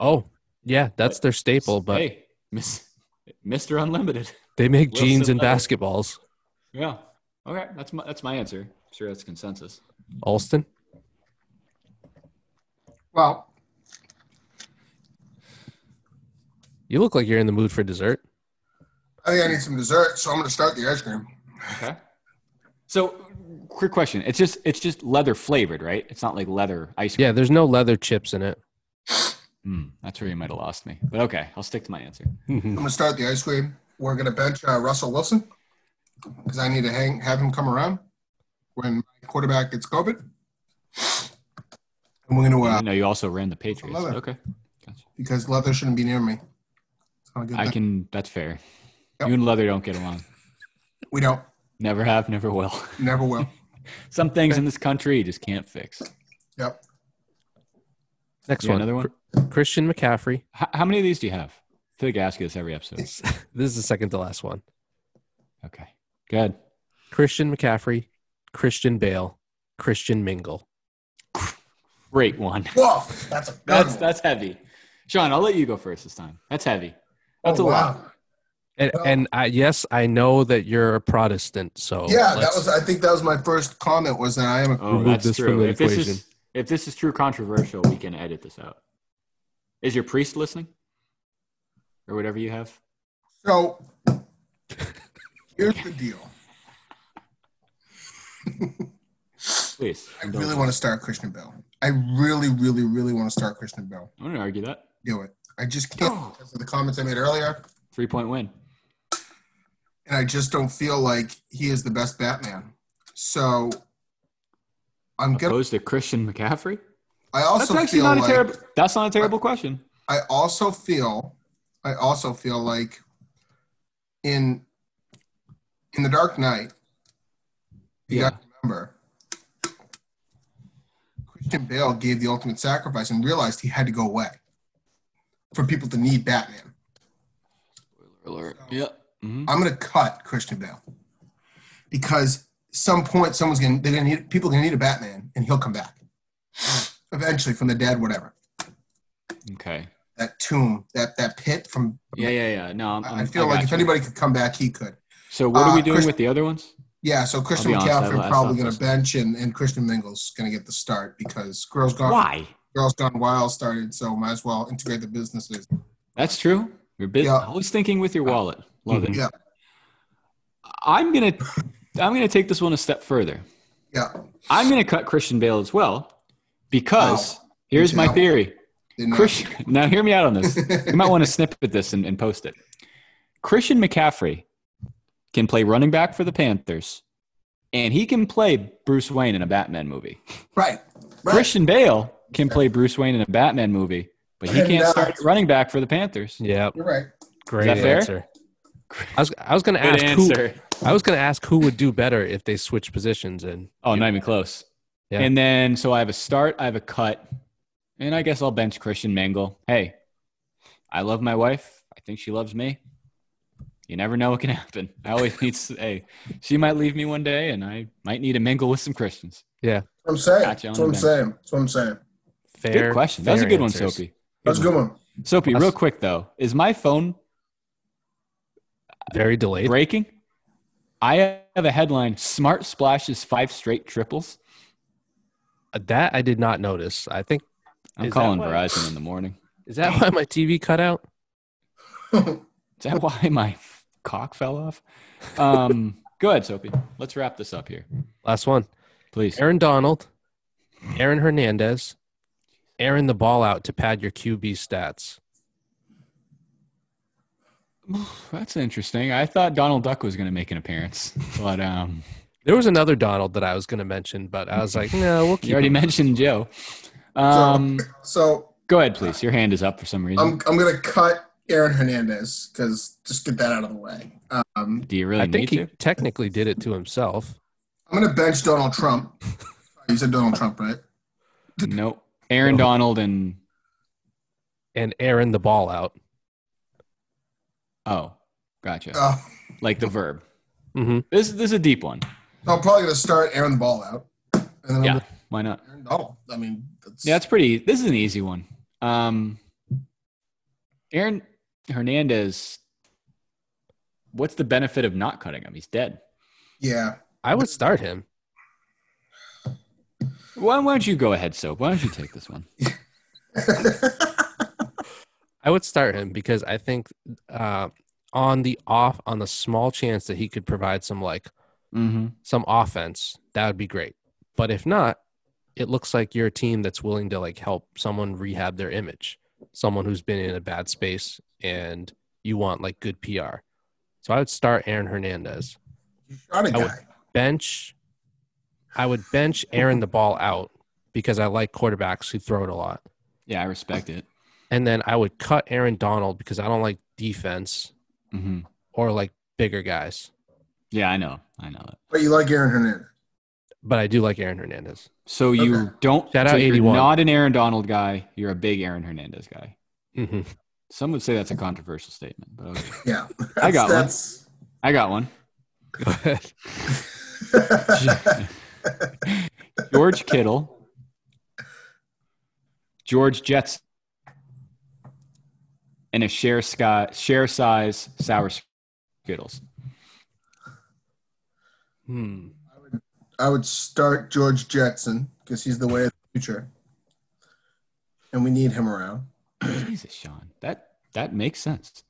S4: Oh, yeah, that's their staple. But
S2: hey, Miss, Mr. Unlimited.
S4: they make
S2: Wilson
S4: jeans and
S2: leather.
S4: basketballs.
S2: Yeah. Okay, that's my that's my answer. I'm sure that's consensus.
S4: Alston.
S3: Well,
S4: You look like you're in the mood for dessert.
S3: I think I need some dessert, so I'm going to start the ice cream.
S2: Okay. So, quick question. It's just it's just leather flavored, right? It's not like leather ice cream.
S4: Yeah, there's no leather chips in it.
S2: Hmm, that's where you might have lost me. But okay, I'll stick to my answer.
S3: I'm going to start the ice cream. We're going to bench uh, Russell Wilson because I need to hang have him come around when my quarterback gets COVID. And we're going to,
S2: I
S3: uh,
S2: know you also ran the Patriots.
S3: leather.
S2: Okay.
S3: because leather shouldn't be near me. So I'll get
S2: I
S3: that.
S2: can that's fair.
S3: Yep.
S2: You and leather don't get along.
S3: we don't.
S2: Never have, never will.
S3: Never will.
S2: Some things in this country you just can't fix.
S3: yep.
S4: Next
S2: You got
S4: one.
S2: another one?
S4: Cr- Christian McCaffrey.
S2: H- how many of these do you have? I feel like I ask you this every episode.
S4: this is the second to last one.
S2: Okay. Good.
S4: Christian McCaffrey, Christian Bale, Christian Mingle.
S2: Great one.
S3: Woof. That's a good
S2: That's
S3: one.
S2: that's heavy. Sean, I'll let you go first this time. That's heavy. That's
S3: Oh,
S2: a
S3: wow.
S2: lot.
S4: And,
S3: Well-
S4: and I, yes, I know that you're a Protestant, so
S3: Yeah, that
S4: let's-
S3: was. I think that was my first comment. Was that I am a
S2: Oh,
S4: Remove
S2: that's
S4: this from
S2: true.
S4: the
S2: If this
S4: equation.
S2: is if this is true controversial, we can edit this out. Is your priest listening? Or whatever you have?
S3: So here's the deal.
S2: Please.
S3: I
S2: indulge
S3: really
S2: me.
S3: want to start Christian Bell. I really, really, really want to start Christian Bell.
S2: I'm gonna argue that.
S3: Do it. I just
S2: Oh.
S3: can't because of the comments I made earlier,
S2: Three point win.
S3: and I just don't feel like he is the best Batman. So I'm gonna.
S2: Opposed to Christian McCaffrey?
S3: I
S2: That's
S3: also
S2: actually
S3: feel
S2: not a
S3: like.
S2: terrible that's not a terrible question.
S3: I also feel. I also feel like. In. In the Dark Knight, you
S2: Yeah.
S3: got to remember. Christian Bale gave the ultimate sacrifice and realized he had to go away for people to need Batman.
S2: Alert. Yeah. Mhm.
S3: I'm going to cut Christian Bale because some point someone's going to they're going to need people are going to need a Batman and he'll come back eventually from the dead whatever
S2: Okay.
S3: that tomb that that pit from
S2: Yeah, yeah, yeah. No, I'm, I'm,
S3: I feel
S2: I
S3: like
S2: got
S3: if
S2: you.
S3: anybody could come back he could
S2: So what are
S3: uh,
S2: we doing
S3: Chris-
S2: with the other ones?
S3: yeah so Christian
S2: be honest, I-
S3: McCaffrey
S2: I
S3: probably
S2: stopped
S3: going to
S2: listening.
S3: bench and, and Christian Mingle's going to get the start because girls gone
S2: Why?
S3: girls gone wild started so might as well integrate the businesses
S2: That's true. You're busy.
S3: Yeah.
S2: Always thinking with your wallet. Love it.
S3: Yeah.
S2: I'm gonna, I'm gonna take this one a step further.
S3: yeah
S2: I'm gonna cut Christian Bale as well, because here's my
S3: Yeah.
S2: theory.
S3: didn't I?
S2: Christian, now hear me out on this. You might want to snip at this and, and post it. Christian McCaffrey can play running back for the Panthers, and he can play Bruce Wayne in a Batman movie.
S3: right right
S2: Christian Bale can play Bruce Wayne in a Batman movie, but he
S3: And,
S2: can't
S3: uh,
S2: start running back for the Panthers.
S4: yeah,
S3: you're right
S4: great
S2: that fair?
S4: answer. I was I was gonna
S2: Good
S4: ask
S2: answer.
S4: who I was gonna ask who would do better if they switched positions and
S2: Oh, not even close.
S4: Yeah.
S2: And then so I have a start, I have a cut, and I guess I'll bench Christian Mangle. Hey, I love my wife. I think she loves me. You never know what can happen. I always need to hey, she might leave me one day and I might need to mingle with some Christians.
S3: I'm saying
S2: Gotcha,
S3: that's
S2: on
S3: what I'm
S2: the
S3: saying that's what I'm saying
S4: fair.
S2: Good question. That was a
S4: fair
S2: good one,
S4: answers.
S2: Soapy.
S3: that's a good one
S2: Soapy, real
S4: That's-
S2: quick though, is my phone
S4: Very delayed.
S2: breaking? I have a headline Smart Splashes Five Straight Triples.
S4: Uh, That I did not notice. I think
S2: I'm
S4: Is that
S2: calling
S4: what-
S2: Verizon in the morning.
S4: is that why my TV cut out?
S2: Is that why my cock fell off? Um, Go ahead, Soapy. Let's wrap this up here,
S4: Last one.
S2: please.
S4: Aaron Donald, Aaron Hernandez, Aaron the ball out to pad your QB stats.
S2: That's interesting. I thought Donald Duck was going to make an appearance, but um,
S4: There was another Donald that I was going to mention, but I was like, no, we'll
S2: you
S4: keep
S2: already
S4: him.
S2: mentioned Joe. Um,
S3: So
S2: go ahead, please. Your hand is up for some reason.
S3: I'm I'm gonna cut Aaron Hernandez because just get that out of the way. Um,
S2: Do you really
S4: I
S2: need
S4: think he
S2: to?
S4: technically did it to himself.
S3: I'm gonna bench Donald Trump. you said Donald Trump, right?
S2: Nope. Aaron
S4: No.
S2: Donald and
S4: And Aaron the ball out.
S2: oh, gotcha.
S3: Uh,
S2: like the verb.
S4: hmm
S2: This this is a deep one.
S3: I'm probably gonna start Aaron the ball out, and then
S4: Yeah.
S3: I'm gonna
S2: Why not?
S3: Aaron Donald. I mean, that's,
S2: Yeah, that's pretty. This is an easy one. Um, Aaron Hernandez. What's the benefit of not cutting him? He's dead.
S3: yeah.
S4: I would start him.
S2: Why, why don't you go ahead, Soap? Why don't you take this one?
S4: I would start him because I think uh, on the off on the small chance that he could provide some like
S2: Mm-hmm.
S4: some offense, that would be great. But if not, it looks like you're a team that's willing to like help someone rehab their image, someone who's been in a bad space, and you want like good PR. So I would start Aaron Hernandez.
S3: You shot a
S4: I would-
S3: guy.
S4: Bench, I would bench Aaron the ball out because I like quarterbacks who throw it a lot.
S2: Yeah, I respect it.
S4: And then I would cut Aaron Donald because I don't like defense
S2: Mm-hmm.
S4: or like bigger guys.
S2: Yeah, I know. I know it.
S3: But you like Aaron Hernandez.
S4: But I do like Aaron Hernandez.
S2: So you
S3: Okay.
S2: don't.
S4: Shout
S2: so
S4: out
S2: you're
S4: 81.
S2: Not an Aaron Donald guy. You're a big Aaron Hernandez guy.
S4: hmm
S2: Some would say that's a controversial statement, but okay.
S3: Yeah,
S2: I got one.
S3: that's,
S2: I got one.
S4: Go ahead.
S2: George Kittle, George Jets, and a share sky share size sour skittles.
S4: Hmm.
S3: I would start George Jetson because he's the way of the future, and we need him around.
S2: Jesus, Sean, that that makes sense.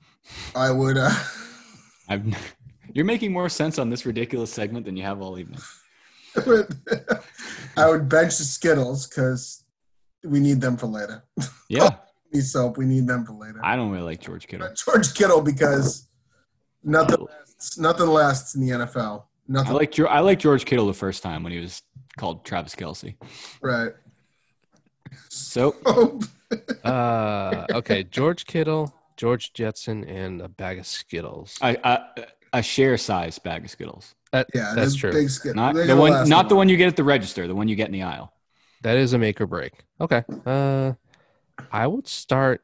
S3: I would. Uh,
S2: I've, you're making more sense on this ridiculous segment than you have all evening.
S3: I would, I would bench the Skittles because we need them for later.
S2: Yeah,
S3: Need soap. We need them for later.
S2: I don't really like George Kittle.
S3: But George Kittle because
S2: I,
S3: nothing lasts, nothing lasts in the NFL.
S2: I
S3: Nothing.
S2: like Ge- I like George Kittle the first time when he was called Travis Kelsey.
S3: right.
S2: So
S3: Oh,
S4: Uh, okay, George Kittle, George Jetson, and a bag of Skittles.
S2: I, I, a share size bag of skittles,
S4: That,
S3: yeah,
S4: that's
S3: they're
S4: true.
S3: Big Skittles.
S2: not
S3: They're
S2: the
S3: gonna
S2: one,
S3: last
S2: not
S3: a
S2: the
S3: while.
S2: one you get at the register, the one you get in the aisle.
S4: That is a make or break. Okay. Uh, I would start.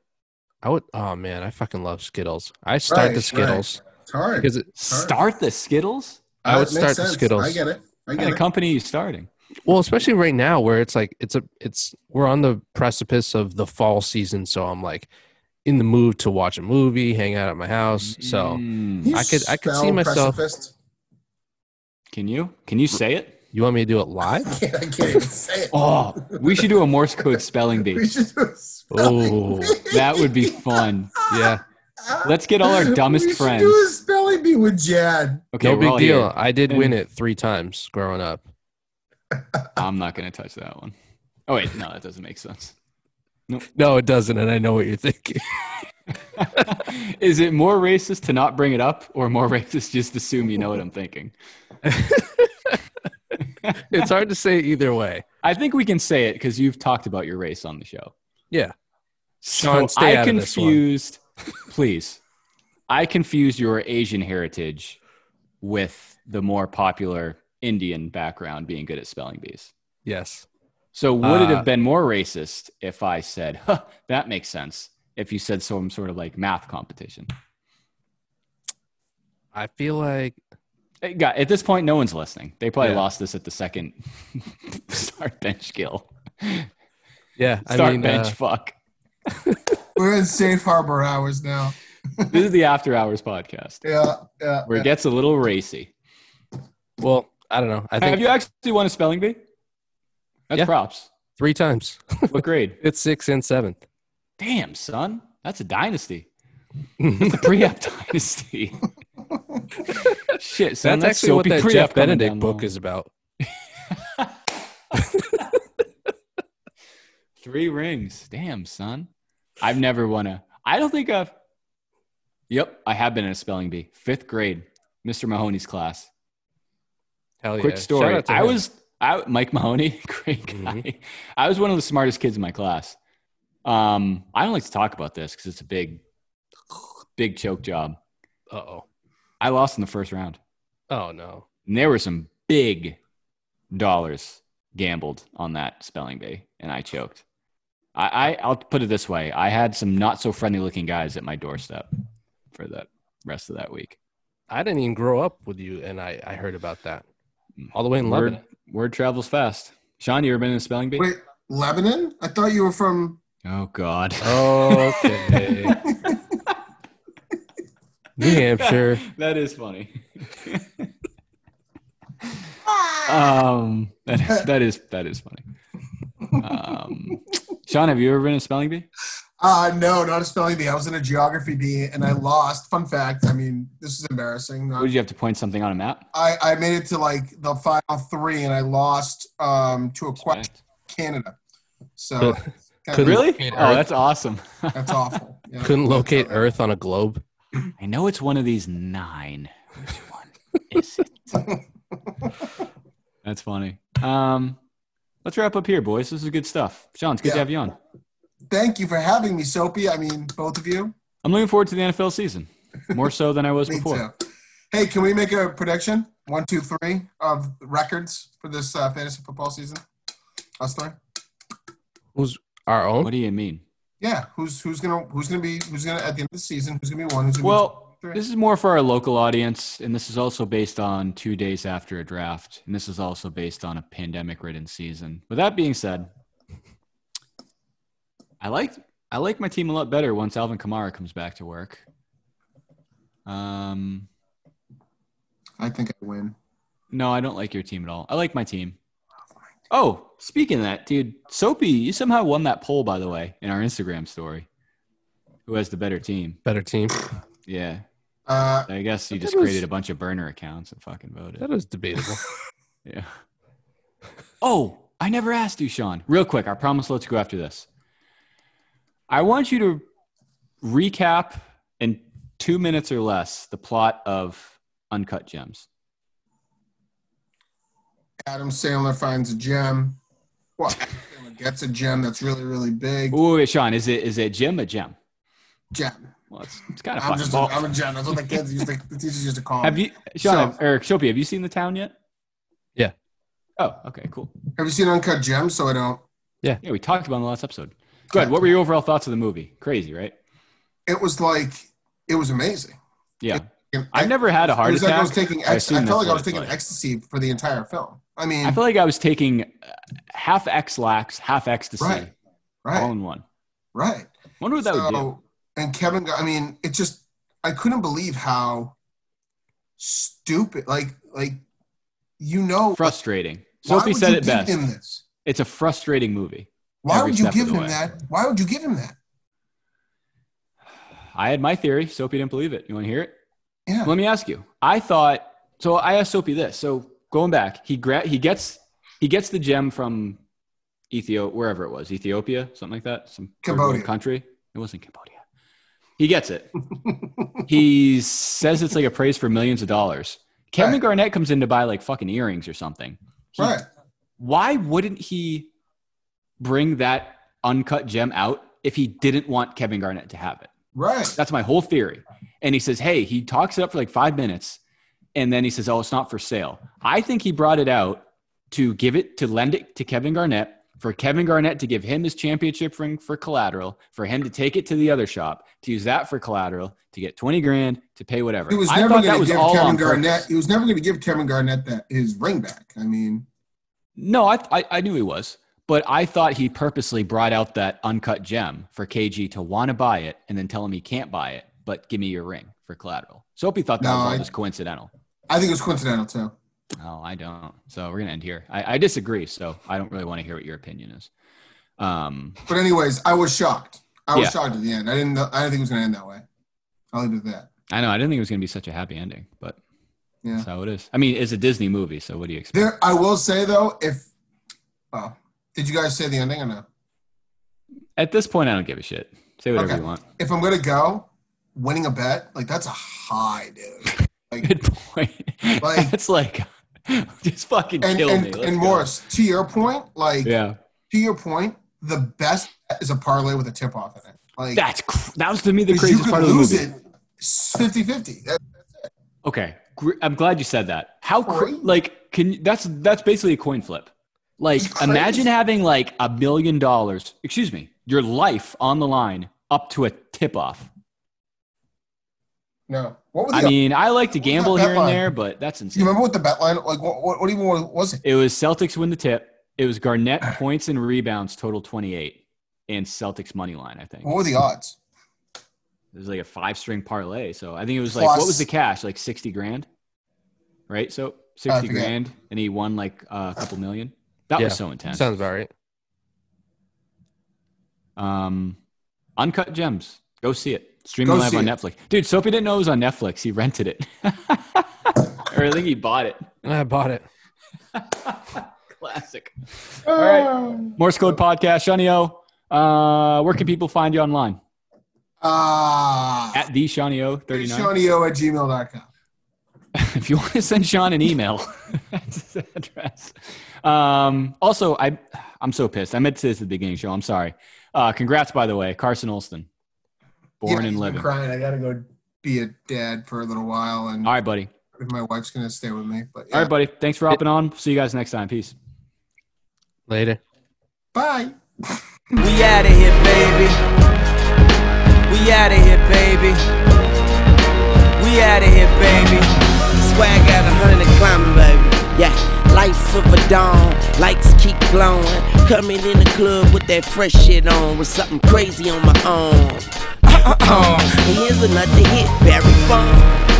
S4: I would. Oh man, I fucking love Skittles. I start
S3: Right,
S4: the
S3: right.
S4: Skittles
S3: It's hard.
S4: because it,
S2: Start the Skittles?
S4: I
S3: Uh,
S4: would
S3: it
S4: start
S3: makes
S4: the
S3: sense.
S4: Skittles.
S3: I get it. I
S2: What
S3: get
S2: kind of
S3: it.
S2: company are you starting?
S4: well, especially right now where it's like it's a it's we're on the precipice of the fall season, so I'm like in the mood to watch a movie, hang out at my house. So
S2: Mm.
S3: You
S4: I could- I could see
S3: spell
S4: myself-
S3: pacifist?
S2: can you can you say it?
S4: you want me to do it live?
S3: I can't, I can't even say it.
S2: Oh, we should do a Morse code spelling
S3: We
S2: bee.
S3: should do a spelling
S4: Oh,
S3: bee.
S2: That would be fun.
S4: yeah.
S2: Let's get all our dumbest
S3: we should
S2: friends.
S3: Do a spelling bee with Jad.
S2: Okay,
S4: no
S2: we're
S4: big
S2: all
S4: deal.
S2: here.
S4: I did
S2: And-
S4: win it three times growing up.
S2: I'm not gonna touch that one. Oh wait, no, that doesn't make sense.
S4: No, it doesn't, and I know what you're thinking.
S2: Is it more racist to not bring it up, or more racist just assume you know what I'm thinking?
S4: it's hard to say either way.
S2: I think we can say it because you've talked about your race on the show.
S4: Yeah.
S2: So
S4: Sean, stay
S2: I
S4: out of this one.
S2: confused, please. I confused your Asian heritage with the more popular Indian background being good at spelling bees.
S4: Yes.
S2: So would it
S4: Uh,
S2: have been more racist if I said, huh, that makes sense, if you said some sort of like math competition?
S4: I feel like
S2: Hey, Eh, guy, At this point, no one's listening. They probably
S4: Yeah.
S2: lost this at the second start bench kill.
S4: yeah,
S2: Start
S4: I mean
S2: bench
S4: uh,
S2: fuck.
S3: We're in safe harbor hours now.
S2: This is the after hours podcast
S3: Yeah, yeah.
S2: where
S3: yeah.
S2: it gets a little racy.
S4: well, I don't know. I
S2: Have
S4: think
S2: you actually won a spelling bee? That's
S4: Yeah.
S2: props.
S4: three times.
S2: What grade?
S4: It's sixth and seventh.
S2: Damn, son. That's a dynasty. Pre-app dynasty. Shit, son,
S5: That's actually what
S2: Soapy
S5: that
S2: Priya
S5: Jeff
S2: coming
S5: Benedict
S2: down
S5: book
S2: low.
S5: is about.
S2: Three rings. Damn, son. I've never won a. I don't think I've. Yep, I have been in a spelling bee. Fifth grade, Mr. Mahoney's class.
S5: Hell yeah.
S2: Quick
S5: Shout
S2: story.
S5: out to
S2: I
S5: him. Mm-hmm.
S2: was I, Mike Mahoney, great guy. I was one of the smartest kids in my class. Um, I don't like to talk about this because it's a big, big choke job.
S4: Uh-oh.
S2: I lost in the first round.
S4: Oh no.
S2: And there were some big dollars gambled on that spelling bee, and I choked. I, I I'll put it this way: I had some not so friendly looking guys at my doorstep for the rest of that week.
S4: I didn't even grow up with you and I, I heard about that.
S2: Mm.
S4: All the way in
S2: Word,
S4: Lebanon.
S2: word travels fast. Sean, you ever been in a spelling bee?
S3: Wait, Lebanon? I thought you were from.
S2: Oh God.
S4: Okay.
S5: New Hampshire.
S2: that is funny. um, that is, that is that is funny. Um, Sean, have you ever been in a spelling bee?
S3: Uh, no, not a spelling bee. I was in a geography bee and I lost. Fun fact. I mean, this is embarrassing.
S2: Would you have to point something on a map?
S3: I, I made it to like the final three and I lost um, to a question
S2: Respect.
S3: Canada. So
S4: Couldn't-
S2: Really?
S4: Locate
S2: Oh,
S4: Earth.
S2: that's awesome.
S3: that's awful. Yeah.
S4: Couldn't locate Earth on a globe.
S2: I know it's one of these nine. Which one is it? that's funny. Um, let's wrap up here, boys. This is good stuff. Sean, it's good to
S3: Yeah.
S2: have you on.
S3: Thank you for having me, Soapy. I mean, both of you.
S2: I'm looking forward to the NFL season more so than I was
S3: Me
S2: before.
S3: too. Hey, can we make a prediction? One, two, three of records for this uh, fantasy football season. Us three.
S2: What
S4: Our own?
S2: do you mean?
S3: Yeah. Who's who's gonna who's gonna be who's gonna at the end of the season? Who's gonna be one? Who's gonna
S2: Well,
S3: be two, three?
S2: this is more for our local audience, and this is also based on two days after a draft, and this is also based on a pandemic-ridden season. With that being said, I like I like my team a lot better once Alvin Kamara comes back to work. Um,
S3: I think I win.
S2: no, I don't like your team at all. I like my team. Oh, speaking of that, dude, Soapy, you somehow won that poll, by the way, in our Instagram story. Who has the better team?
S4: Better team.
S2: Yeah.
S3: Uh,
S2: I guess you
S4: That
S2: just
S4: was-
S2: created a bunch of burner accounts and fucking voted.
S4: That is debatable.
S2: Yeah. Oh, I never asked you, Sean. Real quick, I promise let's go after this. I want you to recap in two minutes or less the plot of Uncut Gems.
S3: Adam Sandler finds a gem. Well, Adam Sandler gets a gem that's really really big.
S2: Ooh, wait, Sean, is it is it Jim a gem?
S3: Gem.
S2: Well, it's, it's kind of
S3: I'm
S2: fucking
S3: just a,
S2: ball.
S3: I'm a gem. That's what the kids used to, the teachers used to call.
S2: Have
S3: me.
S2: you, Sean
S3: So-
S2: or Shopi? Have you seen the town yet?
S4: Yeah.
S2: Oh, okay, cool.
S3: Have you seen Uncut Gems? So I don't.
S2: Yeah, we talked about it in the last episode. Good. What were your overall thoughts of the movie? Crazy, right?
S3: It was like it was amazing.
S2: Yeah.
S3: And I-
S2: I've never had a
S3: it
S2: heart
S3: was
S2: attack.
S3: like I was taking.
S2: I
S3: Ex- I,
S2: assume
S3: felt
S2: that's
S3: like I
S2: what
S3: was
S2: it's
S3: taking
S2: like.
S3: ecstasy for the entire film. I mean,
S2: I feel like I was taking uh, half X lax, half ecstasy,
S3: right,
S2: all
S3: right,
S2: in one.
S3: right.
S2: Wonder what that would do.
S3: So, and Kevin, got- I mean, it just I couldn't believe how stupid. Like, like you know,
S2: Frustrating.
S3: why
S2: Sophie
S3: would
S2: said
S3: you
S2: it
S3: give
S2: best.
S3: Him this?
S2: It's a frustrating movie.
S3: Why
S2: every
S3: would you
S2: step of
S3: give
S2: the
S3: him
S2: way.
S3: that? Why would you give him that?
S2: I had my theory. Soapy didn't believe it. You want to hear it?
S3: Yeah.
S2: Let me ask you. I thought so. I asked Soapy this. So going back, he gra- he gets he gets the gem from Ethiopia, wherever it was, Ethiopia, something like that, some third world
S3: Cambodia.
S2: country. It wasn't Cambodia. He gets it. he says it's like a praise for millions of dollars. Kevin
S3: Right.
S2: Garnett comes in to buy like fucking earrings or something. He-
S3: right.
S2: Why wouldn't he bring that uncut gem out if he didn't want Kevin Garnett to have it?
S3: Right.
S2: That's my whole theory. And he says, Hey, he talks it up for like five minutes. And then he says, Oh, it's not for sale. I think he brought it out to give it, to lend it to Kevin Garnett, for Kevin Garnett to give him his championship ring for collateral, for him to take it to the other shop, to use that for collateral, to get 20 grand, to pay whatever.
S3: He was
S2: I
S3: never
S2: thought
S3: going
S2: that
S3: to
S2: was
S3: give
S2: all
S3: Kevin
S2: on purpose.
S3: Garnett. He was never going to give Kevin Garnett that his ring back. I mean,
S2: No, I, I, I knew he was, but I thought he purposely brought out that uncut gem for KG to want to buy it and then tell him he can't buy it, but give me your ring for collateral. Soapy thought that
S3: No,
S2: was all
S3: I-
S2: just coincidental.
S3: I think it was coincidental too.
S2: No, I don't. So we're gonna end here. I, I disagree. So I don't really want to hear what your opinion is. Um,
S3: But anyways, I was shocked. I was
S2: Yeah.
S3: shocked at the end. I didn't. know- I didn't think it was going to end that way. I'll leave it at that.
S2: I know I didn't think it was gonna be such a happy ending, but
S3: Yeah.
S2: That's how it is. I mean, it's a Disney movie, so what do you expect?
S3: There, I will say though, if oh, did you guys say the ending or no?
S2: At this point, I don't give a shit. Say whatever
S3: Okay.
S2: you want.
S3: If I'm gonna go, winning a bet like that's a high, dude. Like,
S2: Good point.
S3: Like-
S2: That's like just fucking
S3: and
S2: kill
S3: and,
S2: me. Let's
S3: and
S2: go.
S3: Morris, to your point, like
S2: Yeah,
S3: to your point, the best is a parlay with a tip off in it. Like
S2: that's cr- that was to me the
S3: 'cause you
S2: craziest
S3: could
S2: part of the
S3: lose
S2: movie.
S3: it 50-50. That-
S2: Okay, gr- I'm glad you said that. How cra-
S3: Crazy.
S2: like can you, that's that's basically a coin flip. Like
S3: It's crazy.
S2: imagine having like a million dollars, excuse me, your life on the line up to a tip off.
S3: no, what was the?
S2: I mean, I like to
S3: What's that
S2: gamble
S3: bet
S2: here and
S3: line?
S2: there, but that's
S3: do you
S2: insane.
S3: remember what the bet line? Like what? What, what even was it?
S2: It was Celtics win the tip. It was Garnett points and rebounds total 28 and Celtics money line, I think.
S3: What were the odds?
S2: It was like a five string parlay. So I think it was like what
S3: Plus-
S2: was the cash? Like 60 grand. Right? So
S3: I
S2: 60
S3: forget.
S2: grand and he won like uh, a couple million. That
S4: Yeah.
S2: was so intense.
S4: Sounds about right.
S2: Um, Uncut Gems. Go see it. Streaming
S3: Go
S2: live
S3: see
S2: on
S3: it.
S2: Netflix. Dude, Soapy didn't know it was on Netflix. He rented it. or I think he bought it.
S4: I bought it.
S2: Classic. All right.
S3: Oh.
S2: Morse Code Podcast. Shawnee O. Uh, where can people find you online?
S3: Ah.
S2: At the Shawnee O 39.
S3: Shawneo at gmail.com.
S2: if you want to send Sean an email, that's his address. Um, also, I, I'm so pissed. I meant to say this at the beginning of the show. I'm sorry. Uh, congrats, by the way, Carson Olston. Born
S3: Yeah,
S2: and
S3: he's been
S2: living. All
S3: Crying. I gotta go be a dad for a little while, and
S2: right, buddy.
S3: my wife's gonna stay with me. But
S2: All
S3: yeah.
S2: right, buddy. Thanks for hopping on. See you guys next time. Peace.
S4: Later.
S3: bye.
S6: We out of here, baby. We out of here, baby. We out of here, baby. Swag out a hundred climbing, baby. Yeah, lights of a dawn, lights keep glowing. Coming in the club with that fresh shit on, with something crazy on my arm. Uh-uh-uh. And here's another hit, Barry Bond.